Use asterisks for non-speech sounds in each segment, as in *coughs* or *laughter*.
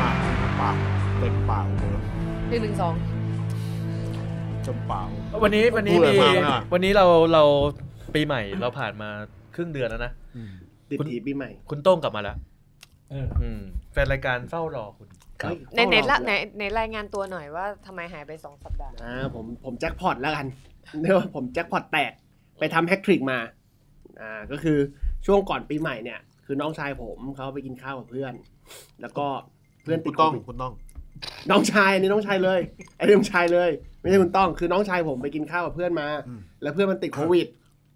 ปากเต็มปากเลย หนึ่งหนึ่งสอง จมปาก วันนี้วันนี้ พูดอะไร มี มากอะ วันนี้เราเราปีใหม่เราผ่านมาครึ่งเดือนแล้วนะ ติดทีปีใหม่ คุณโต้งกลับมาแล้ว เออ อืมแฟนรายการเฝ้ารอคุณ ครับ เฮ้ย ในใน ต้องร ละ อบ ในในรายงานตัวหน่อยว่าทำไมหายไปสองสัปดาห์ อ่าผมผมแจ็คพอตแล้วกัน *laughs* เรียกว่าผมแจ็คพอตแตกไปทำแฮกทริกมาอ่าก็คือช่วงก่อนปีใหม่เนี่ย คือน้องชายผมเขาไปกินข้าวกับเพื่อน แล้วก็เพื่อนติ คุ ด ณต้อโคง วิด คุณต้อง น้องชายอันนี่น้องชายเลยไอ้เรื่องชายเลย ไม่ใช่คุณต้องคือน้องชายผมไปกินข้าวกับเพื่อนมา อืม แล้วเพื่อนมันติดโควิด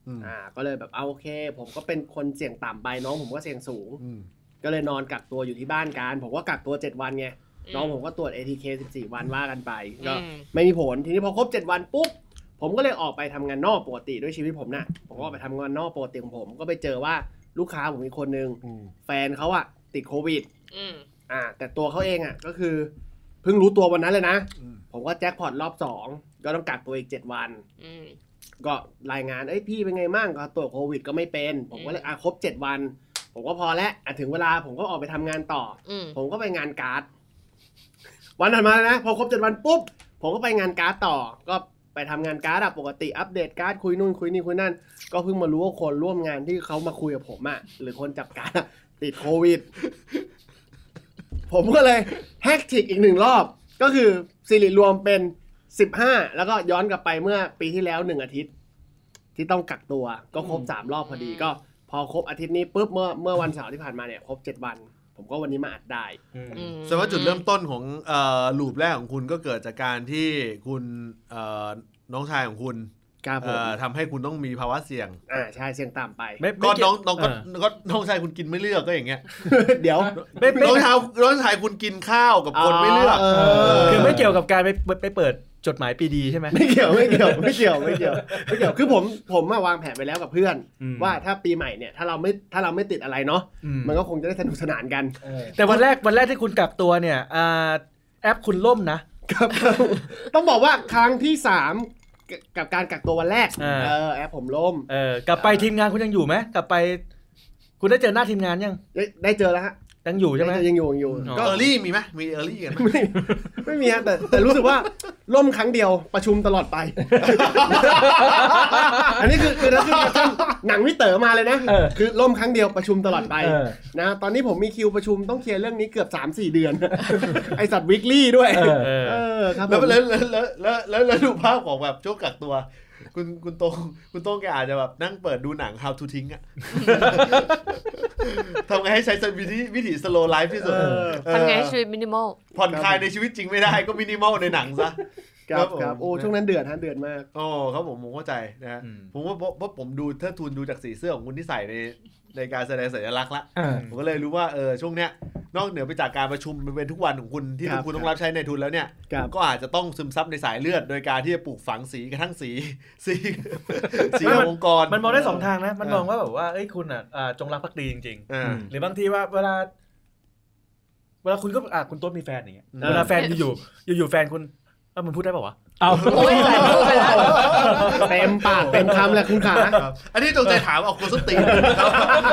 อืม อ่า ก็เลยแบบเอาโอเค ผมก็เป็นคนเสี่ยงต่ำไปน้องผมก็เสี่ยงสูง อืม ก็เลยนอนกักตัวอยู่ที่บ้านกันผมก็กักตัว 7 วันไงน้องผมก็ตรวจ ATK 14 วันว่ากันไปก็ อืม ไม่มีผลทีนี้พอครบ 7 วันปุ๊บผมก็เลยออกไปทำงานนอกปกติด้วยชีวิตผมน่ะผมก็ออกไปทำงานนอกปกติของผม ก็ไปเจอว่าลูกค้าผมมีกคนนึง อืม แฟนเขาอะติดโควิด อืม อ่า แต่ตัวเขาเองอะก็คือเพิ่งรู้ตัววันนั้นเลยนะ อืม ผมก็แจ็คพอตรอบสองก็ต้องกักตัวอีกเจ็ดวัน อืม ก็รายงานเอ้ยพี่เป็นไงมั่งก็ตรวจโควิดก็ไม่เป็น ผมก็เลยอ่ะครบเจ็ดวัน ผมก็พอแล้วอ่ะถึงเวลาผมก็ออกไปทำงานต่อ อืม ผมก็ไปงานการ์ด วันถัดมาเลยนะพอครบเจ็ดวันปุ๊บผมก็ไปงานการ์ดต่อ ก็ไปทำงานการ์ดอะปกติอัปเดตการ์ดคุยนู่นคุยนี่คุยนั่น ก็เพิ่งมารู้ว่าคนร่วมงานที่เขามาคุยกับผมอะหรือคนจับการ์ดอะติดโควิด ผมก็เลยแฮกทิกอีกหนึ่งรอบ ก็คือสิริรวมเป็น 15 แล้วก็ย้อนกลับไปเมื่อปีที่แล้วหนึ่งอาทิตย์ ที่ต้องกักตัว ก็ครบสามรอบพอดี ก็พอครบอาทิตย์นี้ปุ๊บเมื่อเมื่อวันเสาร์ที่ผ่านมาเนี่ยครบเจ็ดวัน ผมก็วันนี้มาอัดได้ อืม แสดงว่าจุดเริ่มต้นของเอ่อลูปแรกของคุณก็เกิดจากการที่คุณเอ่อน้องชายของคุณ ครับผ เอ่ ม อทำให้คุณต้องมีภาวะเสี่ยง อ่าใช่เสียงต่ำไป ไม่ ก็ ไม่เยน้วองน้องก็ เ ก็น้องชายคุณกินไม่เลือกก็อย่างเงี้ย *laughs* เดี๋ยว ไม่ไม่ น้องชายน้องชายคุณกินข้าวกับคนไม่เลือก อ คือไม่เกี่ยวกับการไปไปไปเปิดจดหมายปีดีใช่ไหม ไม่เกี่ยวไม่เกี่ยวไม่เกี่ยวไม่เกี่ยวไม่เกี่ยวคือผมผมอะวางแผนไปแล้วกับเพื่อน อืม ว่าถ้าปีใหม่เนี่ยถ้าเราไม่ถ้าเราไม่ติดอะไรเนาะ อืม มันก็คงจะได้สนุกสนาน *laughs* กัน เออ แต่วันแรกวันแรกที่คุณกักตัวเนี่ยอ่าแอปคุณล่มนะ ครับต้องบอกว่าครั้งที่สามกับกับการกักตัววันแรก อ่า เออแอปผมล่ม เออกลับไปทีมงานคุณยังอยู่ไหมกลับไป คุณได้เจอหน้าทีมงานยัง เอ้ยได้เจอแล้วฮะ ยังอยู่ใช่ไหม ด้เจอยังอยู่ยังอยู่ อ๋อ ก็ ก็ เออร์ลี่มีไหมมีเออร์ลี่กันไหม ไม่ไม่มีฮ *laughs* ะแต่แต่รู้สึกว่าล่มครั้งเดียวประชุมตลอดไป *laughs* อันนี้คือคือนั่นคือหนังวิเต๋อมาเลยนะ เออ คือล่มครั้งเดียวประชุมตลอดไป เออ นะตอนนี้ผมมีคิวประชุมต้องเคลียร์เรื่องนี้เกือบ 3 4 เดือน *laughs* ไอสัตว์วิกลี่ด้วย เออ เออ เออครับ แล้ว ผม แล้วแล้วแล้วแล้วแล้วแล้วดูภาพของแบบช่วงกักตัว คุณคุณโต้งคุณโต้งแกอาจจะแบบนั่งเปิดดูหนัง How to ทิ้งอะ *laughs* ทำไงให้ใช้วิธีวิถีสโลไลฟ์ที่สุดเออ ทำไงให้ชีวิตมินิมอล ผ่อนคลายในชีวิตจริงไม่ได้ก็มินิมอลในหนังซะ ครับ ค ค รั รั บบ ผม โอ้ช่วงนั้นเดือดฮะเดือดมาก โอ้ครับผมผมเข้าใจนะฮะ อืม ผมว่าเพราะเพราะผมดูถ้าทุนดูจากสีเสื้อของคุณที่ใส่ในในการแสดงสัญลักษณ์ละ เออ ผมก็เลยรู้ว่าเออช่วงเนี้ยนอกเหนือไปจากการประชุมมันเป็นทุกวันของคุณที่คุณต้องรับใช้ในทุนแล้วเนี่ย ครับ ก็อาจจะต้องซึมซับในสายเลือด โดยการที่จะปลูกฝังสีกระทั่งสี *laughs* *laughs* สีสี ไม่ ข มั อน งองค์กร มันมองได้สองทางนะ มัน เออ มองว่าแบบว่าเอ้ยคุณอ่ะอ่าจงรักภักดีจริง อ่า อืม ๆ หรือบางทีว่าเวลา เวลาคุณก็อ่ะคุณโต้นมีแฟนอย่างเงี้ย เออ เวลาแฟนอยู่อยู่อยู่แฟนคุณเอ้ามันพูดได้ป่าวะ เอา โอ้ยหลายรูปไปแล้ว เต็มปากเต็มคำเลยคุณขา ครับอันนี้จงใจถามเอาคนส *laughs* ติครับ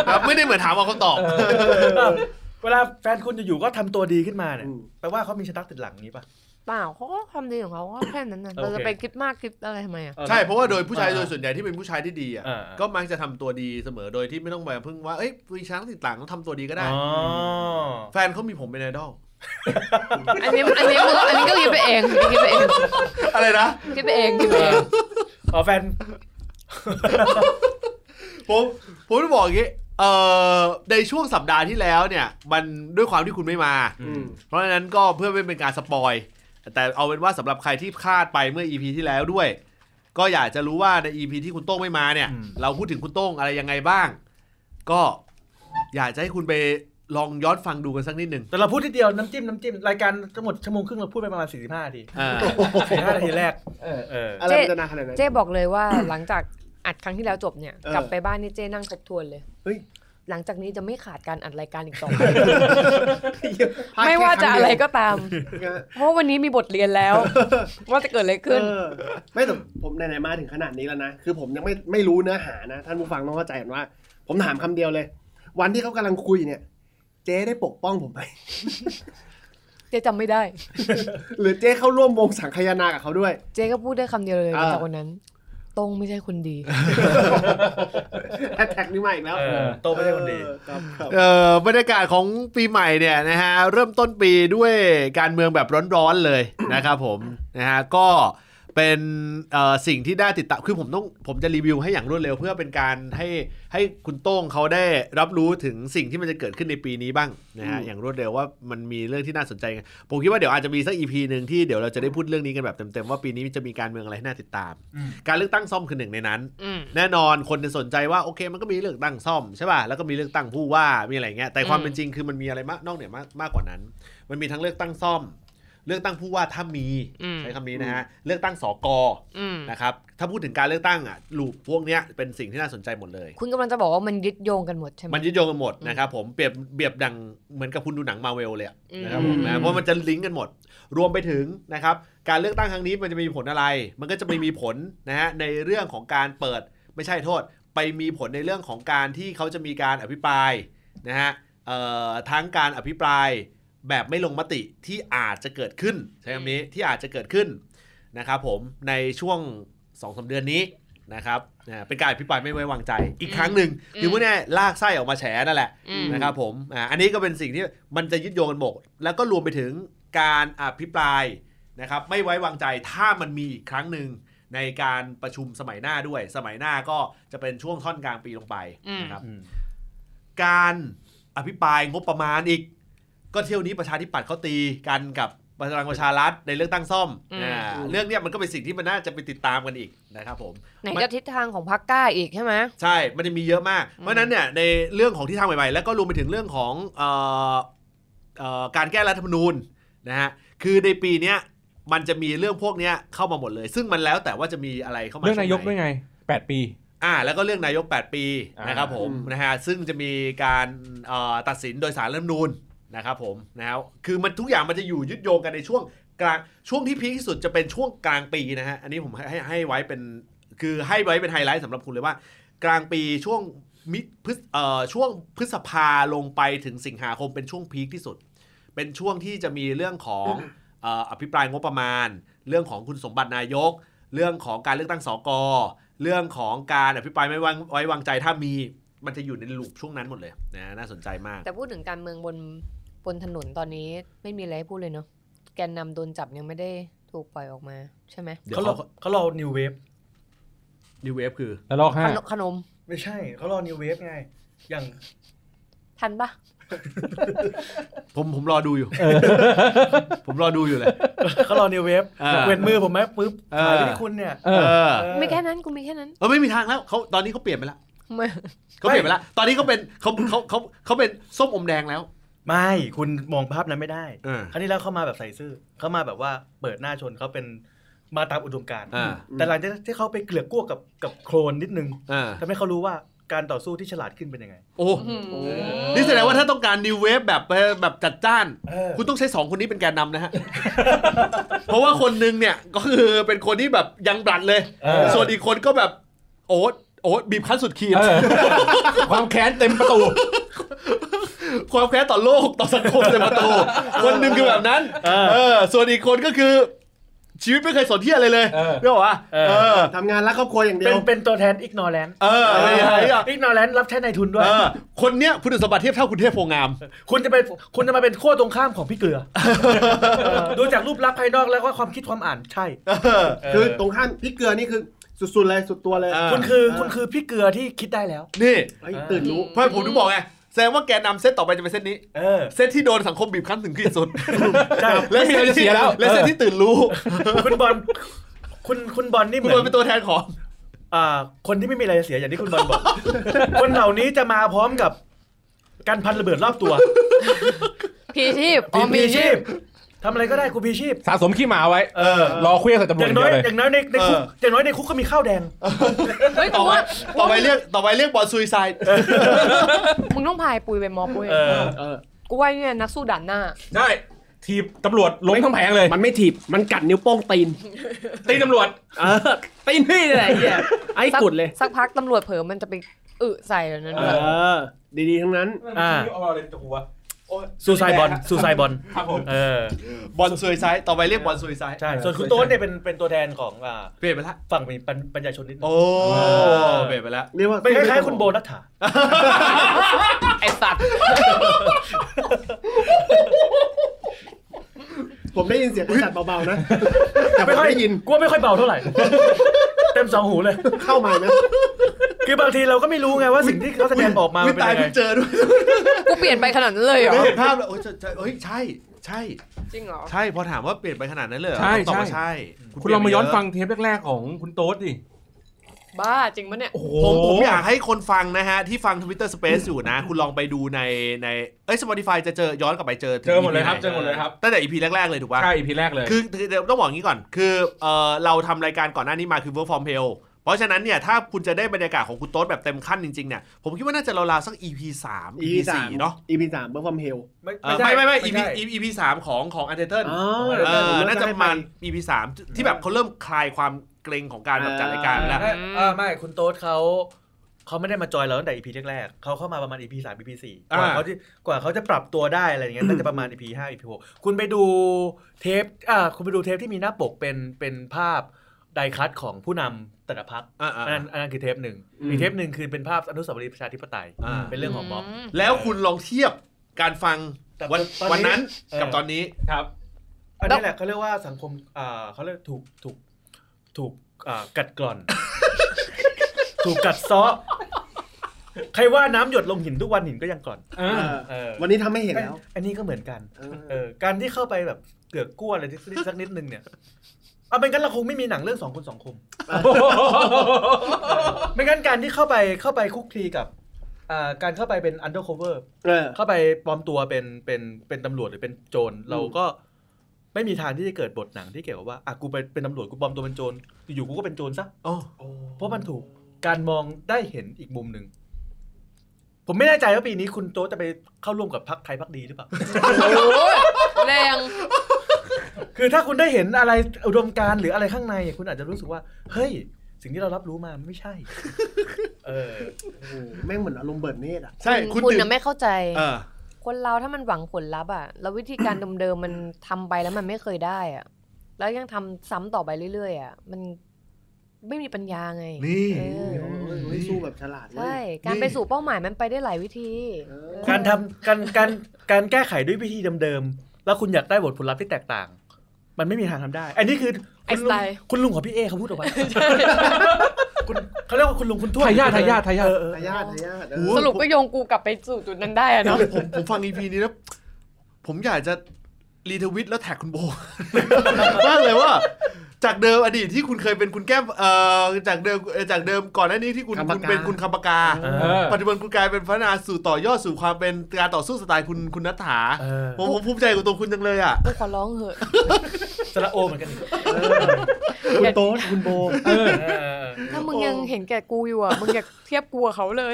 ครับไม่ได้เหมือนถามเอาคำตอบ เวลาแฟนคุณอยู่ๆก็ทำตัวดีขึ้นมาเนี่ย อืม แปลว่าเขามีชะตักติดหลังอย่างนี้ป่ะ เปล่าเขาก็ความดีของเขาก็แค่นั้นนะ โอเค เราจะไปคิดมากคิดอะไรทำไมอ่ะ ใช่เพราะว่าโดยผู้ชายโดยส่วนใหญ่ที่เป็นผู้ชายที่ดีอ่ะ อ่า ก็มักจะทำตัวดีเสมอโดยที่ไม่ต้องไปพึ่งว่าเอ้ยมีช้างติดหลังต้องทำตัวดีก็ได้ อ๋อ แฟนเขามีผมเป็นไอดอล *laughs* อันนี้อันนี้มึงอันนี้ก็คิดไปเองคิดไปเอง อะไรนะ คิดไปเองคิดไปเอง อ๋อแฟน ผมผมจะบอกอย่างนี้เอ่อในช่วงสัปดาห์ที่แล้วเนี่ย มันด้วยความที่คุณไม่มา อื อืม เพราะฉะนั้นก็เพื่อไม่เป็นการสปอย แต่เอาเป็นว่าสำหรับใครที่พลาดไปเมื่อ EP ที่แล้วด้วย ก็อยากจะรู้ว่าใน EP ที่คุณโต้งไม่มาเนี่ย อืม เราพูดถึงคุณโต้งอะไรยังไงบ้าง ก็อยากจะให้คุณไปลองย้อนฟังดูกันสักนิดหนึ่ง แต่เราพูดทีเดียวน้ำจิ้มน้ำจิ้มรายการทั้งหมดชั่วโมงครึ่งเราพูดไปประมาณ45นาที อ่า 45นาทีแรก เออ เออ อะไรมันจะนานขนาดนั้น เจ้บอกเลยว่าหลังจากอัดครั้งที่แล้วจบเนี่ย เออก ลับไปบ้านนี่เจ้นั่งทบทวนเลย เฮ้ย หลังจากนี้จะไม่ขาดการอัดรายการอีกต่อไป พลด ไม่ว่าจะอะไรก็ตาม แค่ครั้งเดียว เพราะวันนี้มีบทเรียนแล้ว ว่าจะเกิดอะไรขึ้น เออไม่แต่ผมไหนๆมาถึงขนาดนี้แล้วนะ คือผมยังไม่ไม่รู้เนื้อหานะ ท่านผู้ฟังต้องเข้าใจก่อนว่า ผมถามคำเดียวเลย วันที่เขากำลังคุยเนี่ย เจ๊ได้ปกป้องผมไหม เจ๊จำไม่ได้ *laughs* หรือเจ๊เข้าร่วมวงสังคายนากับเขาด้วย *laughs* เจ๊ก็พูดได้คำเดียวเลย อ่า จากวันนั้นตรงไม่ใช่คนดี แฮชแท็กนี้มาอีกแล้ว เออโตไม่ใช่คนดี เออครับครับ เอ่อบรรยากาศของปีใหม่เนี่ยนะฮะเริ่มต้นปีด้วยการเมืองแบบร้อนๆ *coughs* เลยนะครับผมนะฮะก็เป็นเอ่อสิ่งที่ได้ติดตามคือผมต้องผมจะรีวิวให้อย่างรวดเร็ว เพื่อเป็นการให้ให้คุณโต้งเขาได้รับรู้ถึงสิ่งที่มันจะเกิดขึ้นในปีนี้บ้างนะฮะ อืม อย่างรวดเร็วว่ามันมีเรื่องที่น่าสนใจไงผมคิดว่าเดี๋ยวอาจจะมีสักอีพีหนึ่งที่เดี๋ยวเราจะได้พูดเรื่องนี้กันแบบเต็มๆว่าปีนี้จะมีการเมืองอะไรให้น่าติดตาม อืม การเลือกตั้งซ่อมคือหนึ่งในนั้น อืม แน่นอนคนจะสนใจว่าโอเคมันก็มีเรื่องตั้งซ่อมใช่ป่ะแล้วก็มีเรื่องตั้งผู้ว่ามีอะไรเงี้ยแต่ความ อืม เป็นจริงคือมันมีอะไรมากนอกเหนือมากมากกว่านั้น มันมีทั้งเลือกตั้งซ่อม เลือกตั้งผู้ว่าถ้ามี อืม ใช้คำนี้นะฮะเลือกตั้งสก อืม นะครับถ้าพูดถึงการเลือกตั้งอ่ะลูปพวกเนี้ยเป็นสิ่งที่น่าสนใจหมดเลย คุณกำลังจะบอกว่ามันยึดโยงกันหมดใช่ไหม มันยึดโยงกันหมด อืม นะครับผมเปรียบเปรียบดังเหมือนกับคุณดูหนังมาเวลเลยอะ อืม นะครับผมนะเพราะมันจะลิงก์กันหมด รวมไปถึงนะครับการเลือกตั้งครั้งนี้มันจะมีผลอะไร มันก็จะไปมีผลนะฮะในเรื่องของการเปิดไม่ใช่โทษ ไปมีผลในเรื่องของการที่เขาจะมีการอภิปรายนะฮะเอ่อทั้งการอภิปรายแบบไม่ลงมติที่อาจจะเกิดขึ้นใช้คำนี้ที่อาจจะเกิดขึ้นนะครับผมในช่วงสองสามเดือนนี้ นะครับนะเป็นการอภิปรายไม่ไว้วางใจ อีกครั้งหนึ่ง อืม คือเมื่อแน่ลากไส้ออกมาแฉนั่นแหละ อืม นะครับผมอ่าอันนี้ก็เป็นสิ่งที่มันจะยึดโยงกันหมดแล้วก็รวมไปถึงการอภิปรายนะครับไม่ไว้วางใจถ้ามันมีอีกครั้งหนึ่งในการประชุมสมัยหน้าด้วย สมัยหน้าก็จะเป็นช่วงท่อนกลางปีลงไปนะครับ อืม การอภิปรายงบประมาณอีก ก็เที่ยวนี้ประชาธิปัตย์เขาตีกันกับพลังประชารัฐในเรื่องตั้งซ่อม อืม อ่าเรื่องเนี้ยมันก็เป็นสิ่งที่มันน่าจะไปติดตามกันอีกนะครับผม ไหนจะทิศทางของพักกล้าอีกใช่ไหม ใช่ มันจะมีเยอะมาก อืม เพราะฉะนั้นเนี่ยในเรื่องของที่ทางใหม่ๆ แล้วก็รวมไปถึงเรื่องของเอ่อเอ่อการแก้รัฐธรรมนูญนะฮะ คือในปีเนี้ยมันจะมีเรื่องพวกเนี้ยเข้ามาหมดเลย ซึ่งมันแล้วแต่ว่าจะมีอะไรเข้ามา เรื่องนายก ช่ว ด้วย ไห ไง 8 ปี อ่า แล้วก็เรื่องนายก 8 ปี อ่าน นะครับผม อืม นะฮะ ซึ่งจะมีการเอ่อตัดสินโดยสารรัฐธรรมนูญนะครับผมนะครับคือมันทุกอย่างมันจะอยู่ยึดโยงกันในช่วงกลาง ช่วงที่พีคที่สุดจะเป็นช่วงกลางปีนะฮะ อันนี้ผมให้ให้ให้ไว้เป็น คือให้ไว้เป็นไฮไลท์สำหรับคุณเลยว่า กลางปีช่วงมิพฤษเอ่อช่วงพฤษภาลงไปถึงสิงหาคมเป็นช่วงพีคที่สุด เป็นช่วงที่จะมีเรื่องของเอ่ออภิปรายงบประมาณ เรื่องของคุณสมบัตินายก เรื่องของการเลือกตั้งสกเรื่องของการอภิปรายไม่ไว้ไว้วางใจถ้ามีมันจะอยู่ในลูปช่วงนั้นหมดเลยนะน่าสนใจมาก แต่พูดถึงการเมืองบนบนถนนตอนนี้ไม่มีอะไรให้พูดเลยเนาะแกนนำโดนจับยังไม่ได้ถูกปล่อยออกมาใช่ไหม เดี๋ยว เขารอ เขา เขารอนิวเวฟ นิวเวฟคือ แล้วลอก ข ห้าน มขนม ไม่ใช่เขารอนิวเวฟไง อย่าง ทันปะ ผมผมรอดูอยู่ *laughs* ผมรอดูอยู่เลย *laughs* เขารอนิวเวฟ อ่า เว้นมือผมไหมปึ๊บ เออ ถ่ายไปที่คุณเนี่ย เอ เอ อ อ เออ มีแค่นั้นกูมีแค่นั้น เออไม่มีทางแล้วเขาตอนนี้เขาเปลี่ยนไปแล้ว ไม่ เขาเปลี่ยนไปแล้ว ตอนนี้เขาเป็นเขาเขาเขาเขาเป็นส้มอมแดงแล้ว ไม่คุณมองภาพนั้นไม่ได้ เออ ครั้งที่แล้วเข้ามาแบบใส่ซื่อ เข้ามาแบบว่าเปิดหน้าชนเขาเป็นมาตามอุดมการณ์ อ่า แต่หลังจากที่เขาไปเกลือกกลั้วกับกับโครนนิดนึง อ่า ทำให้เขารู้ว่าการต่อสู้ที่ฉลาดขึ้นเป็นยังไง โอ้ นี่แสดงว่าถ้าต้องการนิวเวฟแบบเอ่อแบบจัดจ้าน คุ คุณ ณต้องใช้สองคนนี้เป็นแกนนำนะฮะ *laughs* เพราะว่าคนหนึงเนี่ยก็คือเป็นคนที่แบบยังบลัดเลย เออ ส่วนอีกคนก็แบบโอ๊ตโอ๊ตบีบขั้นสุดขีด เออ ความแค้นเต็มประตู *laughs* ความแค้นต่อโลกต่อสังคมเต็ม *laughs* ประตูคนหนึงคือแบบนั้น เออ ส่วนอีกคนก็คือ ชีวิตไม่เคยสนที่อะไรเลย เออ เรียกว่า เออ เออ ทำงานรักครอบครัวอย่างเดีย เป็น ว เป็นตัวแทนอิกนอแลนด์ เอออะไรอย่าง อิกนอแลนด์รับใช้ในายทุนด้วย เออคนเนี้ยคุณสมบัติเทียบเท่าคุณเทพโพงาม คุณจะเป็นคุณจะมาเป็นขั้วตรงข้ามของพี่เกลือเออดูจากรูปลักษณ์ภายนอกแล้วก็ความคิดความอ่านใช่ คือตรงข้ามพี่เกลือนี่คือสุดๆเลยสุดตัวเลย เออ คุณคือคุณคือพี่เกลือที่คิดได้แล้ว นี่ เฮ้ยตื่นรู้ เพื่อนผมถึงบอกไงแสดงว่าแกนนำเซตต่อไปจะเป็นเซตนี้ เออ เซตที่โดนสังคมบีบคั้นถึงขีดสุด ใช่ ไม่มีอะไรจะเสีย *laughs* แล้ว และเซตที่ตื่นรู้ คุณบอลคุณคุณบอลนี่เห คุณโดมือน น เป็นตัวแทนของ อ่าคนที่ไม่มีอะไรจะเสียอย่างที่คุณบอลบอก คนเหล่านี้จะมาพร้อมกับการพันระเบิดรอบตัว พีชีพอ๋อมีชีพ ทำอะไรก็ได้กูพีชีพ สะสมขี้หมาไว้ เออ รอเคลี้ยงใส่ตำร อ วจ ย่าง เดี น้อย ยวเลย อย่างน้อยในในคุก เออ อย่างน้อยในคุกก็มีข้าวแดง เฮ้ย ต่ แต่ อไป ว่า ต่อไปเรียกต่อไปเรียกบอลซูซาย มึงต้องพายปุยไปมอบเว้ย เออ เออ กูว่าเนี่ยนักสู้ด่านหน้า ใช่ ทีบตำรวจล้มทั้งแผงเลย มันไม่ถีบ มันกัดนิ้วโป้งตีน ตีตำรวจ เออ ตีนพี่นี่แหละไอ้เหี้ยไอ้กุดเลย สักพักตำรวจเผลอมันจะไปอึใส่แล้วนั้น เอ แบบ อ ดีๆ ทั้งนั้น อ่า เอาอะไรตัว โ ซูซายบ *laughs* อลซูซายบอล ครับผม เออบ อลซวยไซต่อไปเรียกบอลซวยไซ ใช่ส่วนคุณโต๊ดเนี่ยเป็นเป็นตัวแทนของอ่า เปลี่ยนไปละ ฝั่งปัญปัญญาชนนิดนึง โอ้เปลี่ยนไปละ เรียกว่า เป็นคล้ายๆคุณโบนัฐถา ไอสัตว์ ผมได้ยินเสียงไอ้สัตว์เบาๆนะ แต่ผมได้ยิน กลัวไม่ค่อยเบาเท่าไหร่ เต็มสองหูเลย เข้ามาไหม คือบางทีเราก็ไม่รู้ไงว่าสิ่งที่เขาแสดงออกมา วิ เป็น ตาย ยังไง เพิ่งเจอด้วย กูเปลี่ยนไปขนาดนั้นเลยเหรอ ไม่เห็นภาพเลยโอ้ยใช่ใช่เอ้ยใช่ ใช่ จริงเหรอ ใช่พอถามว่าเปลี่ยนไปขนาดนั้นเลยเหรอ ใช่ ตอบว่า ใช่ ใช่ คุณลองมาย้อนฟัง เปลี่ เทปแรกๆของคุณโต๊ดดิ บ้าจริงปะเนี่ย โอ้โห ไปเยอะผมผมอยากให้คนฟังนะฮะ ที่ฟัง Twitter Space อยู่นะ *laughs* คุณลองไปดูในในเอ้ย Spotify จะเจอย้อนกลับไปเจอถึง เจอหมดเลยครับ EP เจอหมดเลยครับ ตั้งแต่ EP แรก ๆ เลยถูกป่ะ ใช่อีพีแรกเลย คือคือต้องบอกอย่างนี้ก่อน คือเออเราทำรายการก่อนหน้านี้มาคือ work from hell เพราะฉะนั้นเนี่ย ถ้าคุณจะได้บรรยากาศของคุณโต๊ดแบบเต็มขั้นจริงๆเนี่ย ผมคิดว่าน่าจะราวๆสัก EP 3 EP 4เนาะ อีพีสามเบอร์ฟอร์มเฮล เออไม่ไม่ไม่ EP EP 3ของของ u n t i t l e d อ๋อ เออ ผม น่าจะประมาณ ให้ EP 3ที่แบบเขาเริ่มคลายความเกรงของการแบบจัดรายการไปแล้ว เออ เออไม่คุณโต๊ดเขาเขาไม่ได้มาจอยเราตั้งแต่ EP แรกๆเขาเข้ามาประมาณ EP สาม EP สี่ก อ่า ว่าเขาที่กว่าเขาจะปรับตัวได้อะไรอย่างเงี้ยน่าจะประมาณ EP ห้า EP หกคุณไปดูเทปอ่าคุณไปดูเทปที่มีหน้าปกเป็นเป็นภาพไดคัตของผู้นำแต่ละพัก อ่า อันนั้นอันนั้นคือเทปหนึ่ง อืม อีกเทปหนึ่งคือเป็นภาพอนุสาวรีย์ประชาธิปไตย อ่า เป็นเรื่องของม็อบ แล้วคุณลองเทียบการฟัง แต่ วัน ตอนนี้ วันนั้น เออ กับตอนนี้ ครับ อันนี้แหละเขาเรียกว่าสังคมอ่าเขาเรียกถูกถูกถูกอ่ากัดกร่อน *laughs* ถูกกัดเซาะใครว่าน้ำหยดลงหินทุกวันหินก็ยังกร่อน เอ เอ อ อ เออ วันนี้ทำให้เห็นแล้ว อันนี้ก็เหมือนกันเออการที่เข้าไปแบบเกือกกลัวอะไรสักนิดสักนิดนึงเนี่ยเอาเป็นกันเราคงไม่มีหนังเรื่องสองคนสอง *laughs* คมไม่งั้นการที่เข้าไปเข้าไปคุกคลีกับอ่าการเข้าไปเป็น undercover เออ เข้าไปปลอมตัวเป็นเป็นเป็นตำรวจหรือเป็นโจรเราก็ไม่มีทางที่จะเกิดบทหนังที่เกี่ยวกับว่าอ่ะกูไปเป็นตำรวจกูปลอมตัวเป็นโจรอยู่ๆกูก็เป็นโจรซะ โอ้ เพราะมันถูกการมองได้เห็นอีกมุมหนึ่งผมไม่แน่ใจว่าปีนี้คุณโต๊ะจะไปเข้าร่วมกับพรรคไทยพักดีหรือเปล่า *laughs* แรง คือถ้าคุณได้เห็นอะไรอุดมการณ์หรืออะไรข้างในอ่ะคุณอาจจะรู้สึกว่า เฮ้ย สิ่งที่เรารับรู้มามันไม่ใช่ *laughs* เออ โอ้โหแม่งเหมือนอารมณ์เบิร์ดเนตอ่ะ ใช่ คุ คุณ ณ คุณ ตื่ น่ะ น ไม่เข้าใจ เออ คนเราถ้ามันหวังผลลัพธ์อะแล้ววิธีการ เดิมๆมัน *coughs* ทำไปแล้วมันไม่เคยได้อะแล้วยังทำซ้ำต่อไปเรื่อยๆอะมันไม่มีปัญญาไง นี่ เออ เฮ้ยสู้แบบฉลาดเว้ ใช่ ย การไปสู่เป้าหมายมันไปได้หลายวิธี เออ เออ การทำการการการแก้ไขด้วยวิธีเดิมๆ แล้วคุณอยากได้บทผลลัพธ์ที่แตกต่าง มันไม่มีทางทำได้ อันนี้คือ ไอสคุณลุ ไต ง ล์ คุณลุงของพี่เอเขาพูด *laughs* ออกมาคุณเขาเรียกว่าคุณลุงคุณทวด ทายาททายาททายาท เออเออ ทายาททายาทเอ โอ้ อ ส โห รุปก็โยงกูกลับไปสู่จุดนั้นได้อะเนาะ ผมผมฟัง EP นี้แล้วผมอยากจะรีทวิตแล้วแท็กคุณโบ *laughs* มากเลยว่า จากเดิมอดีตที่คุณเคยเป็นคุณแก้มเอ่อจากเดิมเอ่อจากเดิมก่อนหน้านี้ที่คุณคุณเป็นคุณคำปากา เอ เอ อ อ ปัจจุบันคุณกลายเป็นพัฒนาสู่ต่อยอดสู่ความเป็นการต่อสู้สไตล์คุณคุณนัทถา เออ ผมผมภูมิใจกับตัวคุณจังเลยอ่ะ กูขอร้องเหอะ สระโอเหมือนกันอีก คุณโต๊ดคุณโบ เออ ถ้ามึงยังเห็นแก่กูอยู่อะมึงอยากเทียบกูกับเขาเลย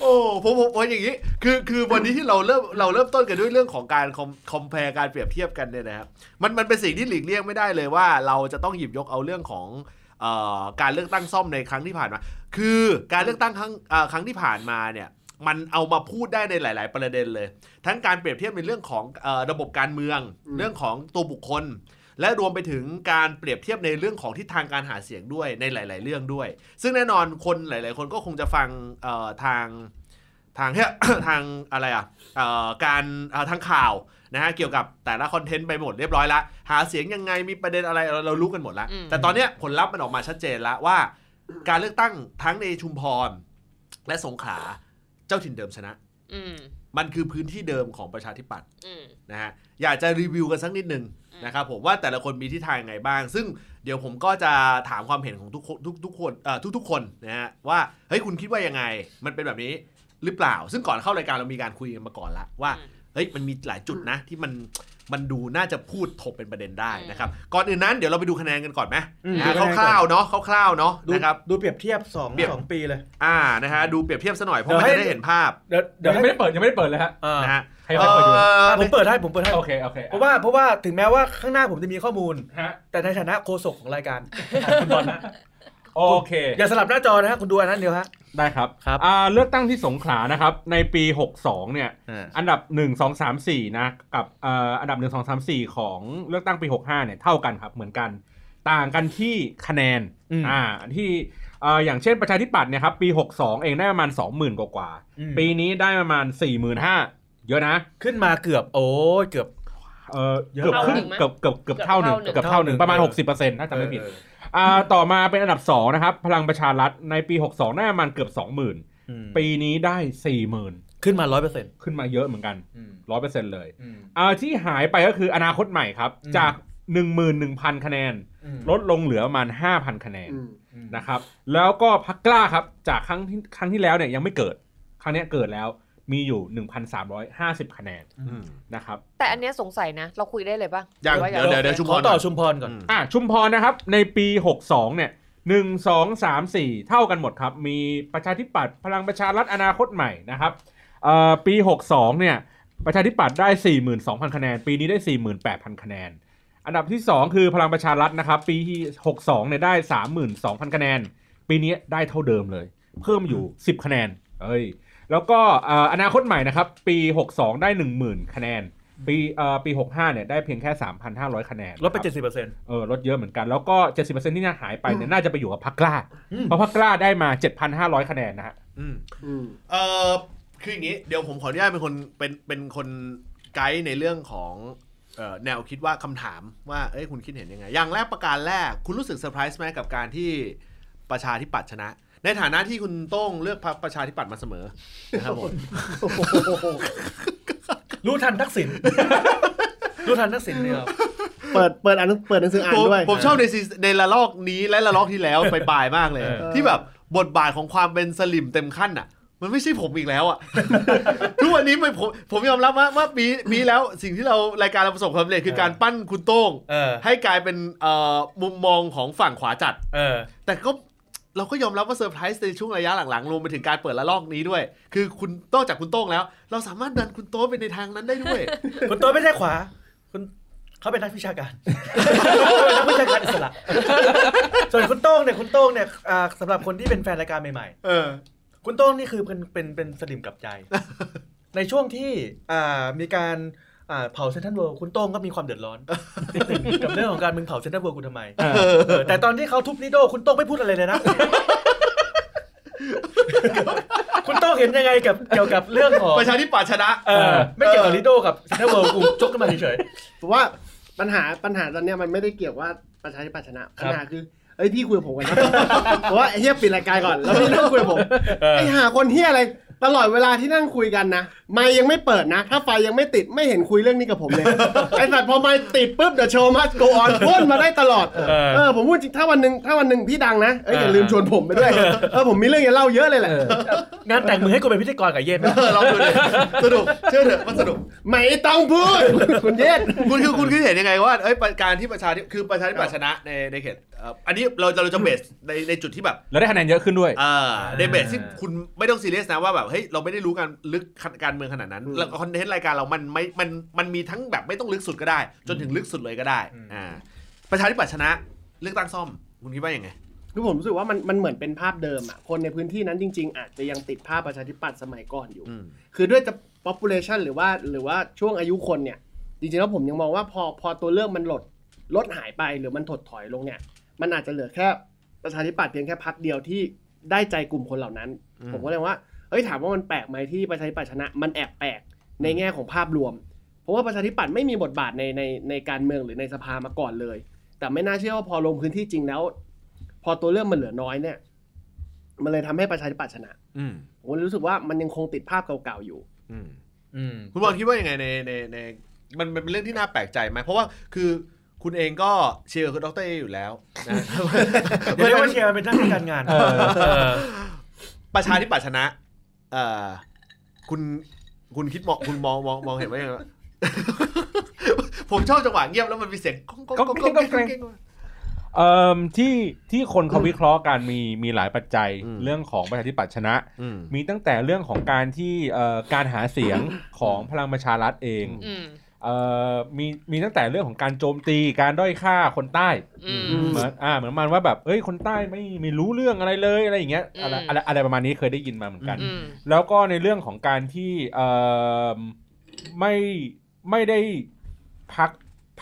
โอ้ผมผมผมอย่างนี้ คือคือวันนี้ที่เราเริ่มเราเริ่มต้นกันด้วยเรื่องของการคอมคอมเพลการเปรียบเทียบกันเนี่ยนะครับมันมันเป็นสิ่งที่หลีกเลี่ยงไม่ได้เลยว่า เราจะต้องหยิบยกเอาเรื่องของเอ่อการเลือกตั้งซ่อมในครั้งที่ผ่านมา คือการเลือกตั้งครั้งเอ่อครั้งที่ผ่านมาเนี่ย มันเอามาพูดได้ในหลาย ๆ ประเด็นเลย ทั้งการเปรียบเทียบในเรื่องของเออระบบการเมือง อืม เรื่องของตัวบุคคล และรวมไปถึงการเปรียบเทียบในเรื่องของทิศทางการหาเสียงด้วยในหลาย ๆ เรื่องด้วย ซึ่งแน่นอนคนหลาย ๆ คนก็คงจะฟังเอ่อทางทาง *coughs* ทางอะไรอ่ะเอ่อการเอ่อทางข่าวนะฮะเกี่ยวกับแต่ละคอนเทนต์ไปหมดเรียบร้อยละหาเสียงยังไงมีประเด็นอะไรเราเรารู้กันหมดละ อืม แต่ตอนเนี้ยผลลัพธ์มันออกมาชัดเจนละว่า การเลือกตั้งทั้งในชุมพรและสงขลาเจ้าถิ่นเดิมชนะ อืม มันคือพื้นที่เดิมของประชาธิปัตย์ อืม นะฮะอยากจะรีวิวกันสักนิดหนึ่ง อืม นะครับผมว่าแต่ละคนมีทิศทางยังไงบ้าง ซึ่งเดี๋ยวผมก็จะถามความเห็นของทุกคนทุกทุกคนเอ่อทุกๆคนนะฮะว่าเฮ้ยคุณคิดว่ายังไง มันเป็นแบบนี้หรือเปล่า ซึ่งก่อนเข้ารายการเรามีการคุยกันมาก่อนละว่า เฮ้ยมันมีหลายจุดนะที่มันมันดูน่าจะพูดถกเป็นประเด็นได้นะครับก่อนอื่นนั้นเดี๋ยวเราไปดูคะแนนกันก่อนไหมนะฮะคร่าวๆเนาะคร่าวๆเนาะ ดู นะครับ ดูเปรียบเทียบสอง เปรียบ สองปีเลย อ่านะฮะดูเปรียบเทียบซะหน่อยเพราะ เดี๋ มัน ยวให้ จะได้เห็นภาพ เดี๋ยว เดี๋ เดี๋ยว วยยัให้งไม่ได้เปิดยังไม่ได้เปิดเลยฮะ อ่า นะฮะ ใครใครเปิดอยู่ เอ่อ อ่ะผมเปิดให้ผมเปิดให้ โอเคโอเค เพราะว่าเพราะว่าถึงแม้ว่าข้างหน้าผมจะมีข้อมูล ฮะ แต่ในฐานะโฆษกของรายการ คุณบอล โอเค อย่าสลับหน้าจอนะฮะคุณดูอันนั้นเดียวฮะ ได้ครับ ครับ อ่าเลือกตั้งที่สงขลานะครับ ในปี 62 เนี่ย อ่า อันดับ 1 2 3 4 นะ กับเอ่ออันดับ 1 2 3 4 ของเลือกตั้งปี 65 เนี่ย เท่ากันครับ เหมือนกัน ต่างกันที่คะแนน อืม อ่า ที่เอ่ออย่างเช่นประชาธิปัตย์เนี่ยครับ ปี 62 เองได้ประมาณ 20,000 กว่ากว่าๆปีนี้ได้ประมาณ 45,000 เยอะนะ ขึ้นมาเกือบโอ้ยเกือบ เออ เยอะ เกือบครึ่เท่างหนึ่งไหม เกือบเกือบเกือบเท่าหนึ่ง เกื เกือ อ บบ เท่า เท่า ห หนึ่ นึ่ ง งประมาณ 60%ถ้าจำไม่ผิด เออเออ อ่า ต่อมาเป็นอันดับ 2 นะครับ พลังประชารัฐในปี 62 ได้ประมาณเกือบ 20,000 อืม ปีนี้ได้ 40,000 ขึ้นมาร้อยเปอร์เซ็นต์ ขึ้นมาเยอะเหมือนกัน 100%เลย อืม อ่าที่หายไปก็คืออนาคตใหม่ครับ อืม จาก 11,000 คะแนน ลดลงเหลือประมาณ 5,000 คะแนน อืม อืม นะครับ แล้วก็พักกล้าครับ จากครั้งที่ครั้งที่แล้วเนี่ยยังไม่เกิด ครั้งเนี้ยเกิดแล้วมีอยู่ 1,350 คะแนน อืม นะครับ แต่อันเนี้ยสงสัยนะ เราคุยได้เลยปะ ยัง หรือว่าอา เดี๋ยวเดี๋ยวเดี๋ยวชุมพ ขอ ร ต่อชุมพรก่อน อืม อ่ะชุมพรนะครับ ในปี 62 เนี่ย 1 2 3 4 เท่ากันหมดครับ มีประชาธิปัตย์พลังประชารัฐอนาคตใหม่นะครับเอ่อปี 62 เนี่ย ประชาธิปัตย์ได้ 42,000 คะแนน ปีนี้ได้ 48,000 คะแนน อันดับที่ 2 คือพลังประชารัฐนะครับ ปีที่62 เนี่ยได้ 32,000 คะแนน ปีนี้ได้เท่าเดิมเลย เพิ่มอยู่ 10 คะแนนเอ้ยแล้วก็เอ่ออนาคตใหม่นะครับ ปี 62 ได้ 10,000 คะแนน ปีเอ่อปี 65 เนี่ยได้เพียงแค่ 3,500 คะแนน ลดไปเจ็ดสิบเปอร์เซ็นต์ เออลดเยอะเหมือนกันแล้วก็ 70%ที่น่าหายไปเนี่ยน่าจะไปอยู่กับพักกล้า อืม เพราะพักกล้าได้มา 7,500 คะแนนนะฮะ อืม อืม เออคืออย่างนี้เดี๋ยวผมขออนุญาตเป็นคนเป็นเป็นคนไกด์ในเรื่องของเอ่อแนวคิดว่าคำถามว่าเอ้ยคุณคิดเห็นยังไง อย่างแรกประการแรก คุณรู้สึกเซอร์ไพรส์ไหมกับการที่ประชาธิปัตย์ชนะ ในฐานะที่คุณโต้งเลือกพรรคประชาธิปัตย์มาเสมอนะครับผม รู้ทันทัก *laughs* ษิณ รู้ทันทักษิณเนี่ยครับ เปิดเปิดอ่านเปิดหนังสืออ่าน ผม ด้วย ผมชอบในซีซั่นในละลอกนี้และละลอกที่แล้ว ไปปลายมากเลย เออ ที่แบบบทบาทของความเป็นสลิมเต็มขั้นอ่ะ มันไม่ใช่ผมอีกแล้วอ่ะ *laughs* ทุกวันนี้ไม่ผมผมยอมรับว่าว่าปีปีแล้วสิ่งที่เรารายการเราประสบความสำเร็จคือการปั้นคุณโต้ง เออ ให้กลายเป็นเอ่อมุมมองของฝั่งขวาจัด เออ แต่ก็เราก็ยอมรับว่าเซอร์ไพรส์ในช่วงระยะหลังๆรวมไปถึงการเปิดละลอกนี้ด้วย คือคุณนอกจากคุณโต้งแล้ว เราสามารถดันคุณโต้งไปในทางนั้นได้ด้วย คุณโต้ไม่ใช่ขวา คุณเขาเป็นนักวิชาการ *laughs* เขาเป็นนักวิชาการอิสระ ส่วนคุณโต้งเนี่ยคุณโต้งเนี่ยอ่าสำหรับคนที่เป็นแฟนรายการใหม่ เออ ๆ คุณโต้งนี่คือเป็นเป็นเป็นสลิมกลับใจ ในช่วงที่อ่ามีการอ่าเผาเซนทรัลเวิลด์คุณโต้งก็มีความเดือดร้อน กับเรื่องของการมึงเผาเซนทรัลเวิลด์กูทำไม เอ เออแต่ตอนที่เขาทุบนิโดคุณโต้งไม่พูดอะไรเลยนะ คุณโต้งเห็นยังไงกับเกี่ยวกับเรื่องของ ประชาธิปัตย์ชนะ เออไม่เกี่ยวกับลิโดกับเซนเตอร์เวิร์กูจกขึ้นมาเฉย เพราะว่าปัญหาปัญหาตอนเนี้ยมันไม่ได้เกี่ยวว่าประชาธิปัตย์ชนะ ครับ ปัญหาคือเอ้ยพี่คุยกับผมกันนะ *laughs* เพราะว่าไอ้เฮียปิดรายการก่อนแล้วพี่เริ่มคุยกับผมไอ้หาคนเฮียอะไรตลอดเวลาที่นั่งคุยกันนะไม่ยังไม่เปิดนะ ถ้าไฟยังไม่ติดไม่เห็นคุยเรื่องนี้กับผม *laughs* เลย ไอ้สัตว์พอไม่ติดปุ๊บเดี๋ยวโชว์มัสโกออนพ่นมาได้ตลอด เออ เออผมพูดจริงถ้าวันหนึ่งถ้าวันหนึ่งพี่ดังนะเอ้ยอย่า เออ ลืมชวนผมไปด้วยเออผมมีเรื่องจะเล่าเยอะเลยแหละ ๆงานแต่งมือให้กูเป็นพิธีกรกับเย็นไหม เออลองดูเลยสนุกเชื่อเถอะมันสนุก ไม่ต้องพูด *laughs* คุณเยศ คุณคือคุณคิดเห็นยังไงว่าเอ้ยการที่ประชาธิคือประชาธิปัตย์ชนะในในเขตเอ่ออันนี้เราเราจะเบสในในจุดที่แบบ แล้วได้คะแนนเยอะขึ้นด้วย เอ่อในเบสที่คุณไม่ต้องซีเรียสนะว่าแบบเฮ้ยเราไม่ได้รู้การลึกการเมืองขนาดนั้น อืม แล้วคอนเทนต์รายการเรามันไม่มันมันมีทั้งแบบไม่ต้องลึกสุดก็ได้ จนถึงลึกสุดเลยก็ได้อ่าประชาธิปัตย์ชนะเลือกตั้งซ่อม คุณคิดว่ายังไง คือผมรู้สึกว่ามันมันเหมือนเป็นภาพเดิมอ่ะ คนในพื้นที่นั้นจริง ๆ อาจจะยังติดภาพประชาธิปัตย์สมัยก่อนอยู่ อืม คือด้วยจะ population หรือว่าหรือว่าช่วงอายุคนเนี่ย จริงๆแล้วผมยังมองว่าพอพอตัวเลือกมันลดลดหายไปหรือมันถดถอยลงเนี่ย มันอาจจะเหลือแค่ประชาธิปัตย์เพียงแค่พักเดียวที่ได้ใจกลุ่มคนเหล่านั้น อืม ผมก็เลยว่าเอ้ยถามว่ามันแปลกไหมที่ประชาธิปัตย์ชนะ มันแอบแปลกในแง่ของภาพรวม เพราะว่าประชาธิปัตย์ไม่มีบทบาทในในในการเมืองหรือในสภามาก่อนเลย แต่ไม่น่าเชื่อว่าพอลงพื้นที่จริงแล้ว พอตัวเลือกมันเหลือน้อยเนี่ย มันเลยทำให้ประชาธิปัตย์ชนะ อืม ผมรู้สึกว่ามันยังคงติดภาพเก่าๆอยู่ อืม อืม คุณบอลคิดว่ายังไงในในในมันมันเป็นเรื่องที่น่าแปลกใจไหมเพราะว่าคือคุณเองก็เชียร์คุณดรเออยู่แล้วนะ เดี๋ยวเรียกว่าเชียร์มันเป็นหน้าที่การงาน เออ เออ ประชาธิปัตย์ชนะ เอ่อ คุณ คุณคิดมอง คุณมอง มอง มองเห็นว่ายังไงวะ *laughs* ผมชอบจังหวะเงียบแล้วมันมีเสียงก้องก้องก้องก้องก้องก้องก้อง เอ่อที่ที่คนเขาวิเคราะห์กันมีมีหลายปัจจัย อืม เรื่องของประชาธิปัตย์ชนะ อืม มีตั้งแต่เรื่องของการที่เอ่อการหาเสียงของพลังประชารัฐเอง อืม เอ่อมีมีตั้งแต่เรื่องของการโจมตีการด้อยค่าคนใต้ อืม เหมือนอ่าเหมือนมันว่าแบบเอ้ยคนใต้ไม่ไม่รู้เรื่องอะไรเลยอะไรอย่างเงี้ยอะไร อืม อะไรอะไรประมาณนี้เคยได้ยินมาเหมือนกัน อืม แล้วก็ในเรื่องของการที่เอ่อไม่ไม่ได้พัก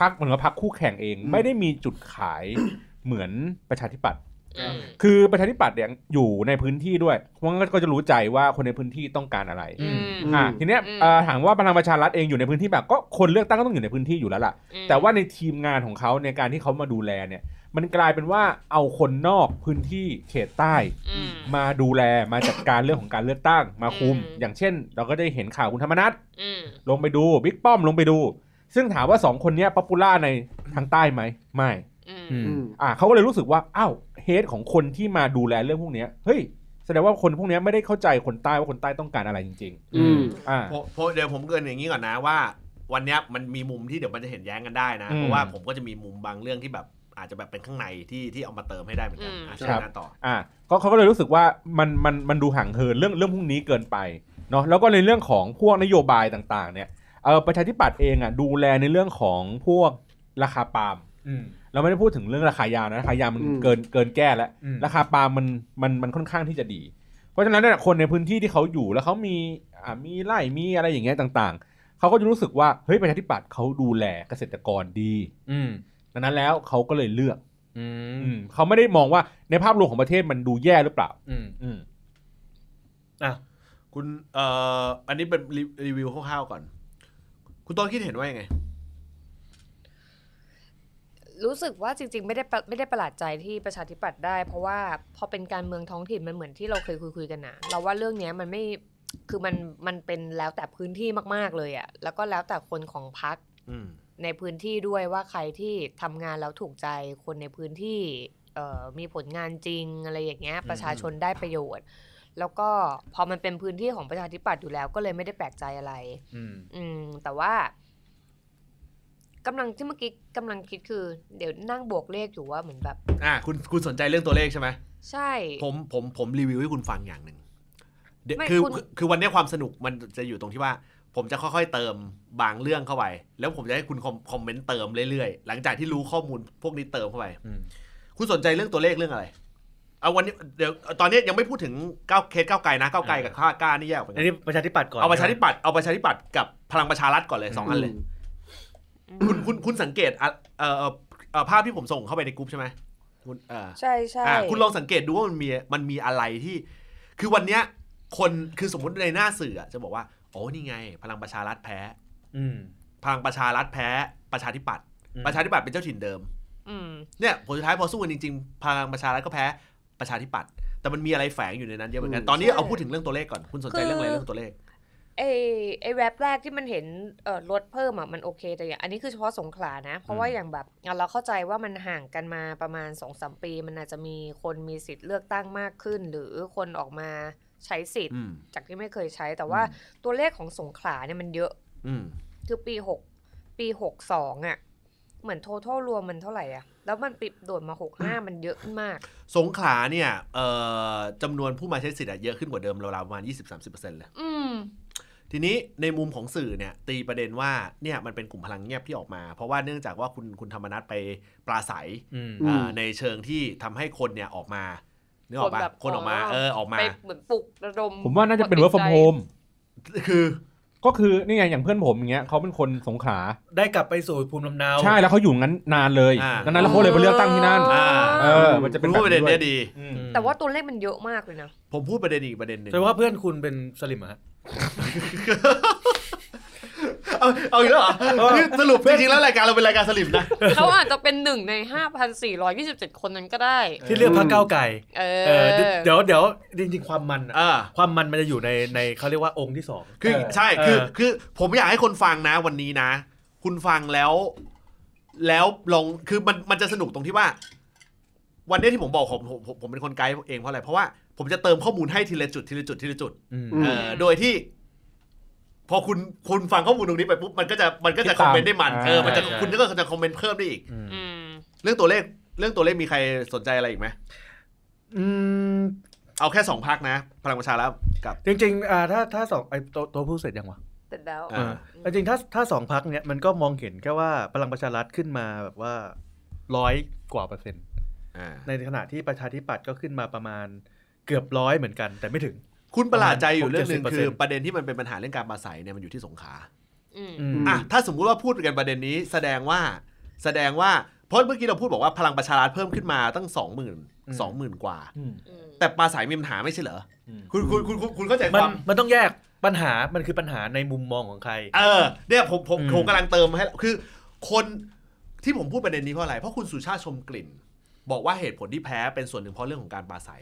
พักเหมือนว่าพักคู่แข่งเอง อืม ไม่ได้มีจุดขาย *coughs* เหมือนประชาธิปัตย์ อืม คือประชาธิปัตย์เนี่ยอยู่ในพื้นที่ด้วยมันก็จะรู้ใจว่าคนในพื้นที่ต้องการอะไร อืม อืม อ่าทีเนี้ย อืม เอ่อถามว่าพลังประชารัฐเองอยู่ในพื้นที่แบบก็คนเลือกตั้งก็ต้องอยู่ในพื้นที่อยู่แล้วล่ะ แต่ว่าในทีมงานของเขาในการที่เขามาดูแลเนี่ยมันกลายเป็นว่าเอาคนนอกพื้นที่เขตใต้ อืม มาดูแลมาจัดการเรื่องของการเลือกตั้งมาคุม อืม อย่างเช่น เราก็ได้เห็นข่าวคุณธรรมนัฐ อืม ลงไปดูบิ๊กป้อมลงไปดู ซึ่งถามว่าสองคนเนี้ยป๊อปปูล่าในทางใต้ไหมไม่ อืม อืม อ่าเขาก็เลยรู้สึกว่าอ้าวเฮดของคนที่มาดูแลเรื่องพวกเนี้ยเฮ้ยแสดงว่าคนพวกเนี้ยไม่ได้เข้าใจคนใต้ว่าคนใต้ต้องการอะไรจริง อืม ๆ อ่า ผมผมเดี๋ยวผมเกรินอย่างนี้ก่อนนะว่า วันเนี้ยมันมีมุมที่เดี๋ยวมันจะเห็นแย้งกันได้นะ อืม เพราะว่าผมก็จะมีมุมบางเรื่องที่แบบอาจจะแบบเป็นข้างในที่ที่เอามาเติมให้ได้เหมือนกัน อืม อ่ะเชิญ ครับ นะต่อ อ่าเขาเขาก็เลยรู้สึกว่ามันมันมันดูห่างเหินเรื่องเรื่องพวกนี้เกินไปเนาะแล้วก็ในเรื่องของพวกนโยบายต่างๆเนี่ยเออประชาธิปัตย์เองอ่ะดูแลในเรื่องของพวกราคาปาล์ม อืม เราไม่ได้พูดถึงเรื่องราคายางนะราคายางมัน อืม เกินเกินแก้แล้ว อืม ราคาปาล์มมันมันมันค่อนข้างที่จะดี เพราะฉะนั้นเนี่ยคนในพื้นที่ที่เขาอยู่แล้วเขามีอ่ามีไร่มีอะไรอย่างเงี้ยต่างๆเขาก็จะรู้สึกว่าเฮ้ยประชาธิปัตย์เขาดูแลเกษตรกรดี อืม ดังนั้นแล้วเขาก็เลยเลือก อื อื ม มเขาไม่ได้มองว่าในภาพรวมของประเทศมันดูแย่หรือเปล่า อืม อืม อ่ะ คุณเอ่ออันนี้เป็นรีรีวิวคร่าวๆก่อน คุณต้นคิดเห็นว่ายังไง รู้สึกว่าจริง ๆ ไม่ได้ประไม่ได้ประหลาดใจที่ประชาธิปัตย์ได้ เพราะว่าพอเป็นการเมืองท้องถิ่นมันเหมือนที่เราเคยคุยๆกันนะเราว่าเรื่องเนี้ยมันไม่คือมันมันเป็นแล้วแต่พื้นที่มากๆเลยอะแล้วก็แล้วแต่คนของพัก อืม ในพื้นที่ด้วยว่าใครที่ทำงานแล้วถูกใจคนในพื้นที่เอ่อมีผลงานจริงอะไรอย่างเงี้ย อืม ประชาชนได้ประโยชน์ แล้วก็พอมันเป็นพื้นที่ของประชาธิปัตย์อยู่แล้ว ก็เลยไม่ได้แปลกใจอะไร อืม อืมแต่ว่ากำลังที่เมื่อกี้กำลังคิดคือ เดี๋ยวนั่งบวกเลขอยู่ว่าเหมือนแบบ อ่ะคุณคุณสนใจเรื่องตัวเลขใช่ไหม ใช่ ผมผมผมรีวิวให้คุณฟังอย่างหนึ่งเดี๋ยว ไม่ คือ คุณ คือคือวันเนี้ยความสนุกมันจะอยู่ตรงที่ว่า ผมจะค่อยๆเติมบางเรื่องเข้าไป แล้วผมจะให้คุณคอมคอมเมนต์เติมเรื่อยๆ หลังจากที่รู้ข้อมูลพวกนี้เติมเข้าไป อืม คุณสนใจเรื่องตัวเลขเรื่องอะไร เอาวันนี้เดี๋ยวตอนนี้ยังไม่พูดถึงก้าวเคสก้าวไกลนะก้าวไกลกับข้าวกล้านี่แยกออกไป อันนี้ประชาธิปัตย์ก่อน เอาประชาธิปัตย์เอาประชาธิปัตย์กับพลังประชารัฐก่อนเลยสองอันเลย คุณคุณคุณสังเกตอ่ะเอ่อเอ่อเอ่อภาพที่ผมส่งเข้าไปในกลุ่มใช่ไหมคุณเอ่อ ใช่ใช่ อ่ะคุณลองสังเกตดูว่ามันมีมันมีอะไรที่ คือวันเนี้ยคนคือสมมติในหน้าสื่ออ่ะจะบอกว่าโอ้นี่ไง พลังประชารัฐแพ้ อืม พลังประชารัฐแพ้ ประชาธิปัตย์ อืม ประชาธิปัตย์เป็นเจ้าถิ่นเดิม อืม เนี่ยผลสุดท้ายพอสู้กันจริงๆพลังประชารัฐก็แพ้ประชาธิปัตย์แต่มันมีอะไรแฝงอยู่ในนั้นเยอะเหมือนกัน อืม ตอนนี้ ใช่ เอาพูดถึงเรื่องตัวเลขก่อน คุณสนใจ คือ เรื่องอะไรเรื่องตัวเลข ไอไอแรปแรกที่มันเห็นเอ่อลดเพิ่มอ่ะมันโอเคแต่อย่างอันนี้คือเฉพาะสงขลานะ เพราะว่า อืม อย่างแบบอ่ะเราเข้าใจว่ามันห่างกันมาประมาณสองสามปี มันอาจจะมีคนมีสิทธิ์เลือกตั้งมากขึ้น หรือคนออกมาใช้สิทธิ์ อืม จากที่ไม่เคยใช้ แต่ว่า อื ตัวเลขของสงขลาเนี่ยมันเยอะ อืม คือปีหกปีหกสองอ่ะ เหมือน total รวมมันเท่าไหร่อ่ะ แล้วมันปิดโดดมาหกห้า มันเยอะขึ้นมาก สงขลาเนี่ยเอ่อจำนวนผู้มาใช้สิทธิ์อะเยอะขึ้นกว่าเดิมราวๆประมาณ 20-30%เลย อืม ทีนี้ในมุมของสื่อเนี่ยตีประเด็นว่าเนี่ยมันเป็นกลุ่มพลังเงียบที่ออกมา เพราะว่าเนื่องจากว่าคุณคุณธรรมนัฐไปปราศัย อืม อืม อ่าในเชิงที่ทำให้คนเนี่ยออกมานึกออกปะ คนแบบ คนออกมา อ๋อ เออออกมา ไปเหมือนปลุกระดม ผมว่าน่าจะเป็น ค work from ติดใจ home คือ ก็คือนี่ไงอย่างเพื่อนผมอย่างเงี้ยเขาเป็นคนสงขลา ได้กลับไปสู่ภูมิลำเนา ใช่แล้วเขาอยู่งั้นนานเลย อ่า ดังนั้นแล้วเขาเลยไปเลือกตั้งที่นั่น อ่า เออ มันจะเป็น รู้ แบบ ว่าประเด็น นี้ด้ว เนี้ยยดี อืม อืม แต่ว่าตัวเลขมันเยอะมากเลยนะ ผมพูดประเด็นอีกประเด็นหนึ่ง แสดงว่าเพื่อนคุณเป็นสลิมเหรอฮะ เอาเอาอีกแล้วเหรอนี่สรุปจริงๆแล้วรายการเราเป็นรายการสลิปนะ เขาอาจจะเป็นหนึ่งใน 5,427 คนนั้นก็ได้ ที่เลือกพรรคก้าวไกล เอ เออ อ เดี๋ยวเดี๋ยวจริง ๆ ความมันอะ อ่า ความมันมันจะอยู่ในในเขาเรียกว่าองค์ที่สอง คือ เออ ใช่ คือ เออ คือ ผมอยากให้คนฟังนะวันนี้นะ คุณฟังแล้ว แล้วลอง คือมัน มันจะสนุกตรงที่ว่า วันนี้ที่ผมบอกผมผมผมผมเป็นคนไกด์เองเพราะอะไร เพราะว่าผมจะเติมข้อมูลให้ทีละจุดทีละจุดทีละจุด อืม ม เอ่อ โดยที่ พอคุณ คุณฟังข้อมูลตรงนี้ไปปุ๊บ มันก็จะ มันก็จะคอมเมนต์ได้มัน เออ มันจะ ใช่ใช่ คุณก็จะคอมเมนต์เพิ่มได้อีก อืม เรื่องตัวเลข เรื่องตัวเลขมีใครสนใจอะไรอีกไหม อืม เอาแค่สองพักนะ พลังประชารัฐกับ จริงๆอ่าถ้าถ้าสองไอ้โตโตพูดเสร็จยังวะ เสร็จแล้ว อ่า แต่จริงๆถ้าถ้าสองพักเนี่ยมันก็มองเห็นแค่ว่าพลังประชารัฐขึ้นมาแบบว่าร้อยกว่าเปอร์เซ็นต์ อ่า ในขณะที่ประชาธิปัตย์ก็ขึ้นมาประมาณเกือบร้อยเหมือนกัน แต่ไม่ถึง คุณประหลาดใจอยู่เรื่องหนึ่ง 60% คือประเด็นที่มันเป็นปัญหาเรื่องการมาใส่เนี่ยมันอยู่ที่สงขลา อืม ม อ่ะถ้าสมมุติว่าพูดกันประเด็นนี้แสดงว่าแสดงว่าเพราะเมื่อกี้เราพูดบอกว่าพลังประชารัฐเพิ่มขึ้นมาตั้งสองหมื่น อืม สองหมื่นกว่า อืม อืม แต่ปลาสายมีปัญหาไม่ใช่เหรออ ม คุณคุณคุณคุณคุณเข้าใจค มัน วาม มันต้องแยกปัญหามันคือปัญหาในมุมมองของใคร เออเนี่ยผมผม อืม ผมกำลังเติมให้คือ คนที่ผมพูดประเด็นนี้เพราะอะไร เพราะคุณสุชาติชมกลิ่น บอกว่าเหตุผลที่แพ้เป็นส่วนหนึ่งเพราะเรื่องของการปลาใส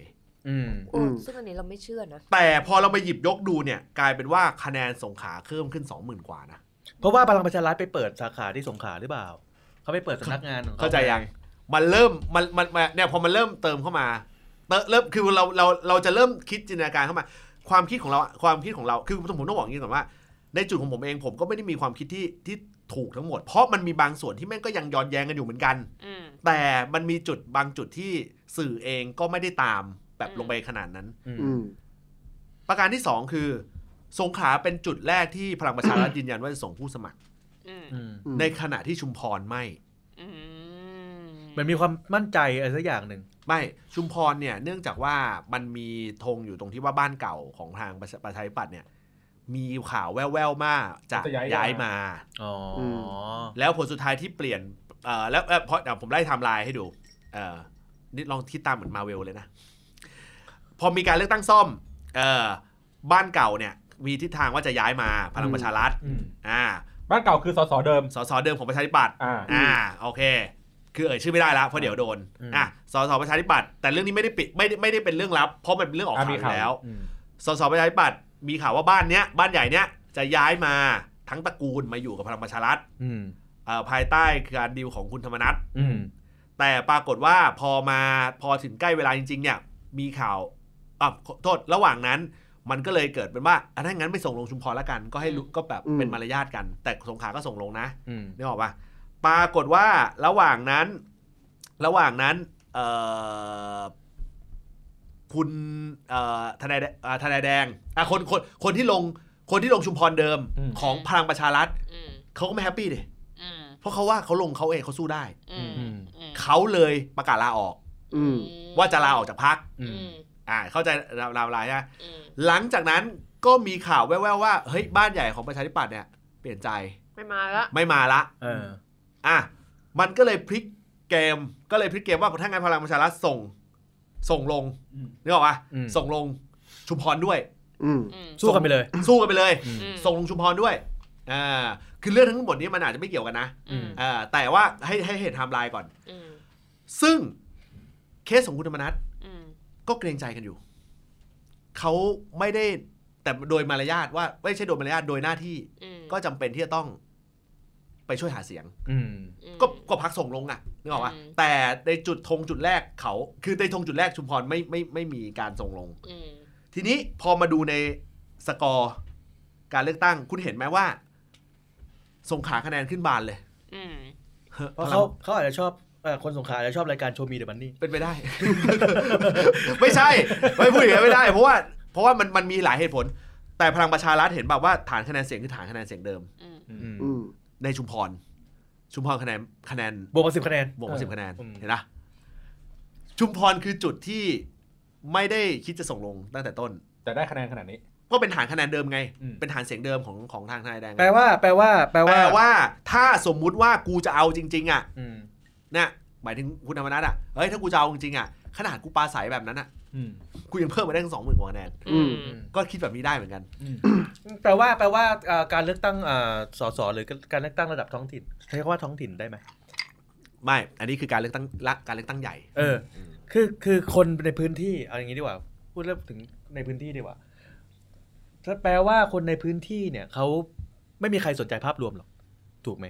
อืม โอ้ อืม ซึ่งอันนี้เราไม่เชื่อนะ แต่พอเราไปหยิบยกดูเนี่ยกลายเป็นว่าคะแนนสงขลาเพิ่มขึ้น 20,000 กว่านะ เพราะว่าพลังประชารัฐไปเปิดสาขาที่สงขลาหรือเปล่า เขาไปเปิดสำนักงานของเขา เข้าใจยังมันเริ่มมันมันมันเนี่ยพอมันเริ่มเติมเข้ามาเติเริ่มคือเราเราเราจะเริ่มคิดจินตนาการเข้ามา ความคิดของเราความคิดของเราคือผมต้องบอกอย่างนี้ก่อนว่า ในจุดของผมเองผมก็ไม่ได้มีความคิดที่ที่ถูกทั้งหมด เพราะมันมีบางส่วนที่แม่งก็ยังย้อนแย้งกันอยู่เหมือนกัน อืม แต่มันมีจุดบางจุดที่สื่อเองก็ไม่ได้ตามแบบ อืม ลงไปขนาดนั้น อืม อืม ประการที่สองคือ สงขลาเป็นจุดแรกที่พลังประชา *coughs* รัฐยืนยันว่าจะส่งผู้สมัคร อืม อืม ในขณะที่ชุมพรไม่ อืม มันมีความมั่นใจอะไรสักอย่างหนึ่ง ไม่ชุมพรเนี่ยเนื่องจากว่ามันมีธงอยู่ตรงที่ว่าบ้านเก่าของทางประชาประชาธิปัตย์เนี่ย มีข่าวแว่วๆมาจะ จะย้าย ย้ายมา อ๋ออ ม แล้วผลสุดท้ายที่เปลี่ยนเอ่อแล้วเอ่อเพราะเดี๋ยวผมไล่ไทม์ไลน์ให้ดูเอ่อนี่ลองคิดตามเหมือนมาเวลเลยนะ พอมีการเลือกตั้งซ่อมเอ่อบ้านเก่าเนี่ย มีทิศทางว่าจะย้ายมาพลังประชารัฐ อืม อ่า บ้านเก่าคือสสเดิม สสเดิมของประชาธิปัตย์ อ่า อ่าโอเค คือเอ่ยชื่อไม่ได้ละเพราะเดี๋ยวโดน อืม อ่ะสสประชาธิปัตย์แต่เรื่องนี้ไม่ได้ปิดไม่ได้ไม่ได้เป็นเรื่องลับเพราะมันเป็นเรื่องออกข่าว อ่ะมี อยู่แล้ว อืม สสประชาธิปัตย์มีข่าวว่าบ้านเนี้ยบ้านใหญ่เนี้ยจะย้ายมาทั้งตระกูลมาอยู่กับพลังประชารัฐ อืม เอ่อภายใต้การดีลของคุณธรรมนัฐ อืม แต่ปรากฏว่าพอมาพอถึงใกล้เวลาจริงๆเนี่ยมีข่าวอ่ะขอโทษระหว่างนั้น มันก็เลยเกิดเป็นว่าอันนั้นงั้นไม่ส่งลงชุมพรละกัน ก็ให้รู้ก็แบบเป็นมารยาทกัน แต่สงขลาก็ส่งลงนะ อืม นึกออกปะปรากฏว่าระหว่างนั้น ระหว่างนั้นเอ่อคุณเอ่อทนายแดอ่าทนายแดงอ่ะคนคนคนที่ลงคนที่ลงชุมพรเดิม อืม ของพลังประชารัฐ อืม เขาก็ไม่แฮปปี้ดิ อืม เพราะเขาว่าเขาลงเขาเองเขาสู้ได้ อืมอืม เขาเลยประกาศลาออก อืม ว่าจะลาออกจากพัก อื อื ม ม อ่าเข้าใจลาลาลาใช่ไหม อืม หลังจากนั้นก็มีข่าวแว่วๆว่าเฮ้ยบ้านใหญ่ของประชาธิปัตย์เนี่ยเปลี่ยนใจ ไม่มาละ ไม่มาละ เออ อ่ะมันก็เลยพลิกเกมก็เลยพลิกเกมว่าถ้างั้นพลังประชารัฐส่งส่งลง อืม นึกออกปะ อืม ส่งลงชุมพรด้วย อืม อืม สู้กันไปเลย สู้กันไปเลย อืม อืม ส่งลงชุมพรด้วยอ่าคือเรื่องทั้งหมดนี้มันอาจจะไม่เกี่ยวกันนะ อืม อ่าแต่ว่าให้ให้เห็นไทม์ไลน์ก่อน อืม ซึ่งเคสของคุณธรรมนัฐ อืม ก็เกรงใจกันอยู่ เขาไม่ได้แต่โดยมารยาทว่าไม่ใช่โดยมารยาทโดยหน้าที่ อืม ก็จำเป็นที่จะต้องไปช่วยหาเสียง อืม อืม ก็ก็พักส่งลงอ่ะนึกออกปะ อืม แต่ในจุดธงจุดแรกเขา คือในธงจุดแรกชุมพรไม่ไม่ไม่มีการส่งลง อืม ทีนี้พอมาดูในสกอร์การเลือกตั้ง คุณเห็นไหมว่า สงขลาคะแนนขึ้นบานเลย อืม เพราะเขาเขาอาจจะชอบเอ่อคนสงขลาอาจจะชอบรายการโชว์มีเดอะบันนี่ เป็นไปได้ *laughs* ไม่ใช่ ไม่พูดอย่างนั้นไม่ได้ เพราะว่าเพราะว่ามันมันมีหลายเหตุผล แต่พลังประชารัฐเห็นแบบว่าฐานคะแนนเสียงคือฐานคะแนนเสียงเดิม อืม อืม ในชุมพร ชุมพรคะแนนคะแนน บวกมาสิบคะแนน บวกมาสิบคะแนน อืม เห็นนะชุมพรคือจุดที่ไม่ได้คิดจะส่งลงตั้งแต่ต้น แต่ได้คะแนนขนาดนี้ ก็เป็นฐานคะแนนเดิมไง อืม เป็นฐานเสียงเดิมของของทางทนายแดงไง แปลว่า แปลว่า แปล แป ว่า ลว่าถ้าสมมุติว่ากูจะเอาจริง ๆ อ่ะ อืม เนี่ยหมายถึงคุณธรรมนัฐอ่ะเฮ้ยถ้ากูจะเอาจริงๆอ่ะขนาดกูปลาใสแบบนั้นอ่ะ อืม กูยังเพิ่มมาได้สองหมื่นกว่าคะแนน อืม อืม ก็คิดแบบนี้ได้เหมือนกัน อืม แปลว่า แปลว่าเอ่อการเลือกตั้งเอ่อสสหรือการเลือกตั้งระดับท้องถิ่นใช้คำว่าท้องถิ่นได้ไหม ไม่ อันนี้คือการเลือกตั้งละการเลือกตั้งใหญ่ เออ อืม คือ คือคนในพื้นที่ เอาอย่างนี้ดีกว่า พูดเรื่องถึงในพื้นที่ดีกว่าถ้าแปลว่าคนในพื้นที่เนี่ยเขาไม่มีใครสนใจภาพรวมหรอก ถูกไหม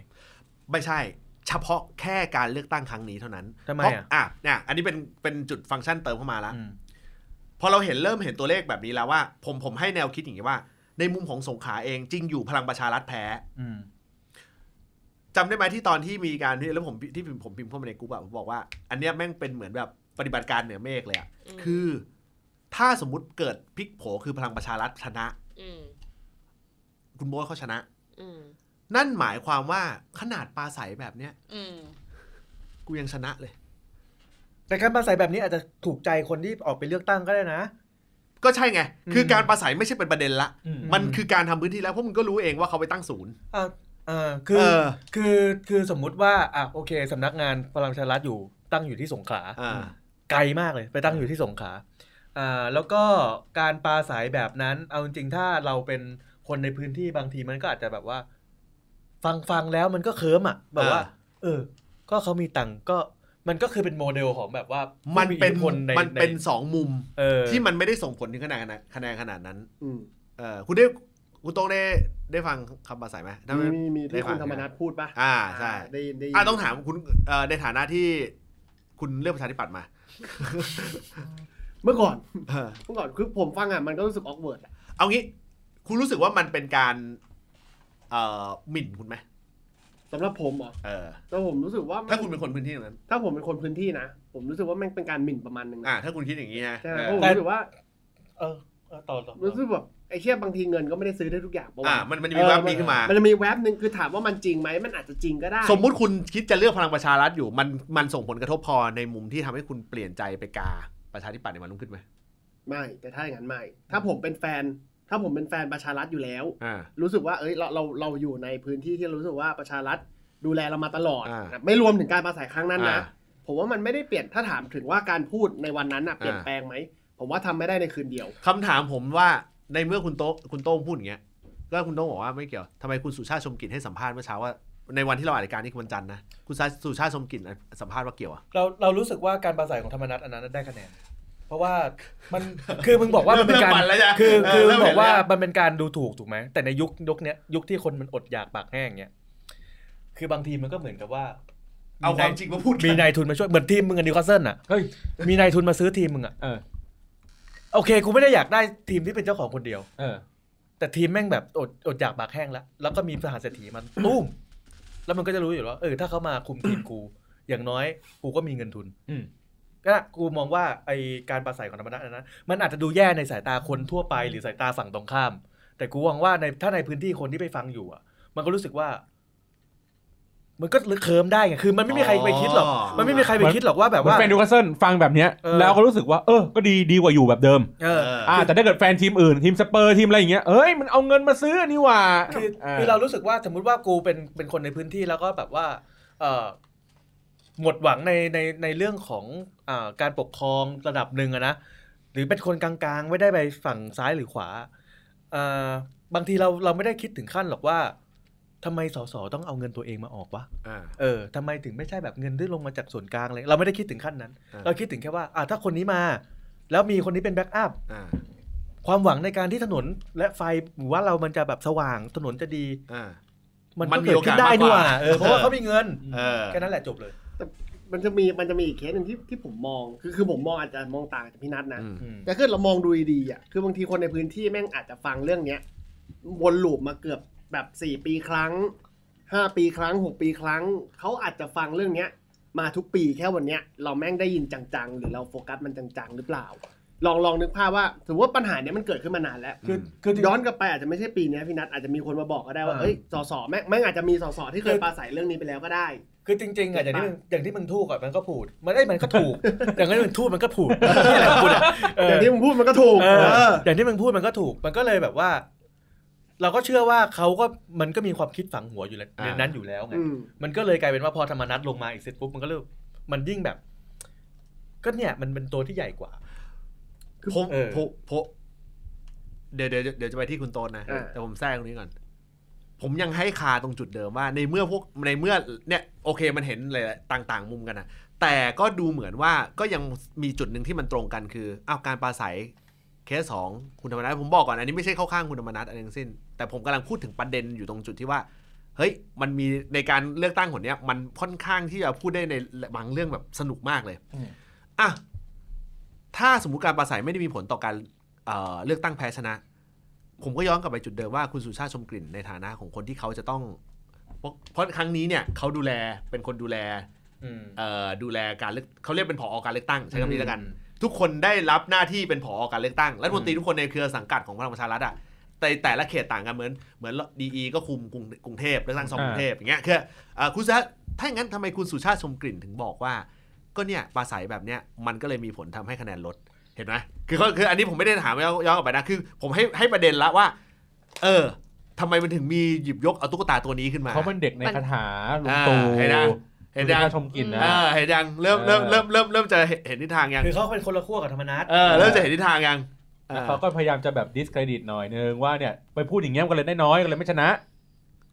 ไม่ใช่ เฉพาะแค่การเลือกตั้งครั้งนี้เท่านั้น ทำไม เพรา อ่ะ อ่ะเนี่ยอันนี้เป็นเป็นจุดฟังก์ชันเติมเข้ามาละ อืม พอเราเห็นเริ่มเห็นตัวเลขแบบนี้แล้วว่า ผมผมให้แนวคิดอย่างนี้ว่า ในมุมของสงขลาเองจริงอยู่พลังประชารัฐแพ้ อืม จำได้ไหมที่ตอนที่มีการที่แล้วผมที่ผมผมพิมพ์เข้ามาในกลุ่มอะผมบอกว่า อันเนี้ยแม่งเป็นเหมือนแบบปฏิบัติการเหนือเมฆเลยอะ อืม คือ ถ้าสมมติเกิดพลิกโผคือพลังประชารัฐชนะ อืม คุณโบ๊ทเขาชนะ อืม นั่นหมายความว่าขนาดปลาใสแบบเนี้ย อืม กูยังชนะเลย แต่การปราศัยแบบนี้อาจจะถูกใจคนที่ออกไปเลือกตั้งก็ได้นะ ก็ใช่ไง คืออ ม การปลาใสไม่ใช่เป็นประเด็นละ อืม มันคือการทำพื้นที่แล้วเพราะมึงก็รู้เองว่าเขาไปตั้งศูนย์ อ่าอ่าคือ เออ คือคือสมมุติว่าอ่ะโอเคสำนักงานพลังประชารัฐอยู่ตั้งอยู่ที่สงขลา อ่า ไกลมากเลย ไปตั้งอยู่ที่สงขลาอ่าแล้วก็การปลาสายแบบนั้น เอาจริงๆถ้าเราเป็นคนในพื้นที่บางทีมันก็อาจจะแบบว่า ฟังฟังแล้วมันก็เคิมอ่ะ แบบว่า อ่า เออ ก็เขามีตังค์ก็มันก็คือเป็นโมเดลของแบบว่ามั มันเป็น คนใน มันเป็น ใ สองมุม เออ ที่มันไม่ได้ส่งผลถึงขนาดนั้นคะแนนขนาดนั้น อืม เออคุณได้คุณโต้องได้ได้ฟังคำปราศัยไหมถ้าไ มีมีมีที่คุณธรรมนั ไฟัง ฐพูดปะ อ่าใช่ ได้ยินได้ยิน อ่าต้องถามคุณเอ่อในฐานะที่คุณเลือกประชาธิปัตย์มา เมื่อก่อน เออ เมื่อก่อนคือผมฟังอ่ะมันก็รู้สึกออกเวิร์ด เอางี้ คุณรู้สึกว่ามันเป็นการเอ่อหมิ่นคุณไหม สำหรับผมเหรอ่ะ เออ แต่ผมรู้สึกว่ามัน ถ้าคุณเป็นคนพื้นที่ตรงนั้น ถ้าผมเป็นคนพื้นที่นะ ผมรู้สึกว่ามันเป็นการหมิ่นประมาณหนึงนะ อ่า ถ้าคุณคิดอย่างนี้นะ ใช่ไหม เอ เพราะ อ ผมรู้สึกว่า เออเออต่อต่อ รู้สึกแบบไอ้เชี่ยบางทีเงินก็ไม่ได้ซื้อได้ทุกอย่างปะ อ่าว ะ มันมันจะมีแวบนี้ขึ้นมา มันจะมีแว็บหนึ่งคือถามว่ามันจริงไหมมันอาจจะจริงก็ได้ สมมุติคุณคิดจะเลือกพลังประชารัฐอยู่ มันมันส่งผลกระทบพอในมุมที่ทำให้คุณเปลี่ยนใจไปกาประชาธิปัตย์ในวันรุ่งขึ้นไหม ไม่แต่ถ้าอย่างนั้นไม่ถ้าผมเป็นแฟน ถ้าผมเป็นแฟนประชารัฐอยู่แล้ว อ่า รู้สึกว่าเอ้ยเราเราเราอยู่ในพื้นที่ที่เรารู้สึกว่าประชารัฐดูแลเรามาตลอด อ่า นะไม่รวมถึงการปราศัยครั้งนั้นนะ อ่า ผมว่ามันไม่ได้เปลี่ยนถ้าถามถึงว่าการพูดในวันนั้นน่ะเปลี่ยน อ่า แปลงไหมผมว่าทำไม่ได้ในคืนเดียว คำถามผมว่าในเมื่อคุณโต้งคุณโต้งพูดอย่างเงี้ยก็คุณโต้งบอกว่าไม่เกี่ยวทำไมคุณสุชาติชมกลิ่นให้สัมภาษณ์เมื่อเช้าว่าในวันที่เราอ่านรายการนี่คือวันจันทร์นะคุณสุชาติชมกลิ่นสัมภาษณ์ว่าเกี่ยวอะ เราเรารู้สึกว่าการปลาสายของธรรมนัตอันนั้นได้คะแนน เพราะว่ามันคือมึงบอกว่ามันเป็นการ *laughs* คือคือมันบอกว่ามันเป็นการดูถูกถูกไหมแต่ในยุคยุคเนี้ยยุคที่คนมันอดอยากปากแห้งเนี้ยคือบางทีมันก็เหมือนกับว่า เอาความจริงมาพูดกั มี น นายทุนมาช่วยเหมือนทีมมึงกับนิวคาสเซิลน่ะ เฮ้ย มีนายทุนมาซื้อทีมมึงอ่ะ เออ โอเคกูไม่ได้อยากได้ทีมที่เป็นเจ้าของคนเดียว เออ แต่ทีมแม่งแบบอดอดอยากปากแห้งแล้วแล้วก็มีมหาเศรษฐี *coughs* มันตุ้มแล้วมันก็จะรู้อยู่แล้วว่าเออถ้าเขามาคุมทีมกู อย่างน้อยกูก็มีเงินทุน อืม ก็น่ะกูมองว่าไอการปราศัยของธรรมนัฐอันนั้นมันอาจจะดูแย่ในสายตาคนทั่วไปหรือสายตาฝั่งตรงข้าม แต่กูหวังว่าในถ้าในพื้นที่คนที่ไปฟังอยู่อ่ะ มันก็รู้สึกว่า มันก็เคิมได้ไงคือ มันไม่มีใครไปคิดหรอกมันไม่มีใครไปคิดหรอกว่าแบบ เหมือน ว่า แฟนดูคาสเซิลฟังแบบเนี้ย เออ แล้วก็รู้สึกว่าเออก็ดีดีกว่าอยู่แบบเดิม เอ เอ อ อ อ่าแต่ถ้าเกิดแฟนทีมอื่นทีมสเปอร์ทีมอะไรอย่างเงี้ยเอ้ยมันเอาเงินมาซื้อนี่หว่า คือ อ่ คือเรารู้สึกว่าสมมติว่ากูเป็นเป็นคนในพื้นที่แล้วก็แบบว่าเออหมดหวังในในในเรื่องของอาการปกครองระดับหนึ่งอะนะหรือเป็นคนกลางๆ ไม่ได้ไปฝั่งซ้ายหรือขวาเอ่อบางทีเราเราไม่ได้คิดถึงขั้นหรอกว่าทำไมสสต้องเอาเงินตัวเองมาออกวะ อ่า เออทำไมถึงไม่ใช่แบบเงินที่ลงมาจากส่วนกลางเลยเราไม่ได้คิดถึงขั้นนั้น อ่า เราคิดถึงแค่ว่าอ่ะถ้าคนนี้มา แล้วมีคนนี้เป็นแบ็กอัพ อ่า ความหวังในการที่ถนนและไฟหมู่ว่านเรามันจะแบบสว่างถนนจะดี อ่า มัน มัน ก็ มี เกิดขึ้นได้ โอกาสมากกว่า นี่หว่าเออเพราะว่า เออ เขามีเงิน เออ แค่นั้นแหละจบเลย มันจะมีมันจะมีอีกเคสหนึ่งที่ที่ผมมองคือคือผมมองอาจจะมองต่างจากพี่นัทนะ อืม แต่คือเรามองดูดีๆอ่ะคือบางทีคนในพื้นที่แม่งอาจจะฟังเรื่องเนี้ยวนลูปมาเกือบแบบสี่ปีครั้งห้าปีครั้งหกปีครั้งเขาอาจจะฟังเรื่องเนี้ย มาทุกปีแค่วันเนี้ยเราแม่งได้ยินจังๆ หรือเราโฟกัสมันจังๆ หรือเปล่า ลองลองนึกภาพว่าถือว่าปัญหาเนี้ยมันเกิดขึ้นมานานแล้ว คือ คือ ย้อนกลับไปอาจจะไม่ใช่ปีเนี้ยพี่นัทอาจจะมีคนมาบอกก็ได้ว่า อ่า เอ้ยสสแม่งแม่งอาจจะมีสสที่เค คื ย อ ปราศัยเรื่องนี้ไปแล้วก็ได้ คือจริงๆอ่ะอย่างที่มึงอเก็บปากย่างที่มึงทูกอ่ะมันก็พูด มันไอ้ยมันก็ *laughs* ถูก อย่างที่มึงทูกมันก็ผูดนี่แหละพูดอ่ะเออ แต่ที่มึงพูดมันก็ถูก เอ เอ อ อ อย่างที่มึงพูดมันก็ถูก มันก็เลยแบบว่า เราก็เชื่อว่าเขาก็มันก็มีความคิดฝังหัวอยู่แล้ว อ่า ในนั้นอยู่แล้วไง อืม มันก็เลยกลายเป็นว่าพอธรรมนัตลงมาอีกเสร็จปุ๊บมันก็เริ่มมันยิ่งแบบ ก็เนี่ยมันเป็นตัวที่ใหญ่กว่า ผม เออ ผมผมเดี๋ยวเดี๋ยวเดี๋ยวจะไปที่คุณโตนนะ อ่า แต่ผมแทรกตรงนี้ก่อน ผมยังให้คาตรงจุดเดิมว่า ในเมื่อพวกในเมื่อเนี่ยโอเคมันเห็นหลายๆต่าง ๆ มุมกันนะแต่ก็ดูเหมือนว่าก็ยังมีจุดหนึ่งที่มันตรงกันคืออ้าวการปราศัยเคสสองคุณธรรมนัฐผมบอกก่อนอันนี้ไม่ใช่เข้าข้างคุณธรรมนัฐอะไรทั้งสิ้น แต่ผมกำลังพูดถึงประเด็นอยู่ตรงจุดที่ว่า เฮ้ยมันมีในการเลือกตั้งหนเนี้ยมันค่อนข้างที่จะพูดได้ในบางเรื่องแบบสนุกมากเลย อืม อ่ะถ้าสมมติการปราศัยไม่ได้มีผลต่อการเอ่อเลือกตั้งแพ้ชนะ ผมก็ย้อนกลับไปจุดเดิมว่าคุณสุชาติชมกลิ่นในฐานะของคนที่เขาจะต้องเพราะเพราะครั้งนี้เนี่ยเขาดูแลเป็นคนดูแล อืม เอ่อดูแลการเลือกเขาเรียกเป็นผอการเลือกตั้งใช้คำนี้แล้วกัน ทุกคนได้รับหน้าที่เป็นผอการเลือกตั้งรัฐมนตรีทุกคนในเครือสังกัดของพลังประชารัฐอ่ะ แต่แต่ละเขตต่างกันเหมือนเหมือนดีอีก็คุมกรุงกรุงเทพเลือกตั้งสองกรุงเทพอย่างเงี้ยคือเอ่อคุณสุชาติถ้าอย่างนั้นทำไมคุณสุชาติชมกลิ่นถึงบอกว่า ก็เนี่ยปลาใสแบบเนี้ยมันก็เลยมีผลทำให้คะแนนลดเห็นไหมคือเขาคืออันนี้ผมไม่ได้ถามย้อนย้อนกลับไปนะคือ ผมให้ให้ประเด็นละว่า เออทำไมมันถึงมีหยิบยกเอาตุ๊กตาตัวนี้ขึ้นมา เขาเป็นเด็กในคาถาหลวง อ่า ตู่ เห็นนะเห็นนะ คุณสุชาติชมกลิ่นนะ เออเห็นยังเริ่มเริ่มเริ่มเริ่มเริ่มจะเห็นทิศทางยัง คือเขาเป็นคนละขั้วกับธรรมนัต เออเริ่มจะเห็นทิศทางยังอ แล้ว อ เขาก็พยายามจะแบบดิสเครดิตหน่อยนึงว่าเนี่ยไปพูดอย่างเงี้ยมันก็เลยได้น้อยก็เลยไม่ชนะ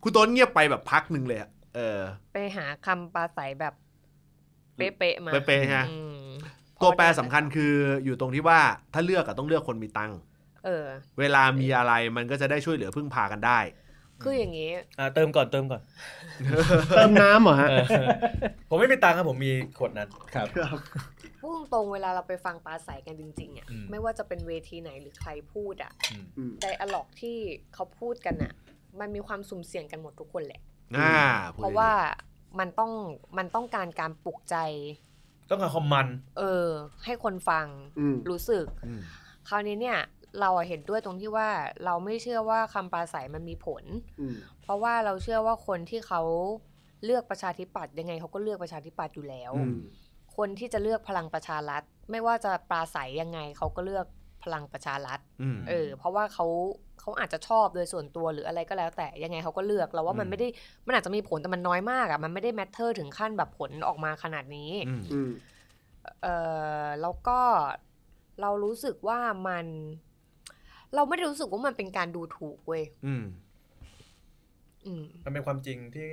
คุณโต้นเงียบไปแบบพักหนึ่งเลยอะเออ ไปหาคำปลาใสแบบ เป๊ะๆมา เป๊ะๆฮะ อืม ตัวแปรสำคัญคืออยู่ตรงที่ว่าถ้าเลือกก็ต้องเลือกคนมีตังค์ เออ เวลามีอะไรมันก็จะได้ช่วยเหลือพึ่งพากันได้ คืออย่างนี้ เติมก่อนเติมก่อน เติมน้ำเหรอฮะ ผมไม่มีตังค์ครับผมมีขวดนั้น ครับ พูดตรงๆเวลาเราไปฟังปลาใสกันจริงๆอ่ะ อืม ไม่ว่าจะเป็นเวทีไหนหรือใครพูดอ่ะ อืม ไดอะล็อกที่เขาพูดกันอ่ะ มันมีความสุ่มเสี่ยงกันหมดทุกคนแหละ อ่า เพราะว่ามันต้องมันต้องการการปลุกใจ ต้องการคอมมัน เออ ให้คนฟัง อืม รู้สึก อืม คราวนี้เนี่ยเราอะเห็นด้วยตรงที่ว่าเราไม่เชื่อว่าคำปราศัยมันมีผล อืม เพราะว่าเราเชื่อว่าคนที่เขาเลือกประชาธิปัตย์ยังไงเขาก็เลือกประชาธิปัตย์อยู่แล้ว อืม คนที่จะเลือกพลังประชารัฐ ไม่ว่าจะปราศัยยังไงเขาก็เลือกพลังประชารัฐ อืม เออ เพราะว่าเขาเขาอาจจะชอบโดยส่วนตัวหรืออะไรก็แล้ว แต่ยังไงเขาก็เลือกเราว่ามั อื น ม ไม่ได้มันอาจจะมีผลแต่มันน้อยมากอะ่ะมันไม่ได้แมทเทอร์ถึงขั้นแบบผลออกมาขนาดนี้ อืม อืม เออแล้วก็เรารู้สึกว่ามัน เราไม่ได้รู้สึกว่ามันเป็นการดูถูกเว้ย อืม อืม มันเป็นความจริงที่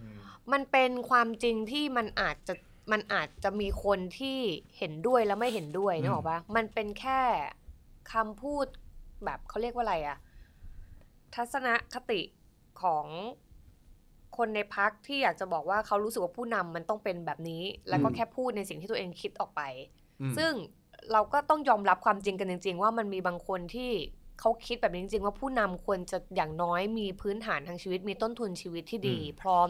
อืม มันเป็นความจริงที่มันอาจจะมันอาจจะมีคนที่เห็นด้วยและไม่เห็นด้วยนึกออกปะมันเป็นแค่คำพูดแบบเขาเรียกว่าอะไรอะทัศนคติของคนในพักที่อยากจะบอกว่าเขารู้สึกว่าผู้นำมันต้องเป็นแบบนี้ แล้วก็ อืม แค่พูดในสิ่งที่ตัวเองคิดออกไป อืม ซึ่งเราก็ต้องยอมรับความจริงกันจริง ๆ ว่ามันมีบางคนที่เขาคิดแบบนี้จริง ๆ ว่าผู้นำควรจะอย่างน้อยมีพื้นฐานทางชีวิตมีต้นทุนชีวิตที่ดี พร้อม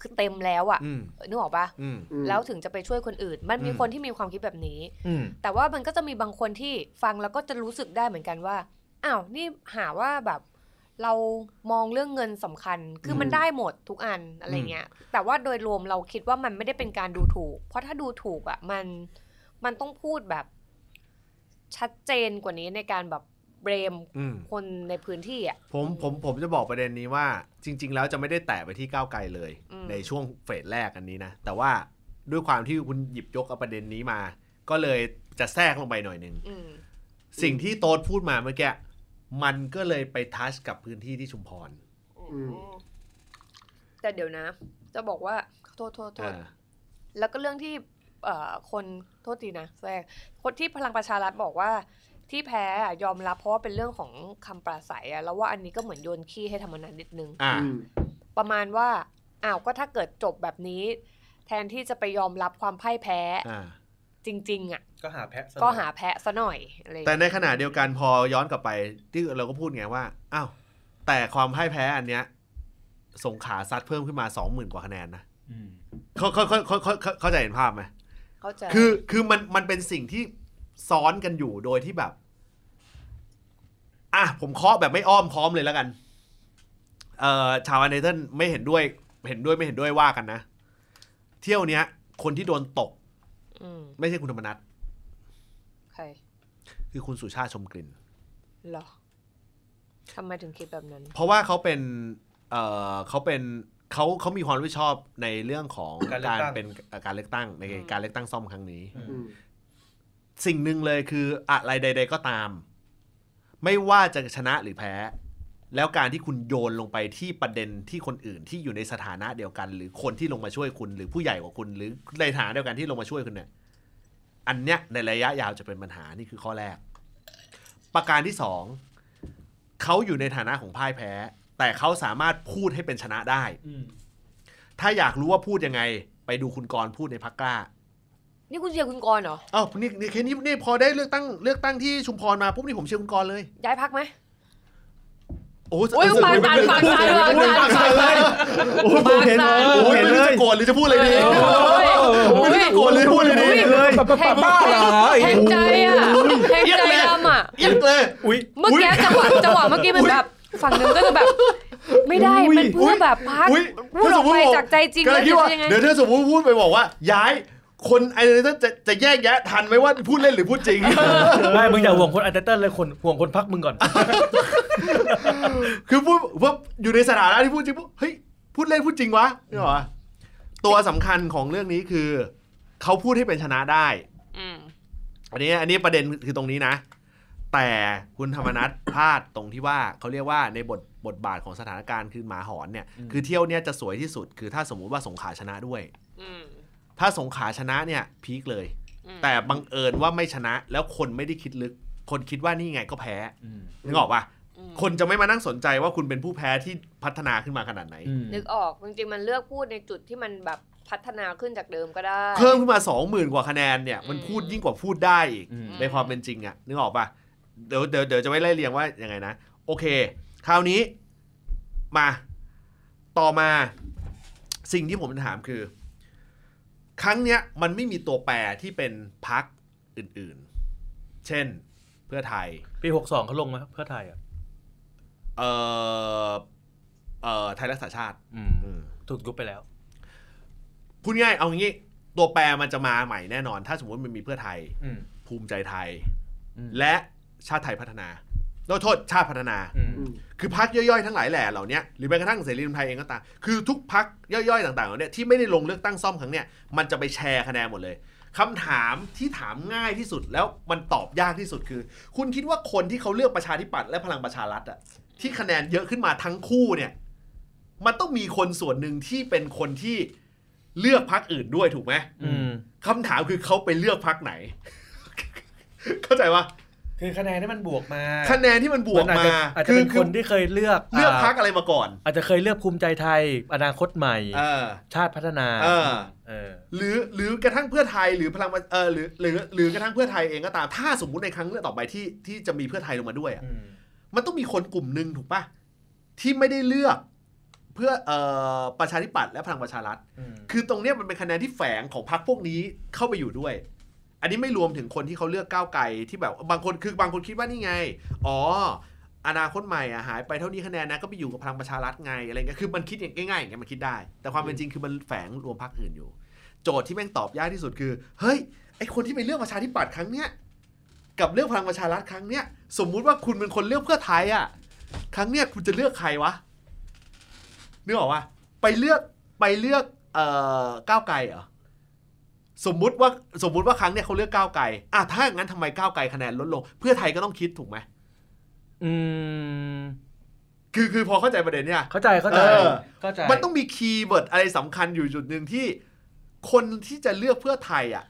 คือเต็มแล้วอะ อืม นึกออกปะ อืม อืม แล้วถึงจะไปช่วยคนอื่น มันมี อืม คนที่มีความคิดแบบนี้ อืม แต่ว่ามันก็จะมีบางคนที่ฟังแล้วก็จะรู้สึกได้เหมือนกันว่าอ้าวนี่หาว่าแบบ เรามองเรื่องเงินสำคัญ คือมันได้หมดทุกอันอะไรเงี้ย แต่ว่าโดยรวมเราคิดว่ามันไม่ได้เป็นการดูถูก เพราะถ้าดูถูกอะ่ะมันมันต้องพูดแบบชัดเจนกว่านี้ในการแบบเบรม อืม คนในพื้นที่อ่ะ ผมผมผมจะบอกประเด็นนี้ว่าจริง ๆ แล้วจะไม่ได้แตะไปที่ก้าวไกลเลย อืม ในช่วงเฟสแรกอันนี้นะ แต่ว่าด้วยความที่คุณหยิบยกเอาประเด็นนี้มา ก็เลยจะแทรกลงไปหน่อยหนึง อืม สิ่งที่โต๊ดพูดมาเมื่อกี้มันก็เลยไปทัชกับพื้นที่ที่ชุมพร อืม แต่เดี๋ยวนะ จะบอกว่าโทษโทษโทษ อ่า แล้วก็เรื่องที่เอ่อคนโทษทีนะแทรกคนที่พลังประชารัฐบอกว่า ที่แพ้อะยอมรับเพราะว่าเป็นเรื่องของคำปราศัยอะแล้วว่าอันนี้ก็เหมือนโยนขี้ให้ธรรมนันนิดนึง อ่า อืม ประมาณว่าอ้าวก็ถ้าเกิดจบแบบนี้ แทนที่จะไปยอมรับความพ่ายแพ้ อ่า จริง ๆอ่ะ ก็หาแพะซะน่อย ก็หาแพ้ซะหน่อยอะไรอย่าง แต่ เงี้ย ในขณะเดียวกันพอย้อนกลับไปที่เราก็พูดไงว่า อ้าว แต่ความพ่ายแพ้อันเนี้ย สงขลาซัดเพิ่มขึ้นมาสองหมื่นกว่าคะแนนนะ อืม เขาเขาเขาเขาเขาเขาใจเห็นภาพไหม เข้าใจ คือ คือมัน มันเป็นสิ่งที่ซ้อนกันอยู่โดยที่แบบ อ่ะ ผมเคาะแบบไม่อ้อมค้อมเลยแล้วกัน เอ่อ ชาวอันเดอร์เทนไม่เห็นด้วย เห็นด้วยไม่เห็นด้วยว่ากันนะ เที่ยวเนี้ย คนที่โดนตก ม ไม่ใช่คุณธรรมนัท ใคร คือคุณสุชาติชมกลิ่น เหรอทำไมถึงคิดแบบนั้น เพราะว่าเขาเป็น เอ่อเขาเป็นเขาเขามีความรับผิดชอบในเรื่องของ การเลือกตั้ง เป็นเอ่อการเลือกตั้ง ใน อืม การเลือกตั้งซ่อมครั้งนี้ อืม สิ่งหนึ่งเลยคืออะไรใด ๆ ก็ตาม ไม่ว่าจะชนะหรือแพ้ แล้วการที่คุณโยนลงไปที่ประเด็นที่คนอื่นที่อยู่ในสถานะเดียวกัน หรือคนที่ลงมาช่วยคุณ หรือผู้ใหญ่กว่าคุณ หรือในฐานะเดียวกันที่ลงมาช่วยคุณเนี่ยอันเนี้ยในระยะยาวจะเป็นปัญหานี่คือข้อแรก ประการที่สองเขาอยู่ในฐานะของพ่ายแพ้ แต่เขาสามารถพูดให้เป็นชนะได้ ถ้าอยากรู้ว่าพูดยังไง ไปดูคุณกรณ์พูดในพักกล้า นี่คุณเชียร์คุณกรณ์เหรอ อ้าวนี่นี่แค่นี้นี่พอได้เลือกตั้งเลือกตั้งที่ชุมพรมาปุ๊บนี่ผมเชียร์คุณกรณ์เลย ย้ายพักไหม โอ้ โอ้ย สึก ฟัง ไม่ กา ไม่ รฟังการฟังการฟังการ โอ้ยผมเห็น ปากสั่น โอ้ โอ้ ย ย เห็น ไม่ เล รู้จะโกยรธหรือจะพูดอะไรดี โอ้ยโอ้ ไม่ได้โกรธเลยพูดเลยดิ เลย บ้าเหรอ แทงใจอ่ะแทงใจดำอ่ะ เอียดเลย อุ้ย เมื่อกี้จังหวะจังหวะเมื่อกี้มันแบบฝั่งหนึงก็จะแบบ ไม่ได้มันเพื่อแบบพัก อุ้ย พูดออกไป บ จากใจจริง ก็ แล้ เล วคิดยจะ ว่า ยังไง เดี๋ยวถ้าสมมติพูดไปบอกว่า ย้ายคนไอ้นั่นจะจะแยกแยะทันไหมว่าพูดเล่นหรือพูดจริง ไม่มึงอย่าห่วงคนอันเดอร์เต้นเลยคนห่วงคนพักมึงก่อน คือพูดว่าอยู่ในสถานะที่พูดจริงปุ๊บเฮ้ยพูดเล่นพูดจริงวะนี่หรอตัวสำคัญของเรื่องนี้คือ เขาพูดให้เป็นชนะได้ อืม อันนี้อันนี้ประเด็นคือตรงนี้นะ แต่คุณธรรมนัทพลาดตรงที่ว่าเขาเรียกว่าในบทบทบาทของสถานการณ์คือหมาหอนเนี่ย อืม คือเที่ยวเนี่ยจะสวยที่สุด คือถ้าสมมุติว่าสงขลาชนะด้วย อืม ถ้าสงขลาชนะเนี่ยพีคเลย อืม แต่บังเอิญว่าไม่ชนะ แล้วคนไม่ได้คิดลึก คนคิดว่านี่ไงก็แพ้นึกออกปะ อืม คนจะไม่มานั่งสนใจว่าคุณเป็นผู้แพ้ที่พัฒนาขึ้นมาขนาดไหน นึกออกจริงๆมันเลือกพูดในจุดที่มันแบบพัฒนาขึ้นจากเดิมก็ได้ เพิ่มขึ้นมา 20,000 กว่าคะแนนเนี่ย มันพูดยิ่งกว่าพูดได้อีก อืม ในความเป็นจริงอะนึกออกปะเดี๋ยวเดี๋ยวเดี๋ยวจะไม่ไล่เรียงว่ายังไงนะ โอเค คราวนี้มา ต่อมา สิ่งที่ผมจะถามคือ ครั้งเนี้ยมันไม่มีตัวแปรที่เป็นพักอื่นๆ เช่น เพื่อไทย ปีหกสองเขาลงไหมเพื่อไทยอ่ะ เออเออไทยรักษาชาติอืม ถูกยุบไปแล้ว พูดง่ายเอางี้ ตัวแปรมันจะมาใหม่แน่นอน ถ้าสมมติมันมีเพื่อไทย อืม ภูมิใจไทย อืม และชาติไทยพัฒนาโน้โทษ ชาติพัฒนา อืม อืม คือพักย่อยๆทั้งหลายแหล่เหล่าเนี้ยหรือแม้กระทั่งเสรีรวมไทยเองก็ตามคือทุกพักย่อยๆ ต่างๆเหล่าเนี้ยที่ไม่ได้ลงเลือกตั้งซ่อมครั้งเนี้ยมันจะไปแชร์คะแนนหมดเลยคำถามที่ถามง่ายที่สุดแล้วมันตอบยากที่สุดคือ คุณคิดว่าคนที่เขาเลือกประชาธิปัตย์และพลังประชารัฐอะที่คะแนนเยอะขึ้นมาทั้งคู่เนี่ย มันต้องมีคนส่วนหนึ่งที่เป็นคนที่เลือกพักอื่นด้วยถูกไหม อืม คำถามคือเขาไปเลือกพักไหน *laughs* เข้าใจปะ คือคะแนนที่มันบวกมา คะแนนที่มันบวก นอจ มา จะอาจจะเป็นคนที่เคยเลือก เลือกพัก า อะไรมาก่อน อาจจะเคยเลือกภูมิใจไทย อนาคตใหม่ เออ ชาติพัฒนา เออ เออ หรือหรือกระทั่งเพื่อไทยหรือพลังประเออหรือหรือหรือกระทั่งเพื่อไทยเองก็ตาม ถ้าสมมุติในครั้งเลือกต่อไปที่ที่จะมีเพื่อไทยลงมาด้วยอะ อืม มันต้องมีคนกลุ่มหนึ่งถูกปะที่ไม่ได้เลือกเพื่อเอ่อประชาธิปัตย์และพลังประชารัฐ อืม คือตรงเนี้ยมันเป็นคะแนนที่แฝงของพรรคพวกนี้เข้าไปอยู่ด้วย อันนี้ไม่รวมถึงคนที่เขาเลือกก้าวไกลที่แบบบางคนคือบางคนคิดว่านี่ไง อ๋อ อนาคตใหม่อะหายไปเท่านี้คะแนนนะก็ไปอยู่กับพลังประชารัฐไงอะไรเงี้ยคือมันคิดอย่างง่ายๆอย่างเงี้ยมันคิดได้ แต่ความเป็นจริงคือมันแฝงรวมพรรคอื่นอยู่ โจทย์ที่แม่งตอบยากที่สุดคือ เฮ้ยไอคนที่ไปเลือกประชาธิปัตย์ครั้งเนี้ยกับเลือกพลังประชารัฐครั้งเนี้ยสมมุติว่าคุณเป็นคนเลือกเพื่อไทยอะครั้งเนี้ยคุณจะเลือกใครวะนึกออกปะไปเลือกไปเลือกเอ่อก้าวไกลเหรอสมมุติว่าสมมุติว่าครั้งเนี้ยเขาเลือกก้าวไกลอ่ะถ้าอย่างนั้นทำไมก้าวไกลคะแนนลดลง เพื่อไทยก็ต้องคิดถูกไหม อืม คือคือพอเข้าใจประเด็นเนี่ย เข้าใจเข้าใจ เออ เข้าใจ มันต้องมีคีย์เวิร์ดอะไรสำคัญอยู่จุดหนึ่งที่ คนที่จะเลือกเพื่อไทยอ่ะ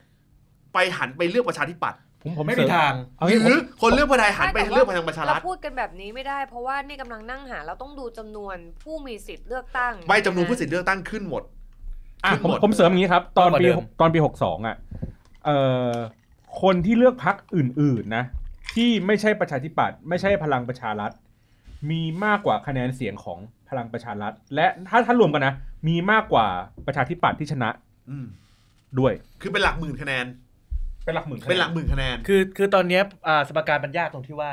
ไปหันไปเลือกประชาธิปัตย์ ผมผม ไม่ เส มี ริ ทาง เอา ห งี้ผม รือคนเลือกเพื่อไทยหันไปเลือกพลังประชารัฐ เราพูดกันแบบนี้ไม่ได้ เพราะว่านี่กำลังนั่งหาเราต้องดูจำนวนผู้มีสิทธิ์เลือกตั้ง ใบจำนวนผู้สิทธิ์เลือกตั้งขึ้นหมด อ่ะ ขึ้ ผม นหมด ผมเสริมอย่างนี้ครับ ตอนปี มากกว่าเดิม ตอนปีหกสองอ่ะเอ่อคนที่เลือกพักอื่นๆนะ ที่ไม่ใช่ประชาธิปัตย์ไม่ใช่พลังประชารัฐ มีมากกว่าคะแนนเสียงของพลังประชารัฐ และถ้าถ้ารวมกันนะ มีมากกว่าประชาธิปัตย์ที่ชนะ อืม ด้วย คือเป็นหลักหมื่นคะแนน เป็นหลักหมื่นคะแน เป็นหลักหมื่นคะแนน คือคือตอนเนี้ยอ่าสมการมันยากตรงที่ว่า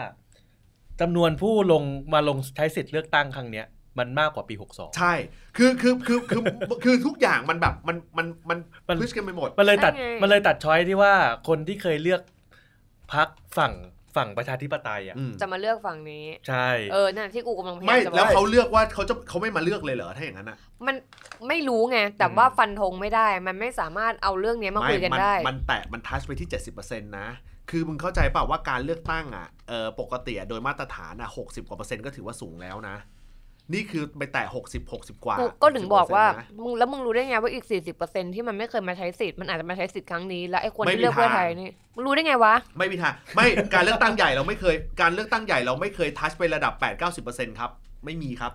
จำนวนผู้ลงมาลงใช้สิทธิ์เลือกตั้งครั้งเนี้ย มันมากกว่าปีหกสอง ใช่ คือคือคือคือคือทุกอย่างมันแบบมันมันมัน มัน พุชกันไปหมด มันเลยตัดมันเลยตัดช้อยที่ว่าคนที่เคยเลือกพักฝั่งฝั่งประชาธิปไตยอ่ะ อืม จะมาเลือกฝั่งนี้ ใช่ เออนั่นที่กูกำลังพยา ไม่ ยามจะ แล้ว บอก เขาเลือกว่าเขาจะเขาไม่มาเลือกเลยเหรอถ้าอย่างนั้นอ่ะ มันไม่รู้ไง แต่ว่าฟันธงไม่ได้ มันไม่สามารถเอาเรื่องเนี้ยมาคุยกัน มั ได้ มันแตะมันทัชไปที่ 70%นะ คือมึงเข้าใจเปล่าว่าการเลือกตั้งอ่ะเออปกติอะโดยมาตรฐานอ่ะหกสิบกว่าเปอร์เซ็นต์ก็ถือว่าสูงแล้วนะ นี่คือไปแตะหกสิบหกสิบกว่า กูก็ถึงบอกว่า นะ มึงแล้วมึงรู้ได้ไงว่าอีก 40%ที่มันไม่เคยมาใช้สิทธิ์มันอาจจะมาใช้สิทธิ์ครั้งนี้แล้วไอ้คน ไม่ ที่ มี เลือกเพื่อ ทาง ไทยนี่มึงรู้ได้ไงวะ ไม่มีทางไม่ การเลือกตั้งใหญ่เราไม่เคย การเลือกตั้งใหญ่เราไม่เคยทัชไประดับ 8 9 0ครับ ไม่มีครับ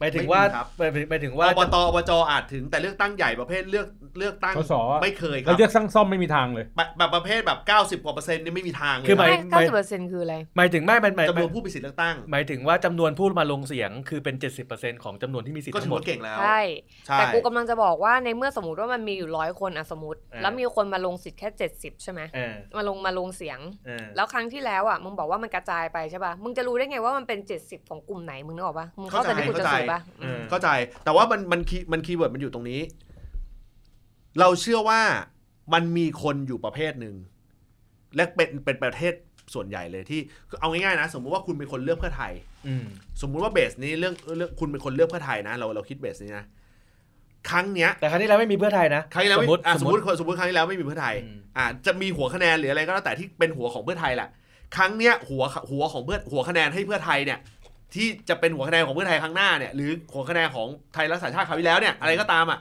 หมายถึงว่า ไม่มีครับ หมายถึงหมายถึงว่า อบตอบจอาจถึงแต่เลือกตั้งใหญ่ประเภทเลือกเลือกตั้ง สสอะ ไม่เคยค แล้ รั ว บ เลือกสร้างซ่อมไม่มีทางเลย แบบแบบประเภทแบบ90กว่าเปอร์เซ็นต์นี่ไม่มีทางเลย คือห ค มา รับ ยเก้ามหาย สิบเปอร์เซ็นต์คืออะไร หมายถึงไม่ไม่หมาย จำนวนผู้มีสิทธิ์เลือกตั้ง หมายถึงว่าจำนวนผู้มาลงเสียงคือเป็น 70%ของจำนวนที่มีสิทธิ์ ก็ถืทั้ง อ หมด ว่าเก่งแล้ว ใช่ ใช่ แต่กูกำลังจะบอกว่าในเมื่อสมมติว่ามันมีอยู่ร้อยคนอะสมมติ อ่า แล้วมีคนมาลงสิทธิ์แค่เจ็ดสิบใช่ไหม เออ มาลงมาลงเสียง เออ แล้วครั้งที่แล้วอ่ะมึงบอกว่ามันกระจายไปใช่ป่ะมึงจะรู้ได้ไงว่ามันเป็นเจ็ดสิบของกลุ่มไหนมึงนึกออกป่ะมึงเข้าใจที่กูจะสื่อป่ะ เออ เข้าใจ แต่ว่ามันมันคีมันคีย์เวิร์ดมันอยู่ตรงนี้ เราเชื่อว่ามันมีคนอยู่ประเภทหนึ่ง และเป็นเป็นประเทศส่วนใหญ่เลยที่คือเอาง่ายๆนะ สมมุติว่าคุณเป็นคนเลือกเพื่อไทย อืม สมมุติว่าเบสนี้เรื่องเรื่องคุณเป็นคนเลือกเพื่อไทยนะ เราเราคิดเบสนี้นะ ครั้งเนี้ย แต่ครั้งที่แล้วไม่มีเพื่อไทยนะ ครั้งที่แล้ว ส ไม่ มมติ อ่ะสมสม ม ม ติ ติ สมมติครั้งที่แล้วไม่มีเพื่อไทย อืม อ่ะจะมีหัวคะแนนหรืออะไรก็แล้วแต่ที่เป็นหัวของเพื่อไทยแหละ ครั้งเนี้ยหัวหัวของเพื่อหัวคะแนนให้เพื่อไทยเนี่ย ที่จะเป็นหัวคะแนนของเพื่อไทยครั้งหน้าเนี่ยหรือหัวคะแนนของไทยรักษาชาติคราวที่แล้วเนี่ยอะไรก็ตามอ่ะ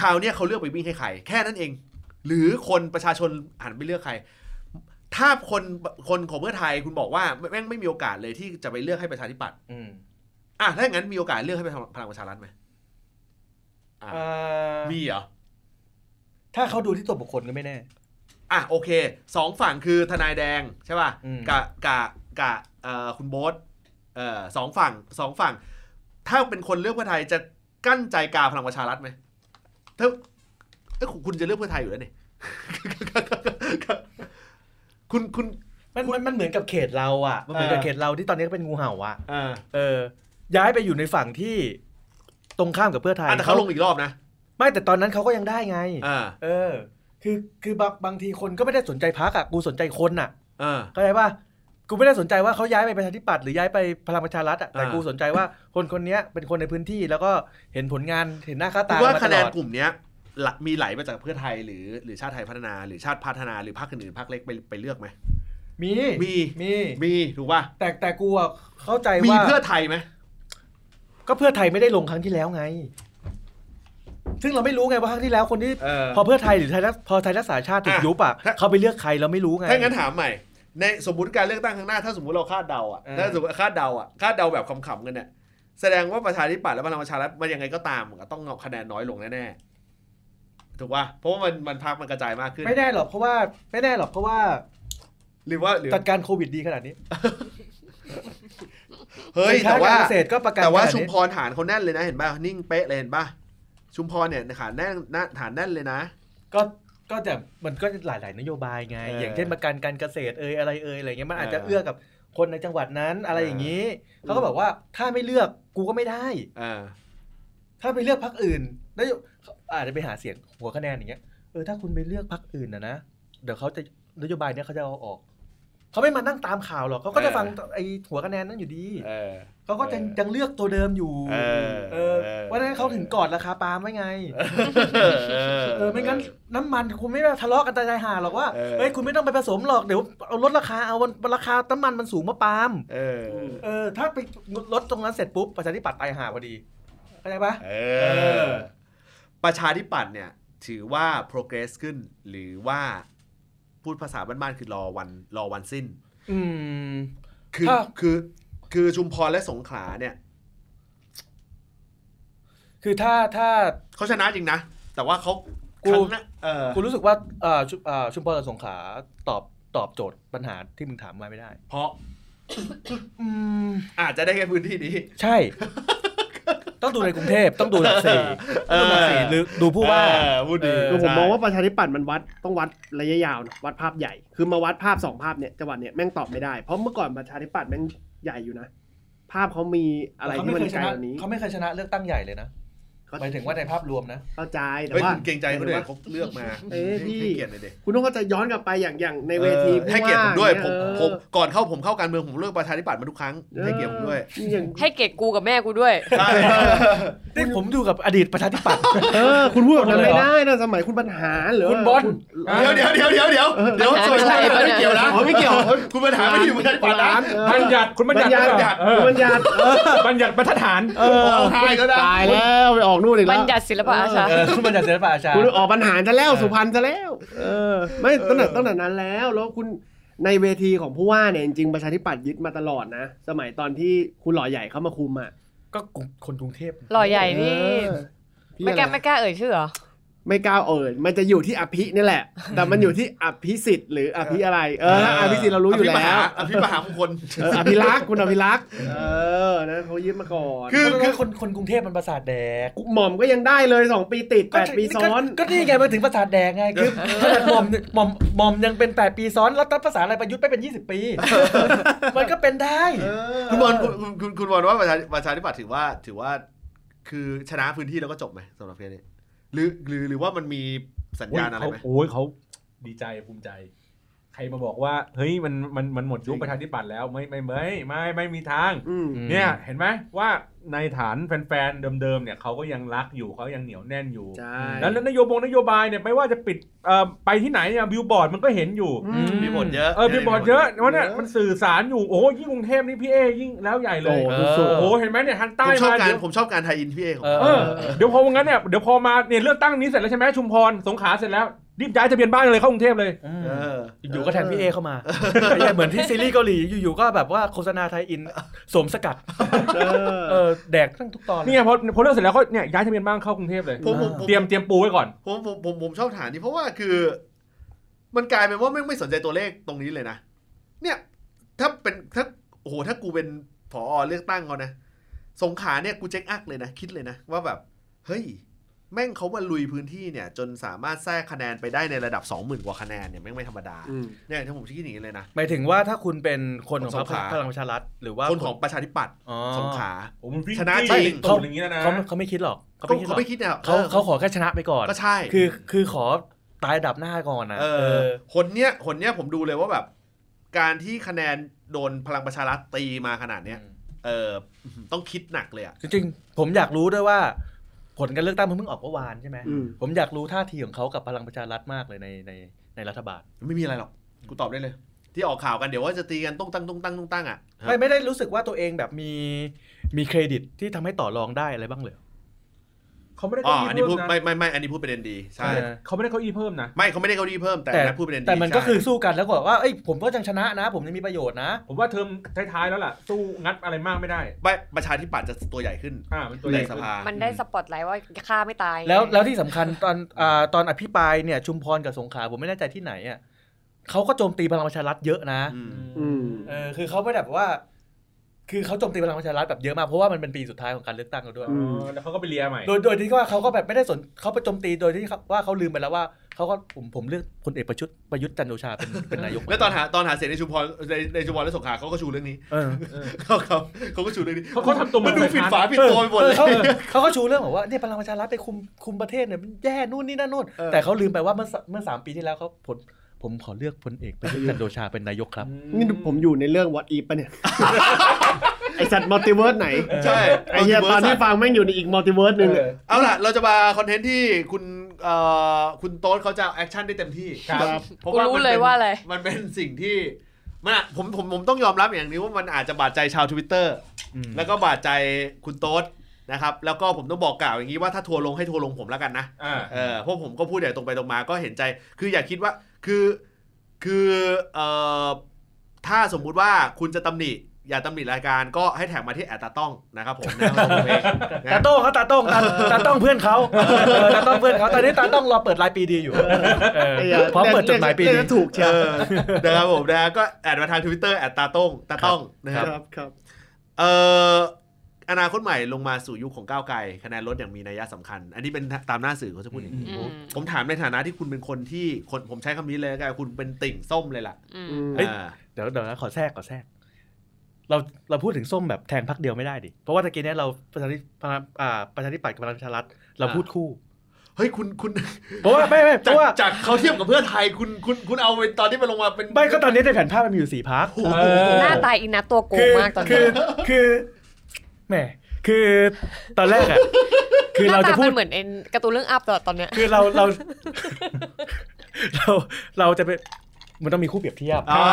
คราวเนี้ยเขาเลือกไปวิ่งให้ใครแค่นั้นเอง หรือคนประชาชนหันไปเลือกใคร ถ้าคนคนของเพื่อไทยคุณบอกว่าแม่งไม่มีโอกาสเลยที่จะไปเลือกให้ประชาธิปัตย์ อืม อ่ะถ้าอย่างนั้นมีโอกาสเลือกให้ไปพลังประชารัฐไหมอ่ะ อ่า มีเหรอ ถ้าเขาดูที่ตัวบุคคลก็ไม่แน่ อ่ะโอเคสองฝั่งคือทนายแดงใช่ป่ะ อืม กะกะกะเอ่อคุณโบ๊ทเอ่อสองฝั่งสองฝั่ง ถ้าเป็นคนเลือกเพื่อไทยจะกั้นใจกาพลังประชารัฐไหมถ้าเอ้ยคุณคุณจะเลือกเพื่อไทยอยู่แล้ว *laughs* นี่ คุณคุณ มันมันมันเหมือนกับเขตเราอ่ะมันเหมือนกับ เออ เขตเราที่ตอนนี้ก็เป็นงูเห่าอ่ะ อ่า เออย้ายไปอยู่ในฝั่งที่ตรงข้ามกับเพื่อไทย แต่เขาลงอีกรอบนะ ไม่แต่ตอนนั้นเขาก็ยังได้ไง อ่า เออ คือคือบางบางทีคนก็ไม่ได้สนใจพักอ่ะกูสนใจคนอ่ะ อ่า เข้าใจป่ะกูไม่ได้สนใจว่าเขาย้ายไปประชาธิปัตย์หรือย้ายไปพลังประชารัฐอ่ะแต่ อ่ากู กูสนใจว่าคนคนเนี้ยเป็นคนในพื้นที่แล้วก็เห็นผลงานเห็นหน้าค่า คุ ตา ณว่า มาต คะแน ล น อด กลุ่มเนี้ยหลักมีไหลมาจากเพื่อไทยหรือหรือชาติไทยพัฒนาหรือชาติพัฒนาหรือพรรคอื่นๆพรรคเล็กไปไปเลือกไหม มี มี มี มีถูกป่ะ แต่แต่กูอะเข้าใจ มี ว่า เพื่อไทยไหม ก็เพื่อไทยไม่ได้ลงครั้งที่แล้วไง ซึ่งเราไม่รู้ไงว่าครั้งที่แล้วคนที่ พอเพื่อไทยหรือไทยรักพอไทยรักษาชาติถูก อ่ะ ยุบอ่ะ ถ้า เขาไปเลือกใครเราไม่รู้ไง ถ้างั้นถามใหม่ ในสมมติการเลือกตั้งครั้งหน้าถ้าสมมติเราคาดเดาอ่ะ เออ ถ้าสมมติคาดเดาอ่ะคาดเดาแบบขำๆกันเนี่ยแสดงว่าประชาธิปัตย์และพลังประชารัฐมันยังไงก็ตามมันก็ต้องเอาคะแนนน้อยลงแน่ๆถูกป่ะเพราะว่ามันมันพักมันกระจายมากขึ้น ไม่แน่หรอกเพราะว่าไม่แน่หรอกเพราะว่า หรือว่าหรือ จัดการโควิดดีขนาดนี้ เฮ้ย สินค้ แต่ว่า กรเกษตรก็ประกัน แต่ว่า ขนด ชุม นี้ พรฐานเขาแน่นเลยนะเห็นป่ะนิ่งเป๊ะเลยเห็นป่ะชุมพรเนี่ยฐานแน่นน่าฐานแน่นเลยนะ ก็ก็แต่มันก็หลาย ๆ นโยบายไง เอออ อย่างเช่นประกันการเกษตรเอยอะไรเอยอะไรเงี้ยมันอาจจะ เออ เอื้อกับคนในจังหวัดนั้นอะไร เออ อ อ ย่างนี้เขาก็บอกว่าถ้าไม่เลือกกูก็ไม่ได้ เออ ถ้าไปเลือกพรรคอื่นแล้วอาจจะไปหาเสียงหัวคะแนนอย่างเงี้ยเออถ้าคุณไปเลือกพรรคอื่นนะนะเดี๋ยวเขาจะนโยบายเนี้ยเขาจะเอาออกเขาไม่มานั่งตามข่าวหรอกเขาก็จะฟังไอหัวคะแนนนั้นอยู่ดี เออ เขาก็ยังยังเลือกตัวเดิมอยู่ เออ เออ เออ เพราะฉะนั้นเขาถึงกอดราคาปาล์มไว้ไง เออ เออ ไม่งั้นน้ำมันคุณไม่มาทะเลาะกันตายหาหรอกว่า เออ เฮ้ยคุณไม่ต้องไปผสมหรอก เดี๋ยวเอาลดราคา เอาวันราคาน้ำมันมันสูงมาปาล์ม เออ เออ ถ้าไปลดตรงนั้นเสร็จปุ๊บประชาธิปัตย์ตายหาพอดี เข้าใจปะ เอ เอ อ อ ประชาธิปัตย์เนี่ย ถือว่า progress ขึ้น หรือว่าพูดภาษาบ้านๆคือรอวันรอวันสิ้น อืม คือ ถ้า คือคือชุมพรและสงขลาเนี่ย คือถ้าถ้า เขาชนะจริงนะ แต่ว่าเขา กู ครั้งหนะเออ คุณรู้สึกว่าเอ่อชุเอ่อชุมพรกับสงขลาตอบตอบโจทย์ปัญหาที่มึงถามมาไม่ได้ เพราะ อืม อาจจะได้แค่พื้นที่นี้ ใช่ ต้องดูในกรุงเทพต้องดูหลักสี่ เอ ต้อง อ ดูหลักสี่หรือดูผู้ว่า เออพูดดี เออ คือผม ใช่ มองว่าประชาธิปัตย์มันวัดต้องวัดระยะยาวนะวัดภาพใหญ่ คือมาวัดภาพสองภาพเนี่ยจังหวัดเนี่ยแม่งตอบไม่ได้เพราะเมื่อก่อนประชาธิปัตย์แม่งใหญ่อยู่นะ ภาพเขามีอะไรที่มันไกลกว่านี้ เขาไม่เคยชนะเลือกตั้งใหญ่เลยนะหมายถึงว่าในภาพรวมนะ เข้าใจแต่ เฮ้ย ว่า คุณเกรงใจเขาด้วยเขาเลือกมา เอ้ยพี่ ให้เกียรติหน่อยดิ คุณต้องก็จะย้อนกลับไปอย่างอย่างในเวที ออให้เกียรติผมด้วยผ ผู้าม เนี่ ผมก่อนเข้าผมเข้าการเมืองผมเลือกประชาธิปัตย์มาทุกครั้ง ออ ให้เกียรติผมด้วย เอออย่าง ให้เกรดกูกับแม่กูด้วย ใช่ นี่ผมอยู่กับอดีตประชาธิปัตย์ เออคุณพูดแบบนั้น เลยเหรอไม่ได้นะสมัยคุณบรรหารเหรือ คุณบอล เดี๋ยวเดี๋ยวเดี๋ยวเดี๋ยวเดี๋ยวเดี๋ยวสวยชาติไม่เกี่ยวนะไม่เกี่ยวคุณปัญหาไม่ได้อยู่ประชาธิปัตย์นะ บัญญัติคุณบัญญัติ บัญญัติ หรือเปคุณบรรยารเออล่าเออบัญญัติบรรทัดฐาน เออ ออกทายก็ได้ ตายแล้วไปออกนู่นอีก บั แล้ ญ ว ญัติศิลปะอาชา เออคุณบัญญัติศิลปะอาชา คุณออกปัญหาจะแล้วสุพรรณจะแล้ว เออ ไม่ตั้งแต่ตั้งแต่นั้นแล้วแล้วคุณในเวทีของผู้ว่าเนี่ยจริงๆประชาธิปัตย์ยึดมาตลอดนะ สมัยตอนที่คุณหล่อใหญ่เข้ามาคุมอ่ะ ก็กลุ่มคนกรุงเทพ หล่อใหญ่นี่ เออพี่ ไม่กล้า อะไร ไม่กล้าเอ่ยชื่อเหรอ ไม่กล้าเอ่ยมันจะอยู่ที่อภินี่แหละ แต่มันอยู่ที่อภิสิทธิ์หรืออภิอะไร เอออภิสิทธิ์เรารู้อยู่ ภิม แล้ หาว อภิมหามงคล เอออภิรักษ์คุณอภิรักษ์เออนะเขายึดมาก่อน คื คือคือคนคนกรุงเทพมันประสาทแดก หม่อมก็ยังได้เลยสองปีติดแปดปีซ้อน ก็ก็นี่ไงมาถึงประสาทแดกไงคือขนาดหมอมหมอมหมอมยังเป็น 8 ปีซ้อนแล้วตั้งภาษาอะไรประยุทธ์ไปเป็น 20 ปี มันก็เป็นได้ คุณบอลคุณคุณคุณคุณบอลว่าประชาประชาธิปัตย์ถือว่าถือว่า คือชนะพื้นที่แล้วก็จบไหมสำหรับเพลนี้หรือหรือหรือว่ามันมีสัญญาณอะไร เขา ไหม โอ้ยเขาดีใจภูมิใจ ใครมาบอกว่า เฮ้ยมันมันมันหมดยุคประชาธิปัตย์แล้วไม่ไม่ไม่ไม่ไม่มีทาง อืม อืม เนี่ยเห็นไหมว่าในฐานแฟนๆเดิมๆเนี่ยเขาก็ยังรักอยู่เขายังเหนียวแน่นอยู่ ใช่ แล้วนโยบงนโยบายเนี่ยไม่ว่าจะปิดเอ่อไปที่ไหนเนี่ยบิวบอร์ดมันก็เห็นอยู่ อืม มีบทเยอะ เออบิวบอร์ดเยอะ มีบท วันเนี่ย เยอะ มันสื่อสารอยู่โอ้โหยิ่งกรุงเทพนี่พี่เอยิ่งแล้วใหญ่เลย เอ โ อ อ้โหเห็นไหมเนี่ยทางใต้ ผมชอบ มา การ เดี๋ยว ผมชอบการไทยอินพี่เอกของ เออ เออเดี๋ยวพอวันงั้นเนี่ยเดี๋ยวพอมาเนี่ยเลือกตั้งนี้เสร็จแล้วใช่ไหมชุมพรสงขลาเสร็จแล้วรีบย้ายทะเบียนบ้านเลยเข้ากรุงเทพเลย เออ อยู่ๆก็แทนพี่เอเข้ามาไอ้เหี้ยเหมือนที่ซีรีส์เกาหลีอยู่ๆก็แบบว่าโฆษณาไทยอินสวมสกัด เออ เออแดกทั้งทุกตอนเลย นี่ไงพอพอเลือกเสร็จแล้วก็เนี่ยย้ายทะเบียนบ้านเข้ากรุงเทพเลย ผมผมผม เตรียมเตรียมปูไว้ก่อน ผมผมผมผมชอบฐานนี้เพราะว่าคือ มันกลายเป็นว่าไม่งไม่สนใจตัวเลขตรงนี้เลยนะเนี่ย ถ้าเป็นถ้าโอ้โหถ้ากูเป็นผอเลือกตั้งเขานะสงขลาเนี่ยกูเจ๊งอักเลยนะ คิดเลยนะ ว่าแบบ เฮ้ย แม่งเขามาลุยพื้นที่เนี่ย จนสามารถแทรกคะแนนไปได้ในระดับ 20,000 กว่าคะแนนเนี่ยแม่งไม่ธรรมดา อืม เนี่ยถ้าผมคิดอย่างนี้เลยนะ หมายถึงว่าถ้าคุณเป็นคนของพรรสงขลาคพลังประชารัฐหรือว่า คนของประชาธิปัตย์ อ๋อ สงขลา ผมมันวิ่ง ชนะ จี้ จริง ตูดอย่างนี้แล้วนะ เขาเขาไม่คิดหรอกเขา ก็ ไม่คิดหเขารอก ไม่คิดเนี่ย เขาเขาขอแค่ชนะไปก่อน ก็ใช่ คือคือขอตายอันดับหน้าก่อนนะ เอ เอ อ อ หนเนี้ยหนเนี้ยผมดูเลยว่าแบบ การที่คะแนนโดนพลังประชารัฐตีมาขนาดเนี้ย เออต้องคิดหนักเลยอ่ะ จริงๆ ผมอยากรู้ด้วยว่า ผลการเลือกตั้งมันเพิ่งออกเมื่อวานใช่ไหม อืม ผมอยากรู้ท่าทีของเขากับพลังประชารัฐมากเลยในในในรัฐบาล ไม่มีอะไรหรอก กูตอบได้เลย ที่ออกข่าวกันเดี๋ยวว่าจะตีกันต้องตั้งต้องตั้งต้องตั้งอ่ะ ไม่ไม่ได้รู้สึกว่าตัวเองแบบมีมีเครดิตที่ทำให้ต่อรองได้อะไรบ้างเลย เขาไม่ได้ อ๋อ เก้า อัน อี้ นี้ เพิ่ พูด มนะ ไม่ไม่ไม่อันนี้พูดประเด็นดีใช่ เออ เขาไม่ได้เก้าอี้เพิ่มนะ ไม่เขาไม่ได้เก้าอี้เพิ่มแต่นะพูดประเด็นดี แต่มันก็ ใช่ คือสู้กันแล้วก็บอกว่าเอ้ยผมก็ยังชนะนะ ผมยังมีประโยชน์นะ ผมว่าเทอมท้ายๆแล้วล่ะ สู้งัดอะไรมากไม่ได้ ไม่ประชาธิปัตย์จะตัวใหญ่ขึ้น อ่ามันตัว ใน ใหญ่ ส ขึ้น ภา มันได้สปอตไลท์ว่าฆ่าไม่ตาย แล้วแล้วที่สำ *laughs* คัญตอนอาตอนอภิปรายเนี่ยชุมพรกับสงขลาผมไม่แน่ใจที่ไหนอ่ะเขาก็โจมตีพลังประชารัฐเยอะนะ อืม อืม เออคือเขาไม่ได้แบบว่า คือเขาโจมตีพลังประชารัฐแบบเยอะมากเพราะว่ามันเป็นปีสุดท้ายของการเลือกตั้งแล้วด้วย อื เอ ม อแล้วเขาก็ไปเลียใหม่ โดยโดยที่ว่าเขาก็แบบไม่ได้สนเขาไปโจมตีโดยที่เขาว่าเขาลืมไปแล้วว่าเขาก็ผมผมเลือกพลเอกประชุดประยุทธ์จันทร์โอชาเป็นเป็นนายก แล้วตอนหาตอนหาเสียงในชุมพรในในชุมพรและสงขลาเขาก็ชูเรื่องนี้ เออ เขาเขาเขาก็ชูเรื่องนี้ เขาเขาทำตัวเหมื มั อน นดูผิดฝาผิดตัวไปหมด เอ เล อย เขาเขาก็ชูเรื่องบอกว่าเนี่ยพลังประชารัฐไปคุมคุมประเทศเนี่ยมันแย่นู่นนี่นั่นนู่น เออ แต่เขาลืมไปว่าเมื่อสเมื่อสามปีที่แล้วเขาผลผมขอเลือกพล *laughs* เอกประยุทธ์จันทร์โอชาเป็นนายกครับ นี่ผมอยู่ในเรื่อง What If ปะเนี่ย ไอสัตว์มัลติเวิร์สไหน ใช่ ไอเหี้ยตอนที่ฟังแม่งอยู่ในอีกมัลติเวิร์สหนึ่งอะ เอาล่ะ เราจะมาคอนเทนต์ที่คุณเอ่อคุณโต๊ดเขาจะแอคชั่นได้เต็มที่ ครับ พาะ กู ว่า รู้ มัน เลย ป็น ว่าอะไร มันเป็นสิ่งที่มันอะผมผมผมต้องยอมรับอย่างนี้ว่ามันอาจจะบาดใจชาวทวิตเตอร์แล้วก็บาดใจคุณโต๊ดนะครับ แล้วก็ผมต้องบอกกล่าวอย่างนี้ว่าถ้าทัวร์ลงให้ทัวร์ลงผมแล้วกันนะ อ่า เออเพราะผมก็พูดอย่างตรงไปตรงมาก็เห็นใจ คืออย่าคิดว่าคือคือเอ่อถ้าสมมุติว่าคุณจะตำหนิ อย่าตำหนิรายการก็ให้แท็กมาที่แอตตาต้องนะครับผมนะครับผมเองนะ ตาโต้งเขาตาโต้งตาตาโต้งเพื่อน *laughs* เขาเออตาโต้งเพื่อนเขาตอนนี้ตาโต้งรอเปิดรายปีดีอยู่เออ ไหี้ย พร้อมเปิดจดหมายปี เรี ดี กถูกเชี เอ ยว อนะครับผมนะฮะก็แอดมาทางทวิตเตอร์แอดตาต้งตาต้องนะค ค รั รั บบ ครับ เอ่ออนาคตใหม่ลงมาสู่ยุคของก้าวไกลคะแนนลดอย่างมีนัยสำคัญ อันนี้เป็นตามหน้าสื่อเขาจะพูดอย่างนี้ อืม ผมถามในฐานะที่คุณเป็นคนที่คนผมใช้คำนี้เลยแล้วกันคุณเป็นติ่งส้มเลยล่ะ อืม อืม เฮ้ย อ่า เดี๋ยวเดี๋ยวนะขอแทรกขอแทรกเราเราพูดถึงส้มแบบแทนพักเดียวไม่ได้ดิ เพราะว่าตะกี้เนี้ยเราประชาธิพลังอ่าประชาธิปัตย์กับพลังประชารัฐเรา อ่า พูดคู่ เฮ้ยคุณคุณ เพราะว่าไม่ไม่จากเพราะว่า จากเขาเทียบกับเพื่อไทยคุณคุณคุณเอาไปตอนที่มันลงมาเป็น ไม่ก็ตอนนี้ในแผนภาพมันมีอยู่สี่พัก โอ้โห เออ หน้าตายอินนะตัวโกงมากตอน คื นี้ อคือแหมคือตอนแรกอะคือ หน้า เรา ตา จะพู มั ด นเหมือนเอ็นการ์ตูนเรื่องอัพตลอดตอนเนี้ย คือเราเรา *laughs* เราเราจะไปมันต้องมีคู่เปรียบเทียบ อ่า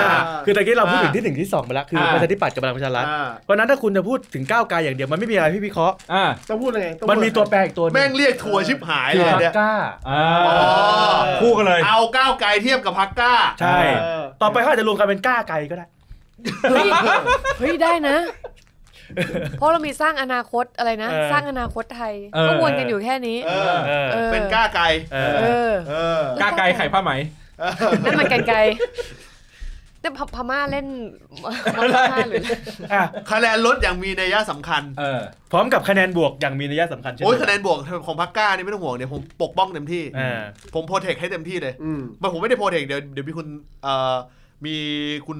อ่าคือตะกี้เราพูดถึง อ่า ที่หนึ่งที่สองไปแล้วคืออา ประชาธิปัตย์กับพลังประชารัฐ อ่า เพราะฉะนั้นถ้าคุณจะพูดถึงก้าวไกลอย่างเดียวมันไม่มีอะไรพี่วิเคราะห์ อ่า ต้องพูดยังไงองพูด มันมีตัวแปรอีกตัวหนึ แม่ ง งเรียกทัวร์ชิบหาย คื เล อย พั เนี่ย กล้า อ่า อ๋อ คู่กันเลย เอาก้าวไกลเทียบกับพักก้า ใช่ เออ ต่อไปเขาอาจจะรวมกันเป็นก้าไกลก็ได้ เฮ้ย เฮ้ยได้นะ เพราะเรามีสร้างอนาคตอะไรนะ เออ สร้างอนาคตไทย เออ ก็วนกันอยู่แค่นี้ เออ เออ เออ เป็นก้าไกล เอ เอ อ อ เออ กาไกลไข่ผ้าไหม นั่นมันกันไกลนั่นพพม่าเล่นมอมพม่าหรืออะไร อ่ะ คะแนนลดอย่างมีนัยยะสำคัญ เออ พร้อมกับคะแนนบวกอย่างมีนัยสำคัญเช่น โอ้ย กั คะแนนบวกของพักก้านี่ไม่ต้องห่วงเดี๋ยวผมปกป้องเต็มที่ อ่า ผมโปรเทคให้เต็มที่เลย อืม มันผมไม่ได้โปรเทคเดี๋ยวเดี๋ยวมีคุณเอ่อมีคุณ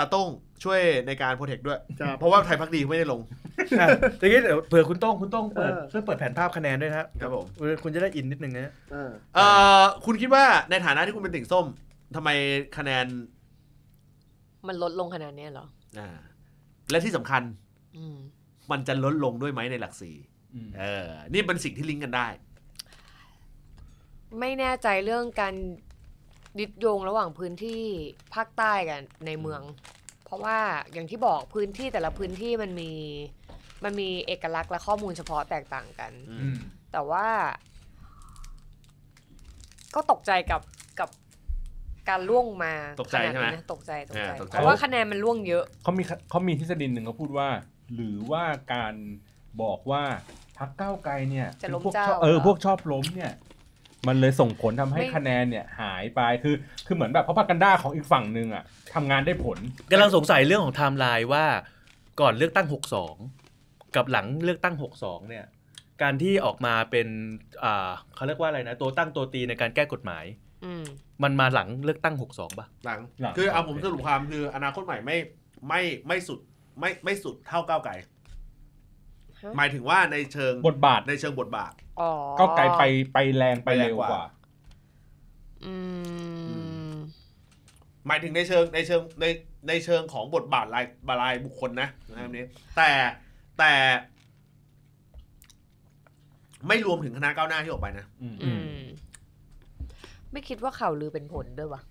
ตาโต้งช่วยในการโปรเทคด้วย ครับ เพราะว่าไทยพักดีไม่ได้ลง อ่ะทีนี้เดี๋ยวเผื่อคุณโต้งคุณโต้งเปิด เออ ช่วยเปิดแผนภาพคะแนนด้วยนะครับ ผม เออคุณจะได้อินนิดนึงนะ เออ เอ่อคุณคิดว่าในฐานะที่คุณเป็นติ่งส้มทำไมคะแนน มันลดลงขนาดเนี้ยเหรอ อ่าและที่สำคัญ อืม มันจะลดลงด้วยไหมในหลักสี่เออ นี่เป็นสิ่งที่ลิงก์กันได้ ไม่แน่ใจเรื่องการยึดโยงระหว่างพื้นที่ภาคใต้กันในเมือง เพราะว่าอย่างที่บอกพื้นที่แต่ละพื้นที่มันมีมันมีเอกลักษณ์และข้อมูลเฉพาะแตกต่างกัน อื อื ม ม แต่ว่า ก็ตกใจกับกับการล่วงมา ตกใจ ขนาดนี้ ใช่ไหม นะตกใจตกใจ อ่าตกใจ เพราะว่าคะแนนมันล่วงเยอะ เขามีเขามีทฤษฎีหนึ่งเขาพูดว่า หรือว่าการบอกว่าพักก้าวไกลเนี่ย จะล้ม พวก เจ้า ชอบเออ เหรอ พวกชอบล้มเนี่ย มันเลยส่งผลทำให้ ไม่ คะแนนเนี่ยหายไปคือคือเหมือนแบบเพราะพักกันด้าของอีกฝั่งหนึ่งอ่ะทำงานได้ผล กำลังสงสัยเรื่องของไทม์ไลน์ว่าก่อนเลือกตั้ง 62 กับหลังเลือกตั้ง 62 เนี่ย การที่ออกมาเป็นอ่าเขาเรียกว่าอะไรนะ ตัวตั้งตัวตีในการแก้กฎหมาย อืม มันมาหลังเลือกตั้ง 62 ป่ะ หลัง หลัง คือเอาผมสรุปความคืออนาคตใหม่ไม่ไม่ไม่สุดไม่ไม่สุดเท่าก้าวไกล ฮะ หมายถึงว่าในเชิง บทบาท ในเชิงบทบาท อ๋อ ก้าวไกลไปไปแรงไปเร็วกว่า อืม หมายถึงในเชิงในเชิงในในเชิงของบทบาทรายบารายบุคคลนะนะครับนี้ แต่แต่ไม่รวมถึงคณะก้าวหน้าที่ออกไปนะ อืม อืม ไม่คิดว่าข่าวลือเป็นผลด้วยวะ *coughs*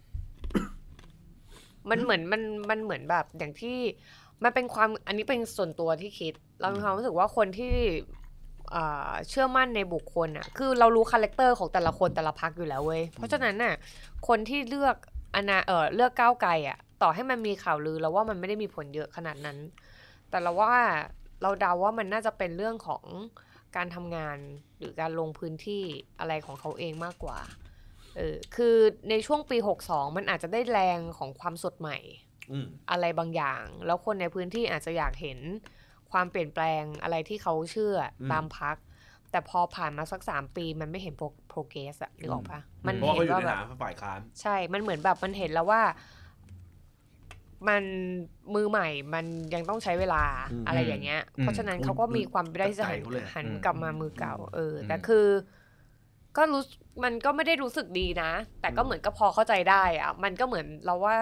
มันเหมือนมันมันเหมือนแบบ อย่างที่มันเป็นความอันนี้เป็นส่วนตัวที่คิด เรามีความรู้สึกว่าคนที่อ่าเชื่อมั่นในบุคคลอ่ะ คือเรารู้คาแรคเตอร์ของแต่ละคนแต่ละพักอยู่แล้วเว้ย เพราะฉะนั้นน่ะ คนที่เลือกอนาเออเลือกก้าวไกลอ่ะ ต่อให้มันมีข่าวลือแล้วว่ามันไม่ได้มีผลเยอะขนาดนั้น แต่เราว่าเราเดาว่ามันน่าจะเป็นเรื่องของการทำงานหรือการลงพื้นที่อะไรของเขาเองมากกว่า เออคือในช่วงปี 62 มันอาจจะได้แรงของความสดใหม่ อืม อะไรบางอย่าง แล้วคนในพื้นที่อาจจะอยากเห็นความเปลี่ยนแปลงอะไรที่เขาเชื่ออ ม ตามพัก แต่พอผ่านมาสักสามปีมันไม่เห็นโปรเกสอะนึกออกปะ อืม มัน เพราะว่า เห็ เขา น อยู่ ว่า ใน แบบ ฐานะฝ่ายค้าน ใช่ มันเหมือนแบบมันเห็นแล้วว่า มันมือใหม่ มันยังต้องใช้เวลาอะไรอย่างเงี้ย อืม เพราะฉะนั้นเขาก็มีความไม่ได้จะหัน ใจเขาเลยอะ หันกลับมามือเก่า เออ แต่คือ ก็รู้สึกมันก็ไม่ได้รู้สึกดีนะ แต่ก็เหมือนก็พอเข้าใจได้อะมันก็เหมือนเราว่า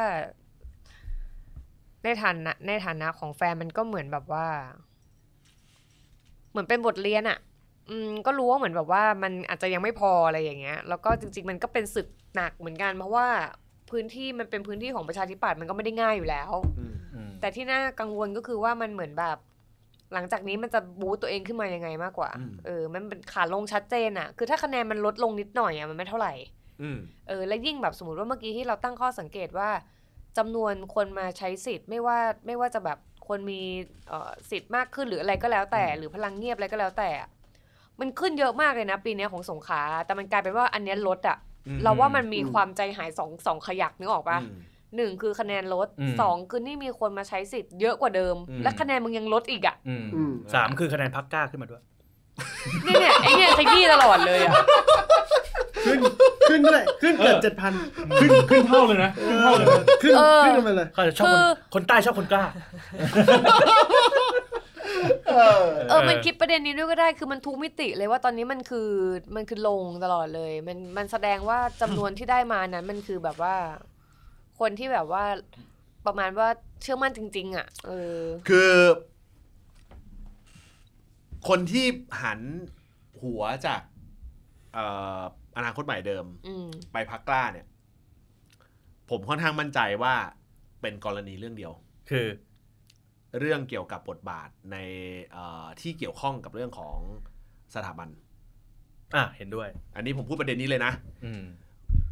ในฐานะในฐานะของแฟนมันก็เหมือนแบบว่า เหมือนเป็นบทเรียนอะอืมก็รู้ว่าเหมือนแบบว่ามันอาจจะยังไม่พออะไรอย่างเงี้ย แล้วก็จริง ๆ มันก็เป็นศึกหนักเหมือนกัน เพราะว่าพื้นที่มันเป็นพื้นที่ของประชาธิปัตย์มันก็ไม่ได้ง่ายอยู่แล้ว อืม อืม แต่ที่น่ากังวลก็คือว่ามันเหมือนแบบ หลังจากนี้มันจะบูตตัวเองขึ้นมายังไงมากกว่า อืม เออ มันเป็นขาลงชัดเจนอะคือถ้าคะแนนมันลดลงนิดหน่อยอะมันไม่เท่าไหร่ อืม เออและยิ่งแบบสมมติว่าเมื่อกี้ที่เราตั้งข้อสังเกตว่าจำนวนคนมาใช้สิทธิ์ไม่ว่าไม่ว่าจะแบบคนมีเอ่อสิทธิ์มากขึ้นหรืออะไรก็แล้วแต่ หรือพลังเงียบอะไรก็แล้วแต่อะมันขึ้นเยอะมากเลยนะปีเนี้ยของสงขลาแต่มันกลายเป็นว่าอันเนี้ยลดอ่ะ อืม เราว่ามันมีความใจหายสองสองขยักนึกออกปะ อืม หนึ่งคือคะแนนลดสองคือนี่มีคนมาใช้สิทธิ์เยอะกว่าเดิม อืม และคะแนนมึงยังลดอีกอ่ะ อืม อืม สามคือคะแนนพักกล้าขึ้นมาด้วย เนี่ยเนี่ยไอเนี่ยขยี้ตลอดเลยอ่ะ ขึ้นขึ้นด้วยขึ้นเกือบเจ็ดพัน ขึ้นขึ้นเท่าเลยนะขึ้นเท่าขึ้นเลยนะขึ้นกันไปเลย เขาจะชอบคนคนใต้ชอบคนกล้า เออมันคิดประเด็นนี้ด้วยก็ได้คือมันทุกมิติเลยว่าตอนนี้มันคือมันคือลงตลอดเลย มันมันแสดงว่าจำนวนที่ได้มานั้น มันคือแบบว่า คนที่แบบว่าประมาณว่าเชื่อมั่นจริง ๆ อ่ะ เออ คือ คนที่หันหัวจากเอ่ออนาคตใหม่เดิม อืม ไปพักกล้าเนี่ย ผมค่อนข้างมั่นใจว่าเป็นกรณีเรื่องเดียว คือ เรื่องเกี่ยวกับบทบาทในเอ่อที่เกี่ยวข้องกับเรื่องของสถาบัน อ่ะเห็นด้วย อันนี้ผมพูดประเด็นนี้เลยนะ อืม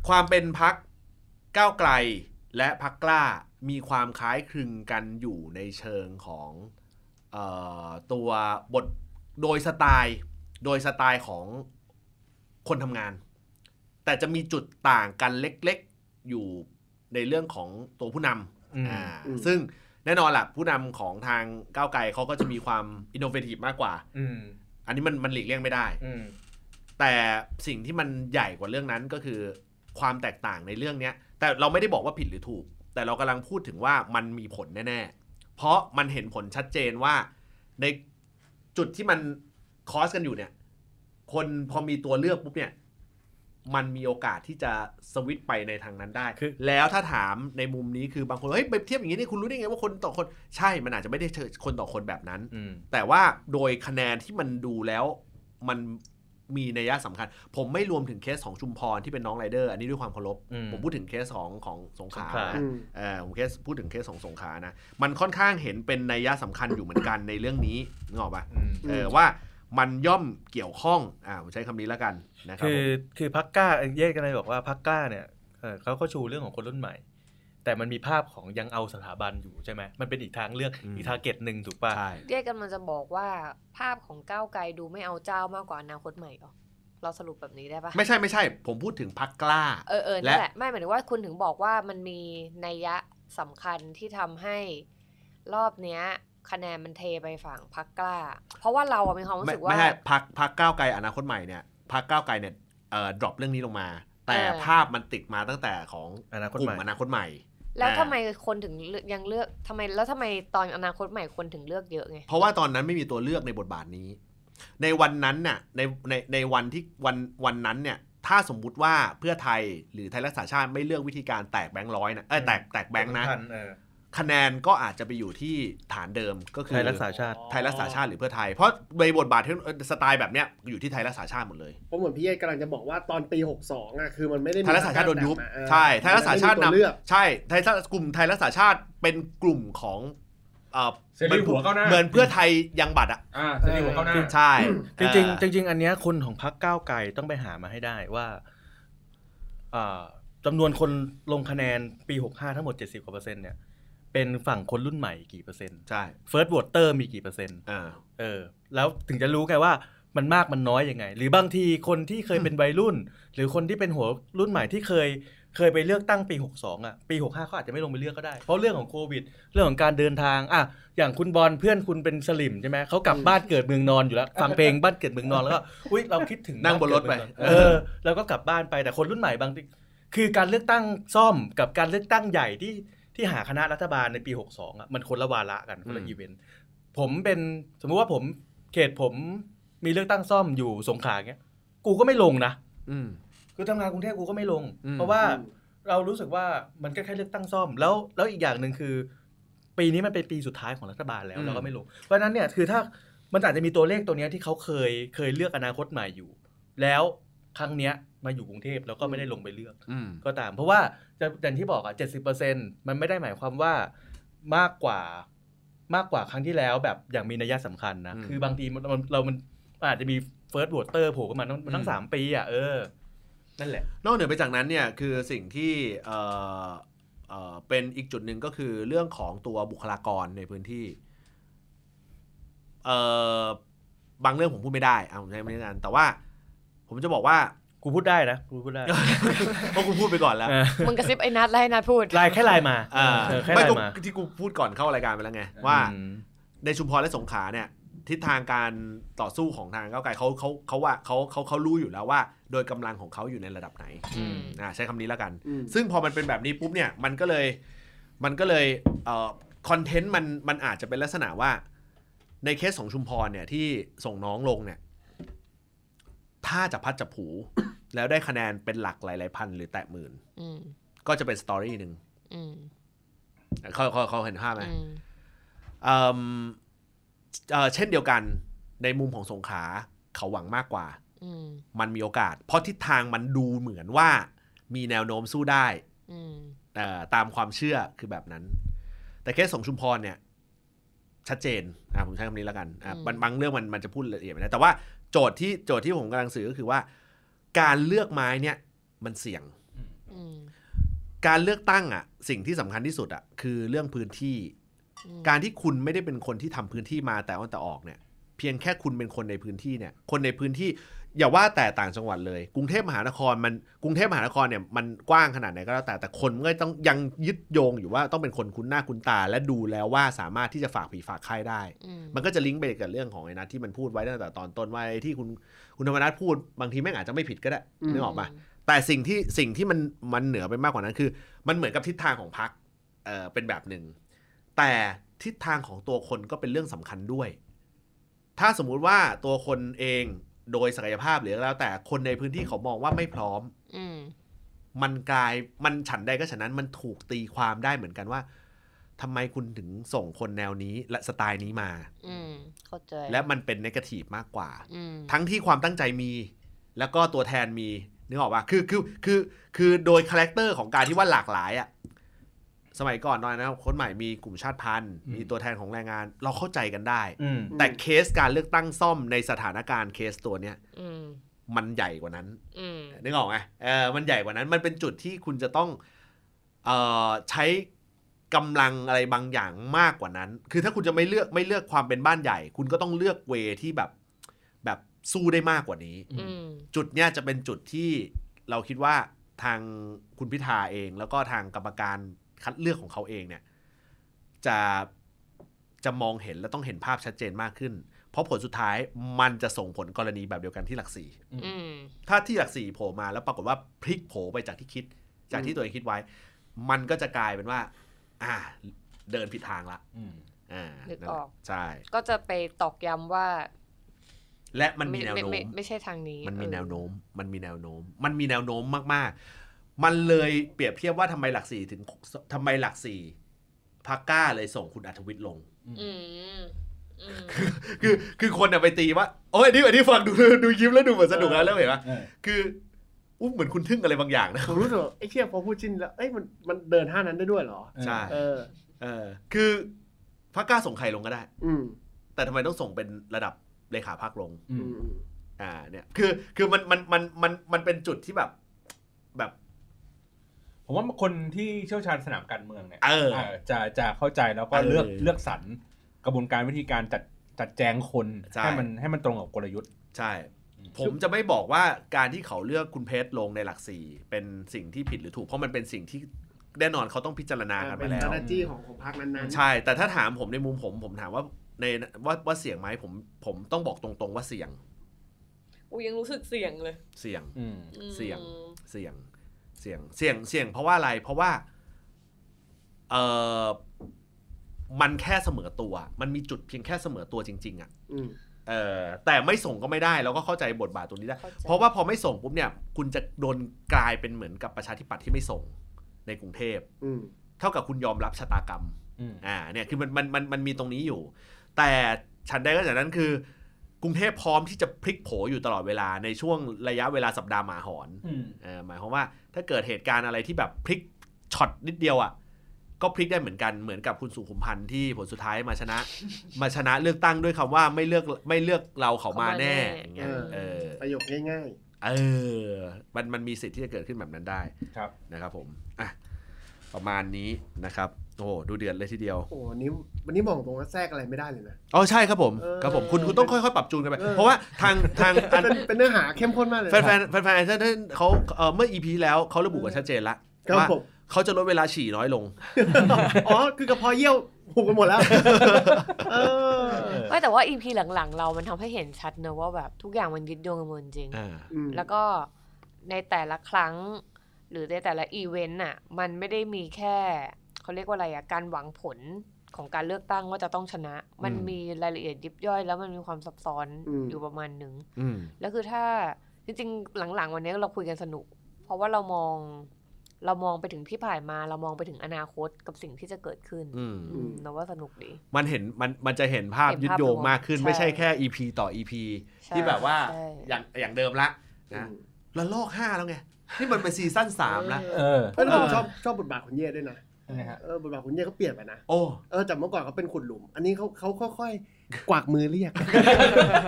ความเป็นพักก้าวไกลและพักกล้ามีความคล้ายคลึงกันอยู่ในเชิงของ เอ่อตัวบทโดยสไตล์โดยสไตล์ของคนทำงาน แต่จะมีจุดต่างกันเล็กๆอยู่ในเรื่องของตัวผู้น อืม ำอ่า อืม ซึ่งแน่นอนแหละผู้นำของทางก้าวไกลเขาก็จะมีความอินโนเวทีฟมากกว่า อืม อันนี้มันมันหลีกเลี่ยงไม่ได้ อืม แต่สิ่งที่มันใหญ่กว่าเรื่องนั้นก็คือความแตกต่างในเรื่องเนี้ย แต่เราไม่ได้บอกว่าผิดหรือถูก แต่เรากำลังพูดถึงว่ามันมีผลแน่ๆ เพราะมันเห็นผลชัดเจนว่าในจุดที่มันคอสกันอยู่เนี่ย คนพอมีตัวเลือกปุ๊บเนี่ย มันมีโอกาสที่จะสวิตช์ไปในทางนั้นได้ คือ แล้วถ้าถามในมุมนี้คือบางคนเฮ้ยไปเทียบอย่างนี้นี่คุณรู้ได้ไงว่าคนต่อคนใช่มันอาจจะไม่ได้เชิงคนต่อคนแบบนั้น อืม แต่ว่าโดยคะแนนที่มันดูแล้วมันมีนัยยะสำคัญ ผมไม่รวมถึงเคสของชุมพรที่เป็นน้องไรเดอร์ อันนี้ด้วยความเคารพ อืม ผมพูดถึงเคสของของสงขลา สงขลา นะเออผมเคสพูดถึงเคสของสงขลานะ มันค่อนข้างเห็นเป็นนัยยะสำคัญอยู่เหมือนกันในเรื่องนี้นึกออกปะ อืม เออว่ามันย่อมเกี่ยวข้องอ่าผมใช้คำนี้แล้วกันนะครับ คืผอม คือพักกล้าแยกกันเลยบอกว่าพักกล้าเนี่ยเอ่อเขาก็ชูเรื่องของคนรุ่นใหม่ แต่มันมีภาพของยังเอาสถาบันอยู่ใช่ไหมมันเป็นอีกทางเลือกอีกทาร์เก็ตหนึ่งถูกป่ะ ใช่ เรียกกันมันจะบอกว่าภาพของก้าวไกลดูไม่เอาเจ้ามากกว่าอนาคตใหม่เหรอเราสรุปแบบนี้ได้ปะ ไม่ใช่ไม่ใช่ ผมพูดถึงพักกล้า เออเออนั่นแหละไม่หมายถึงว่าคุณถึงบอกว่ามันมีนัยยะสำคัญที่ทำให้รอบเนี้ย คะแนนมันเทไปฝั่งพักกล้า เพราะว่าเราอะมีความรู้ ไม่ สึกว่า ไม่ใช่พักพักก้าวไกลอนาคตใหม่เนี่ยพักก้าวไกลเนี่ยเอ่อดรอปเรื่องนี้ลงมา แต่ เออ ภาพมันติดมาตั้งแต่ของ อนาคต กลุ่ ใหม่ มอนาคตใหม่ แล้ว อ่า ทำไมคนถึงเลือกยังเลือกทำไมแล้วทำไมตอนอนาคตใหม่คนถึงเลือกเยอะไง เพราะว่าตอนนั้นไม่มีตัวเลือกในบทบาทนี้ ในวันนั้นน่ะในในในวันที่วันวันนั้นเนี่ยถ้าสมมุติว่าเพื่อไทยหรือไทยรักษาชาติไม่เลือกวิธีการแตกแบงค์ร้อยนะเออแตกแตกแบงค์นะ พัเออ คะแนนก็อาจจะไปอยู่ที่ฐานเดิมก็คื ไท อย รักษาชาติ ไทยรักษาชาติหรือเพื่อไทย เพราะในบทบาทที่สไตล์แบบเนี้ยอยู่ที่ไทยรักษาชาติหมดเลย เพราะเหมือนพี่เยศกำลังจะบอกว่าตอนปี 62อ่ะคือมันไม่ได้มี ไทยรักษาชาติโดนยุบ แบบอะ ใช่ไทยรักษาชาติ มัน นไม่มีวเลือก ำใช่ไทยรักกลุ่มไทยรักษาชาติเป็นกลุ่มของเอ่อ เสรีหัวก้าวหน้า เหมือนเพื่อไทยยังบัตรอ่ะ อ่าเสรีหัวเข้าหน้า ใช่ จริง เออ ๆจริง ๆ อันเนี้ยคนของพักก้าวไกลต้องไปหามาให้ได้ว่าอ่าจำนวนคนลงคะแนนปี 65 ทั้งหมด 70กว่าเปอร์เซ็นต์เนี่ยเป็นฝั่งคนรุ่นใหม่กี่เปอร์เซ็นต์ ใช่ เฟิร์สวอเตอร์มีกี่เปอร์เซ็นต์ อ่า เออแล้วถึงจะรู้ไงว่ามันมากมันน้อยยังไง หรือบางทีคนที่เคยเป็นวัยรุ่น หรือคนที่เป็นหัวรุ่นใหม่ที่เคยเคยไปเลือกตั้งปี 62 อ่ะ ปี 65เขาอาจจะไม่ลงไปเลือกก็ได้ เพราะเรื่องของโควิด เรื่องของการเดินทางอ่ะอย่างคุณบอลเพื่อนคุณเป็นสลิมใช่ไหมเขากลับบ้านเกิดเมืองนอนอยู่แล้ว ฟังเพลงบ้านเกิดเมืองนอนแล้วก็อุ้ยเราคิดถึง นั่งบนรถไป เออแล้วก็กลับบ้านไปแต่คนรุ่นใหม่บางทีคือการเลือกตั้งซ่อมกับการเลือกตั้งใหญ่ที่ที่หาคณะรัฐบาลในปี 62อ่ะมันคนละวาระกันคนละอีเวนต์ ผมเป็นสมมุติว่าผมเขตผมมีเลือกตั้งซ่อมอยู่สงขลาเงี้ย กูก็ไม่ลงนะ อืม คือทำงานกรุงเทพกูก็ไม่ลง อืม เพราะว่า อืม เรารู้สึกว่ามันก็แค่เลือกตั้งซ่อมแล้วแล้วอีกอย่างหนึ่งคือ ปีนี้มันเป็นปีสุดท้ายของรัฐบาลแล้วเราก็ไม่ลง เพราะฉะนั้นเนี่ยคือถ้ามันอาจจะมีตัวเลขตัวเนี้ยที่เขาเคยเคยเลือกอนาคตใหม่อยู่ แล้วครั้งเนี้ยมาอยู่กรุงเทพแล้วก็ไม่ได้ลงไปเลือก อืม ก็ตาม เพราะว่าจะอย่างที่บอกอะเจ็ดสิบเปอร์เซ็นมันไม่ได้หมายความว่ามากกว่ามากกว่าครั้งที่แล้วแบบอย่างมีนัยสำคัญนะ อืม คือบางทีมันมันเรามันมันอาจจะมีเฟิร์สบวตเตอร์โผล่ขึ้นมาตั้ง อืม ตั้งสามปีอะเออ นั่นแหละ นอกเหนือไปจากนั้นเนี่ยคือสิ่งที่เอ่อเอ่อเป็นอีกจุดหนึ่งก็คือเรื่องของตัวบุคลากรในพื้นที่เอ่อบางเรื่องผมพูดไม่ได้เอาผมใช้ไม่ได้นานแต่ว่า ผมจะบอกว่า กูพูดได้นะ กูพูดได้ เพราะคุณพูดไปก่อนแล้ว เออ มึงกระซิบไอ้นัดแล้วให้นัดพูด ไลน์แค่ไลน์มา อ่า เออแค่ไล ไม่ น์ ก็ มา ที่กูพูดก่อนเข้ารายการไปแล้วไง ว่า อืม ในชุมพรและสงขลาเนี่ย ทิศทางการต่อสู้ของทางก้าวไกลเขาเขาเขาว่าเขาเขาเขารู้อยู่แล้วว่า โดยกำลังของเขาอยู่ในระดับไหน อืม อ่าใช้คำนี้แล้วกัน อืม ซึ่งพอมันเป็นแบบนี้ปุ๊บเนี่ย มันก็เลยมันก็เลยเอ่อคอนเทนต์มันมันอาจจะเป็นลักษณะว่า ในเคสของชุมพรเนี่ยที่ส่งน้องลงเนี่ย ถ้าจะพัดจะผู แล้วได้คะแนนเป็นหลักหลายๆพันหรือแตะหมื่น อืม ก็จะเป็นสตอรี่หนึ่ง อืม เขาเขาเขาเห็นภาพไหม อืม เอิ่มเอ่อเช่นเดียวกันในมุมของสงขลาเขาหวังมากกว่า อืม มันมีโอกาส เพราะทิศทางมันดูเหมือนว่ามีแนวโน้มสู้ได้ อืม เอ่อตามความเชื่อคือแบบนั้น แต่เคสของชุมพรเนี่ย ชัดเจนอ่ะผมใช้คำนี้แล้วกันอ่ะ อืม บางบางเรื่องมันมันจะพูดละเอียดไม่ได้แต่ว่าโจทย์ที่โจทย์ที่ผมกำลังสื่อก็คือว่า การเลือกไม้เนี่ย มันเสี่ยง อืม การเลือกตั้งอ่ะ สิ่งที่สำคัญที่สุดอ่ะคือเรื่องพื้นที่ อืม การที่คุณไม่ได้เป็นคนที่ทำพื้นที่มาแต่อ้อนแต่ออกเนี่ย เพียงแค่คุณเป็นคนในพื้นที่เนี่ย คนในพื้นที่อย่าว่าแต่ต่างจังหวัดเลย กรุงเทพมหานครมันกรุงเทพมหานครเนี่ยมันกว้างขนาดไหนก็แล้วแต่แต่คนมันก็ต้องยังยึดโยงอยู่ว่าต้องเป็นคนคุ้นหน้าคุ้นตา และดูแล้วว่าสามารถที่จะฝากผีฝากไข้ได้ อืม มันก็จะลิงก์ไปกับเรื่องของไอ้นัทที่มันพูดไว้ตั้งแต่ตอนต้นว่าไอ้ที่คุณคุณธรรมนัทพูดบางทีแม่งอาจจะไม่ผิดก็ได้ อืม นึกออกปะ แต่สิ่งที่สิ่งที่มันมันเหนือไปมากกว่านั้นคือ มันเหมือนกับทิศทางของพักเออเป็นแบบหนึ่ง แต่ทิศทางของตัวคนก็เป็นเรื่องสำคัญด้วย ถ้าสมมุติว่าตัวคนเองโดยศักยภาพหรือแล้ว แต่คนในพื้นที่เขามองว่าไม่พร้อม อืม มันกลายมันฉันใดก็ฉะนั้นมันถูกตีความได้เหมือนกันว่าทำไมคุณถึงส่งคนแนวนี้และสไตล์นี้มา อืมเข้าใจ และมันเป็นนกาทีฟมากกว่า อืม ทั้งที่ความตั้งใจมี แล้วก็ตัวแทนมีนึกออกปะคือคือคือคือโดยคาแรคเตอร์ของการที่ว่าหลากหลายอะสมัยก่อนหน่อยนะครับคนใหม่มีกลุ่มชาติพันธุ์ อืม มีตัวแทนของแรงงาน เราเข้าใจกันได้ อืม แต่เคสการเลือกตั้งซ่อมในสถานการณ์เคสตัวเนี้ย อืม มันใหญ่กว่านั้น อืม นึกออกไหมเออมันใหญ่กว่านั้น มันเป็นจุดที่คุณจะต้องเอ่อใช้กำลังอะไรบางอย่างมากกว่านั้น คือถ้าคุณจะไม่เลือกไม่เลือกความเป็นบ้านใหญ่ คุณก็ต้องเลือกเวที่แบบแบบสู้ได้มากกว่านี้ อืม จุดเนี้ยจะเป็นจุดที่เราคิดว่าทางคุณพิธาเอง แล้วก็ทางกรรมการคัดเลือกของเขาเองเนี่ยจะจะมองเห็นและต้องเห็นภาพชัดเจนมากขึ้น เพราะผลสุดท้ายมันจะส่งผลกรณีแบบเดียวกันที่หลักสี่ อืม ถ้าที่หลักสี่โผล่มาแล้วปรากฏว่าพลิกโผล่ไปจากที่คิด จากที่ตัวเองคิดไว้ มันก็จะกลายเป็นว่า อ่า เดินผิดทางละ อืม อ่า นึ นึ กออก ใช่ ก็จะไปตอกย้ำว่า และมันมี ไ แนวโน้ม ไไไม่ใช่ทางนี้ มันมี เออ แนวโน้ม มันมีแนวโน้ม มันมีแนวโน้มมาก ๆ มันเลยเปรียบเทียบว่าทำไมหลักสี่ถึงทำไมหลักสี่พักก้าเลยส่งคุณอัธวิทย์ลง อืมอืม คือคือคนอะไปตีว่าโอ้ยนี่อันนี้ฟังดูดูยิ้มแล้วดูเหมือนสนุกแล้วแล้วเห็นปะคืออุ้เหมือนคุณทึ่งอะไรบางอย่างนะ ผมรู้สึกว่าไอ้เชี่ยพอพูดจินแล้วเอ้ยมันมันเดินท่านั้นได้ด้วยเหรอ ใช่ เออ เออ คือพักก้าส่งใครลงก็ได้ อืม แต่ทำไมต้องส่งเป็นระดับเลขาพักลง อื อื ม มอืม อ่า เนี่ย คือ คือมัน มัน มัน มัน มันเป็นจุดที่แบบ แบบ ผมว่าคนที่เชี่ยวชาญสนามการเมืองเนี่ย เออ เออจะจะเข้าใจแล้วก็ เออ เลือกเลือกสรรกระบวนการวิธีการจัดจัดแจงคน ใช่ ให้มันให้มันตรงกับกลยุทธ์ ใช่ อืม ผมจะไม่บอกว่าการที่เขาเลือกคุณเพชรลงในหลักสี่เป็นสิ่งที่ผิดหรือถูก เพราะมันเป็นสิ่งที่แน่นอนเขาต้องพิจารณากันไป เป็น แล้ว strategy ของของพรรคนั้นๆ ใช่ แต่ถ้าถามผมในมุมผม ผมถามว่าในว่าว่าเสี่ยงไหมผม ผมต้องบอกตรงๆว่าเสี่ยง อูยังรู้สึกเสี่ยงเลย เสี่ยง อืม อืม เสี่ยง เสี่ยง เสี่ยง เสี่ยง เสี่ยง เพราะว่าอะไร เพราะว่า เออมันแค่เสมอตัว มันมีจุดเพียงแค่เสมอตัวจริง ๆอะ อืม เออแต่ไม่ส่งก็ไม่ได้เราก็เข้าใจบทบาทตรงนี้ได้ ข้ใจ เพราะว่าพอไม่ส่งปุ๊บเนี่ย คุณจะโดนกลายเป็นเหมือนกับประชาธิปัตย์ที่ไม่ส่งในกรุงเทพ อืม เท่ากับคุณยอมรับชะตากรรม อืม อ่าเนี่ยคือมันมันมันมันมีตรงนี้อยู่ แต่ฉันใดก็จากนั้นคือ กรุงเทพพร้อมที่จะพลิกโผอยู่ตลอดเวลาในช่วงระยะเวลาสัปดาห์หมาหอน อืม เอ่อหมายความว่าถ้าเกิดเหตุการณ์อะไรที่แบบพลิกช็อตนิดเดียวอ่ะก็พลิกได้เหมือนกันเหมือนกับคุณสุขุมพันธ์ที่ผลสุดท้ายมาชนะ *laughs* มาชนะเลือกตั้งด้วยคำว่าไม่เลือกไม่เลือกเราเขามาแน่อย่างเงี้ยเออ ประโยคง่าย เออมันมันมีสิทธิ์ที่จะเกิดขึ้นแบบนั้นได้ ครับ นะครับผมอ่ะประมาณนี้นะครับโอ้โหดูเดือดเลยทีเดียว ๆ โอ้วันนี้วันนี้บอกตรงว่าแทรกอะไรไม่ได้เลยนะ อ๋อใช่ครับผม เออ ครับผมคุณคุณต้องค่อยๆปรับจูนกันไป เออ เพราะว่าทางทางอัน เป็นเป็นเนื้อหาเข้มข้นมากเลย แฟนแฟนแฟนแฟนท่านเขาเอ่อเมื่อ EP แล้วเขาระบุกันชัดเจนละ ครับ ว่า ผม เขาจะลดเวลาฉี่น้อยลง อ๋อ คือกระเพาะเยี่ยวหูกันหมดแล้ว เออ ไม่แต่ว่าอีพีหลังๆ เรามันทำให้เห็นชัดนะว่าแบบทุกอย่างมันยึดโยงกันหมดจริง อ่า อืม แล้วก็ในแต่ละครั้ง หรือในแต่ละอีเวนต์น่ะมันไม่ได้มีแค่เขาเรียกว่าอะไรอะการหวังผลของการเลือกตั้งว่าจะต้องชนะ มัน อืม มีรายละเอียดยิบย่อย แล้วมันมีความซับซ้อนอยู่ประมาณหนึ่ง อืม แล้วคือถ้าจริงๆ หลังๆ วันนี้เราคุยกันสนุก เพราะว่าเรามองเรามองไปถึงที่ผ่านมาเรามองไปถึงอนาคตกับสิ่งที่จะเกิดขึ้น อืม อืมเราว่าสนุกดี มันเห็นมันมันจะเห็นภาพ เห็นภาพ ยึดโยงมากขึ้น รวม ไม่ใช่ ใช่ แค่ EP ต่อ EP ใช่ ที่แบบว่า ใช่ อย่างอย่างเดิมละนะแล้วลอก 5 แล้วไง นี่มันเป็นซีซั่น3ละ เออ เออแล้วผม เออ ชอบชอบบทบาทคุณเย่ด้วยนะ ยังไงฮะ เออบทบาทคุณเย่ก็เปลี่ยนไปนะ โอ้ เออจากเมื่อก่อนเขาเป็นขุดหลุม อันนี้เขาเขาค่อยๆ กวักมือเรียก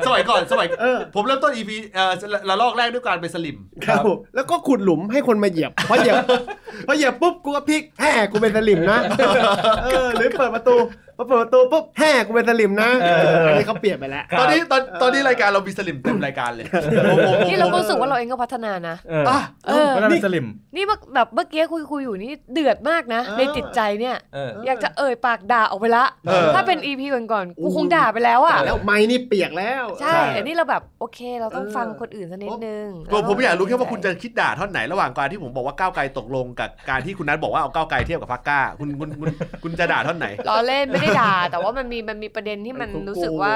สมัยก่อนสมัย เออ ผมเริ่มต้น EP เอ่อละลอกแรกด้วยการไปสลิม ครับผมแล้วก็ขุดหลุมให้คนมาเหยียบพอเหยียบ พอเหยียบปุ๊บกูก็พลิกแห่กูเป็นสลิมนะเออหรือเปิดประตูพอเปิดประตูปุ๊บแห่กูเป็นสลิมนะ เอออั อันนี้เขาเปลี่ยนไปแล้ว ตอนนี้ตอนตอนนี้รายการเรามีสลิมเต็มรายการเลยผมผมผม นี่เราก็รู้สึกว่าเราเองก็พัฒนานะ เออ อ่ะ เออ เพราะนั่นเป็นสลิม นี่แบบแบบเมื่อกี้คุยคุยอยู่นี่เดือดมากนะ เออ ในจิตใจเนี่ย เออ อยากจะเอ่ยปากด่าออกไปละ เออ ถ้าเป็นอีพีก่อนๆกู โอ้คโหงด่าไปแล้วอ่ะ แล้วไม้นี่เปียกแล้ว ใช่ ใช่ แต่นี่เราแบบโอเค เราต้อง เออ ฟังคนอื่นสักนิดนึง ตัวผมอยากรู้แค่ว่า เ คุณจะคิดด่าท่อนไหนระหว่างการที่ผมบอกว่าก้าวไกลตกลงกับการที่คุณนัทบอกว่าเอาก้าวไกลเทียบกับพรรคกล้า คุณคุณคุณคุณจะด่าท่อนไหน ล้อเล่นไม่ได้ด่า แต่ว่ามันมีมันมีประเด็นที่มันรู้สึกว่า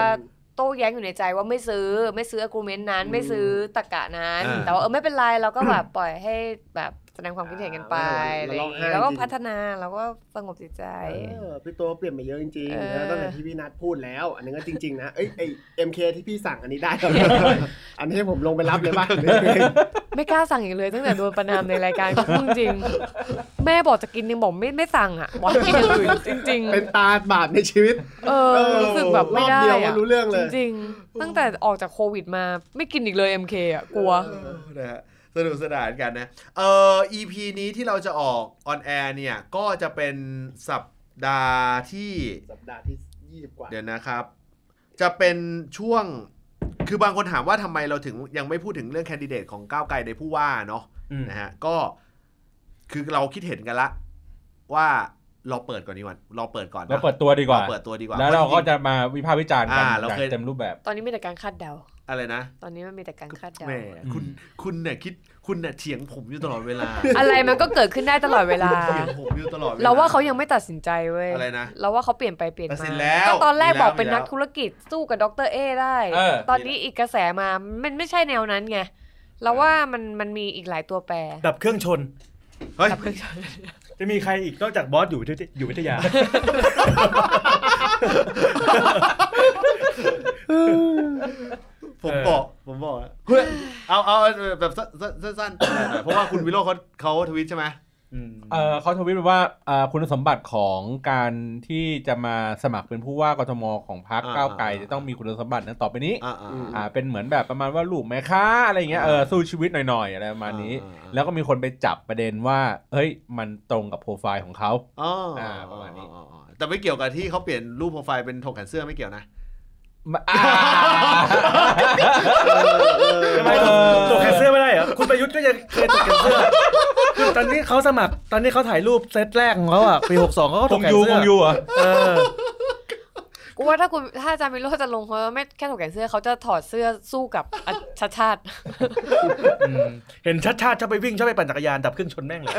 โต้แย้งอยู่ในใจว่าไม่ซื้อไม่ซื้ออกูเมนต์นั้น ไม่ซื้อตะกะนั้น อ่า แต่ว่าเออไม่เป็นไรเราก็แบบปล่อยให้แบบแสดงความคิดเห็นกันไปอะไร เรา อ ร้องงี้ย่างไห้แล้วก็ จริง พัฒนาแล้วก็สงบจิตใจ เออพี่ตัวเปลี่ยนไปเยอะจริง เออ ๆแล้วตั้งแต่ที่พี่นัทพูดแล้ว อันนี้นก็จริง ๆ นะเอ้ยไอเอ็มเคที่พี่สั่งอันนี้ได้ อันนี้ให้ผมลงไปรับเลยป่ะ *laughs* ไม่กล้าสั่งอีกเลยตั้งแต่โดนประนามในรายการพูดจริง แม่บอกจะกินยังบอกไม่ไม่สั่งอ่ะบอกให้กินอย่างอื่นจริง เป็นตาบาปในชีวิต ๆ เออรู้สึกแบบไม่ได้ รอบเดียวก็ อะ รู้เรื่องเลย จริงๆ ตั้งแต่ออกจากโควิดมาไม่กินอีกเลยเอ็มเคอ่ะกลัว เออนะฮะสนุกสนานกันนะเอ่อ EP นี้ที่เราจะออกออนแอร์เนี่ย ก็จะเป็นสัปดาห์ที่ สัปดาห์ที่ยี่สิบกว่า เดี๋ยวนะครับ จะเป็นช่วง คือบางคนถามว่าทำไมเราถึงยังไม่พูดถึงเรื่องแคนดิเดตของก้าวไกลในผู้ว่าเนาะ อืม นะฮะ ก็คือเราคิดเห็นกันละว่าเราเปิดก่อนดีกว่าเราเปิดก่อนนะ เราเปิดตัวดีกว่า เปิดตัวดีกว่า แล้วเราก็จะมาวิพากษ์วิจารณ์กัน อ่าเรา อย่าง เคย เต็มรูปแบบ ตอนนี้มีแต่การคาดเดา อะไรนะ ตอนนี้มันมีแต่การคาดเดา แหมคุณคุณเนี่ยคิดคุณเนี่ยเถียงผมอยู่ตลอดเวลา อะไรมันก็เกิดขึ้นได้ตลอดเวลา เถียงผมอยู่ตลอดวล เราว่าเขายังไม่ตัดสินใจเว้ย อะไรนะ เราว่าเขาเปลี่ยนไปเปลี่ยน ตัด มา สินแล้ว ก็ตอนแรก มีแล้ว บอกเป็น มีแล้ว นักธุรกิจสู้กับดรเอได้ เออ ตอนนี้อีกกระแสมามันไม่ใช่แนวนั้นไงเราว่ามันมันมีอีกหลายตัวแปร ดับเครื่องชน เฮ้ย กับเครื่องใช้ จะมีใครอีกนอกจากบอสอยู่ที่อยู่วิทยา ผม เออ บอกผมบอกอะเฮ้ยเอาเอาแบบสั้นสั้นสั้นๆเพราะว่าคุณวิโรจน์เขาเขาทวิตใช่ไหม อืม เอ่อเขาทวิตไปว่าเอ่อคุณสมบัติของการที่จะมาสมัครเป็นผู้ว่ากทมของพรรค อ่า ก้าวไกล อ่า จะต้องมีคุณสมบัติดังต่อไปนี้ อ่าอ่า อ่าเป็นเหมือนแบบประมาณว่าลูกแม่ค้าอะไรเงี้ยเออ อ่า สู้ชีวิตหน่อยๆอะไรประมาณนี้ อ่าอ่า แล้วก็มีคนไปจับประเด็นว่า เฮ้ยมันตรงกับโปรไฟล์ของเขา อ๋อ อ่า อ่า ประมาณนี้ แต่ไม่เกี่ยวกับที่เขาเปลี่ยนรูปโปรไฟล์เป็นถกแขนเสื้อไม่เกี่ยวนะ อ่า ทำไม เออ ตกแคนเซอร์ไม่ได้เหรอคุณประยุทธ์ก็ยังเคยตกแคนเซอร์คือตอนนี้เขาสมัครตอนนี้เขาถ่ายรูปเซตแรกของเขาอ่ะปีหกสองเขาก็ ค ตก ง แคน ยู เซ ค อง ร์ ยูเหรอ เออ กูว่าถ้าคุณถ้าอาจารย์วิโรจน์จะลงเขาไม่แค่ถกแขนเสื้อเขาจะถอดเสื้อสู้กับอ่ะชาติชาติ อืมเห็นชัดชาติชอบไปวิ่งชอบไปปั่นจักรยานดับเครื่องชนแม่งเลย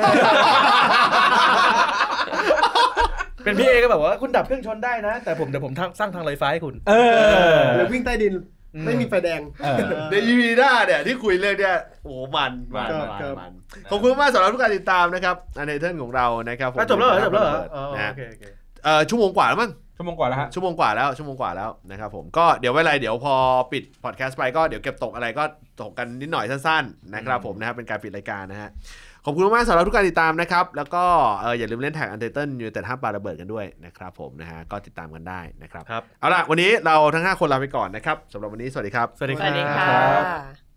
เป็นพี่เอก็แบบว่าคุณดับเครื่องชนได้นะ แต่ผมเดี๋ยวผมทำสร้างทางลอยฟ้าให้คุณ เออ หรือวิ่งใต้ดิน อืม ไม่มีไฟแดง เออ ใน EP หน้าเนี่ยที่คุยเรื่องเนี่ยโอ้โหมันมัน ครับ มัน ครับ มันขอบคุณมากสำหรับทุกการติดตามนะครับอันในเทิร์นของเรานะครับผม อ่ะจบแล้วเหรอจบแล้วเหรออ๋อ นะ โอเคโอเค เอ่อชั่วโมงกว่าแล้วมั้ง ชั่วโมงกว่าแล้วฮะ ชั่วโมงกว่าแล้วชั่วโมงกว่าแล้วนะครับผมก็เดี๋ยวไว้ไรเดี๋ยวพอปิดพอดแคสต์ไปก็เดี๋ยวเก็บตกอะไรก็ตกกันนิดหน่อยสั้นๆนะครับผมนะครับเป็นการปิดรายการนะฮะขอบคุณมากๆสำหรับทุกการติดตามนะครับ แล้วก็เอออย่าลืมเล่นแท็กอันเทอร์ยูแต่ห้ามปาระเบิดกันด้วยนะครับผมนะฮะก็ติดตามกันได้นะครับ ครับ เอาล่ะวันนี้เราทั้ง 5 คนลาไปก่อนนะครับสำหรับวันนี้สวัสดีครับ สวัสดี ส ครั วั บ สดีค่ะ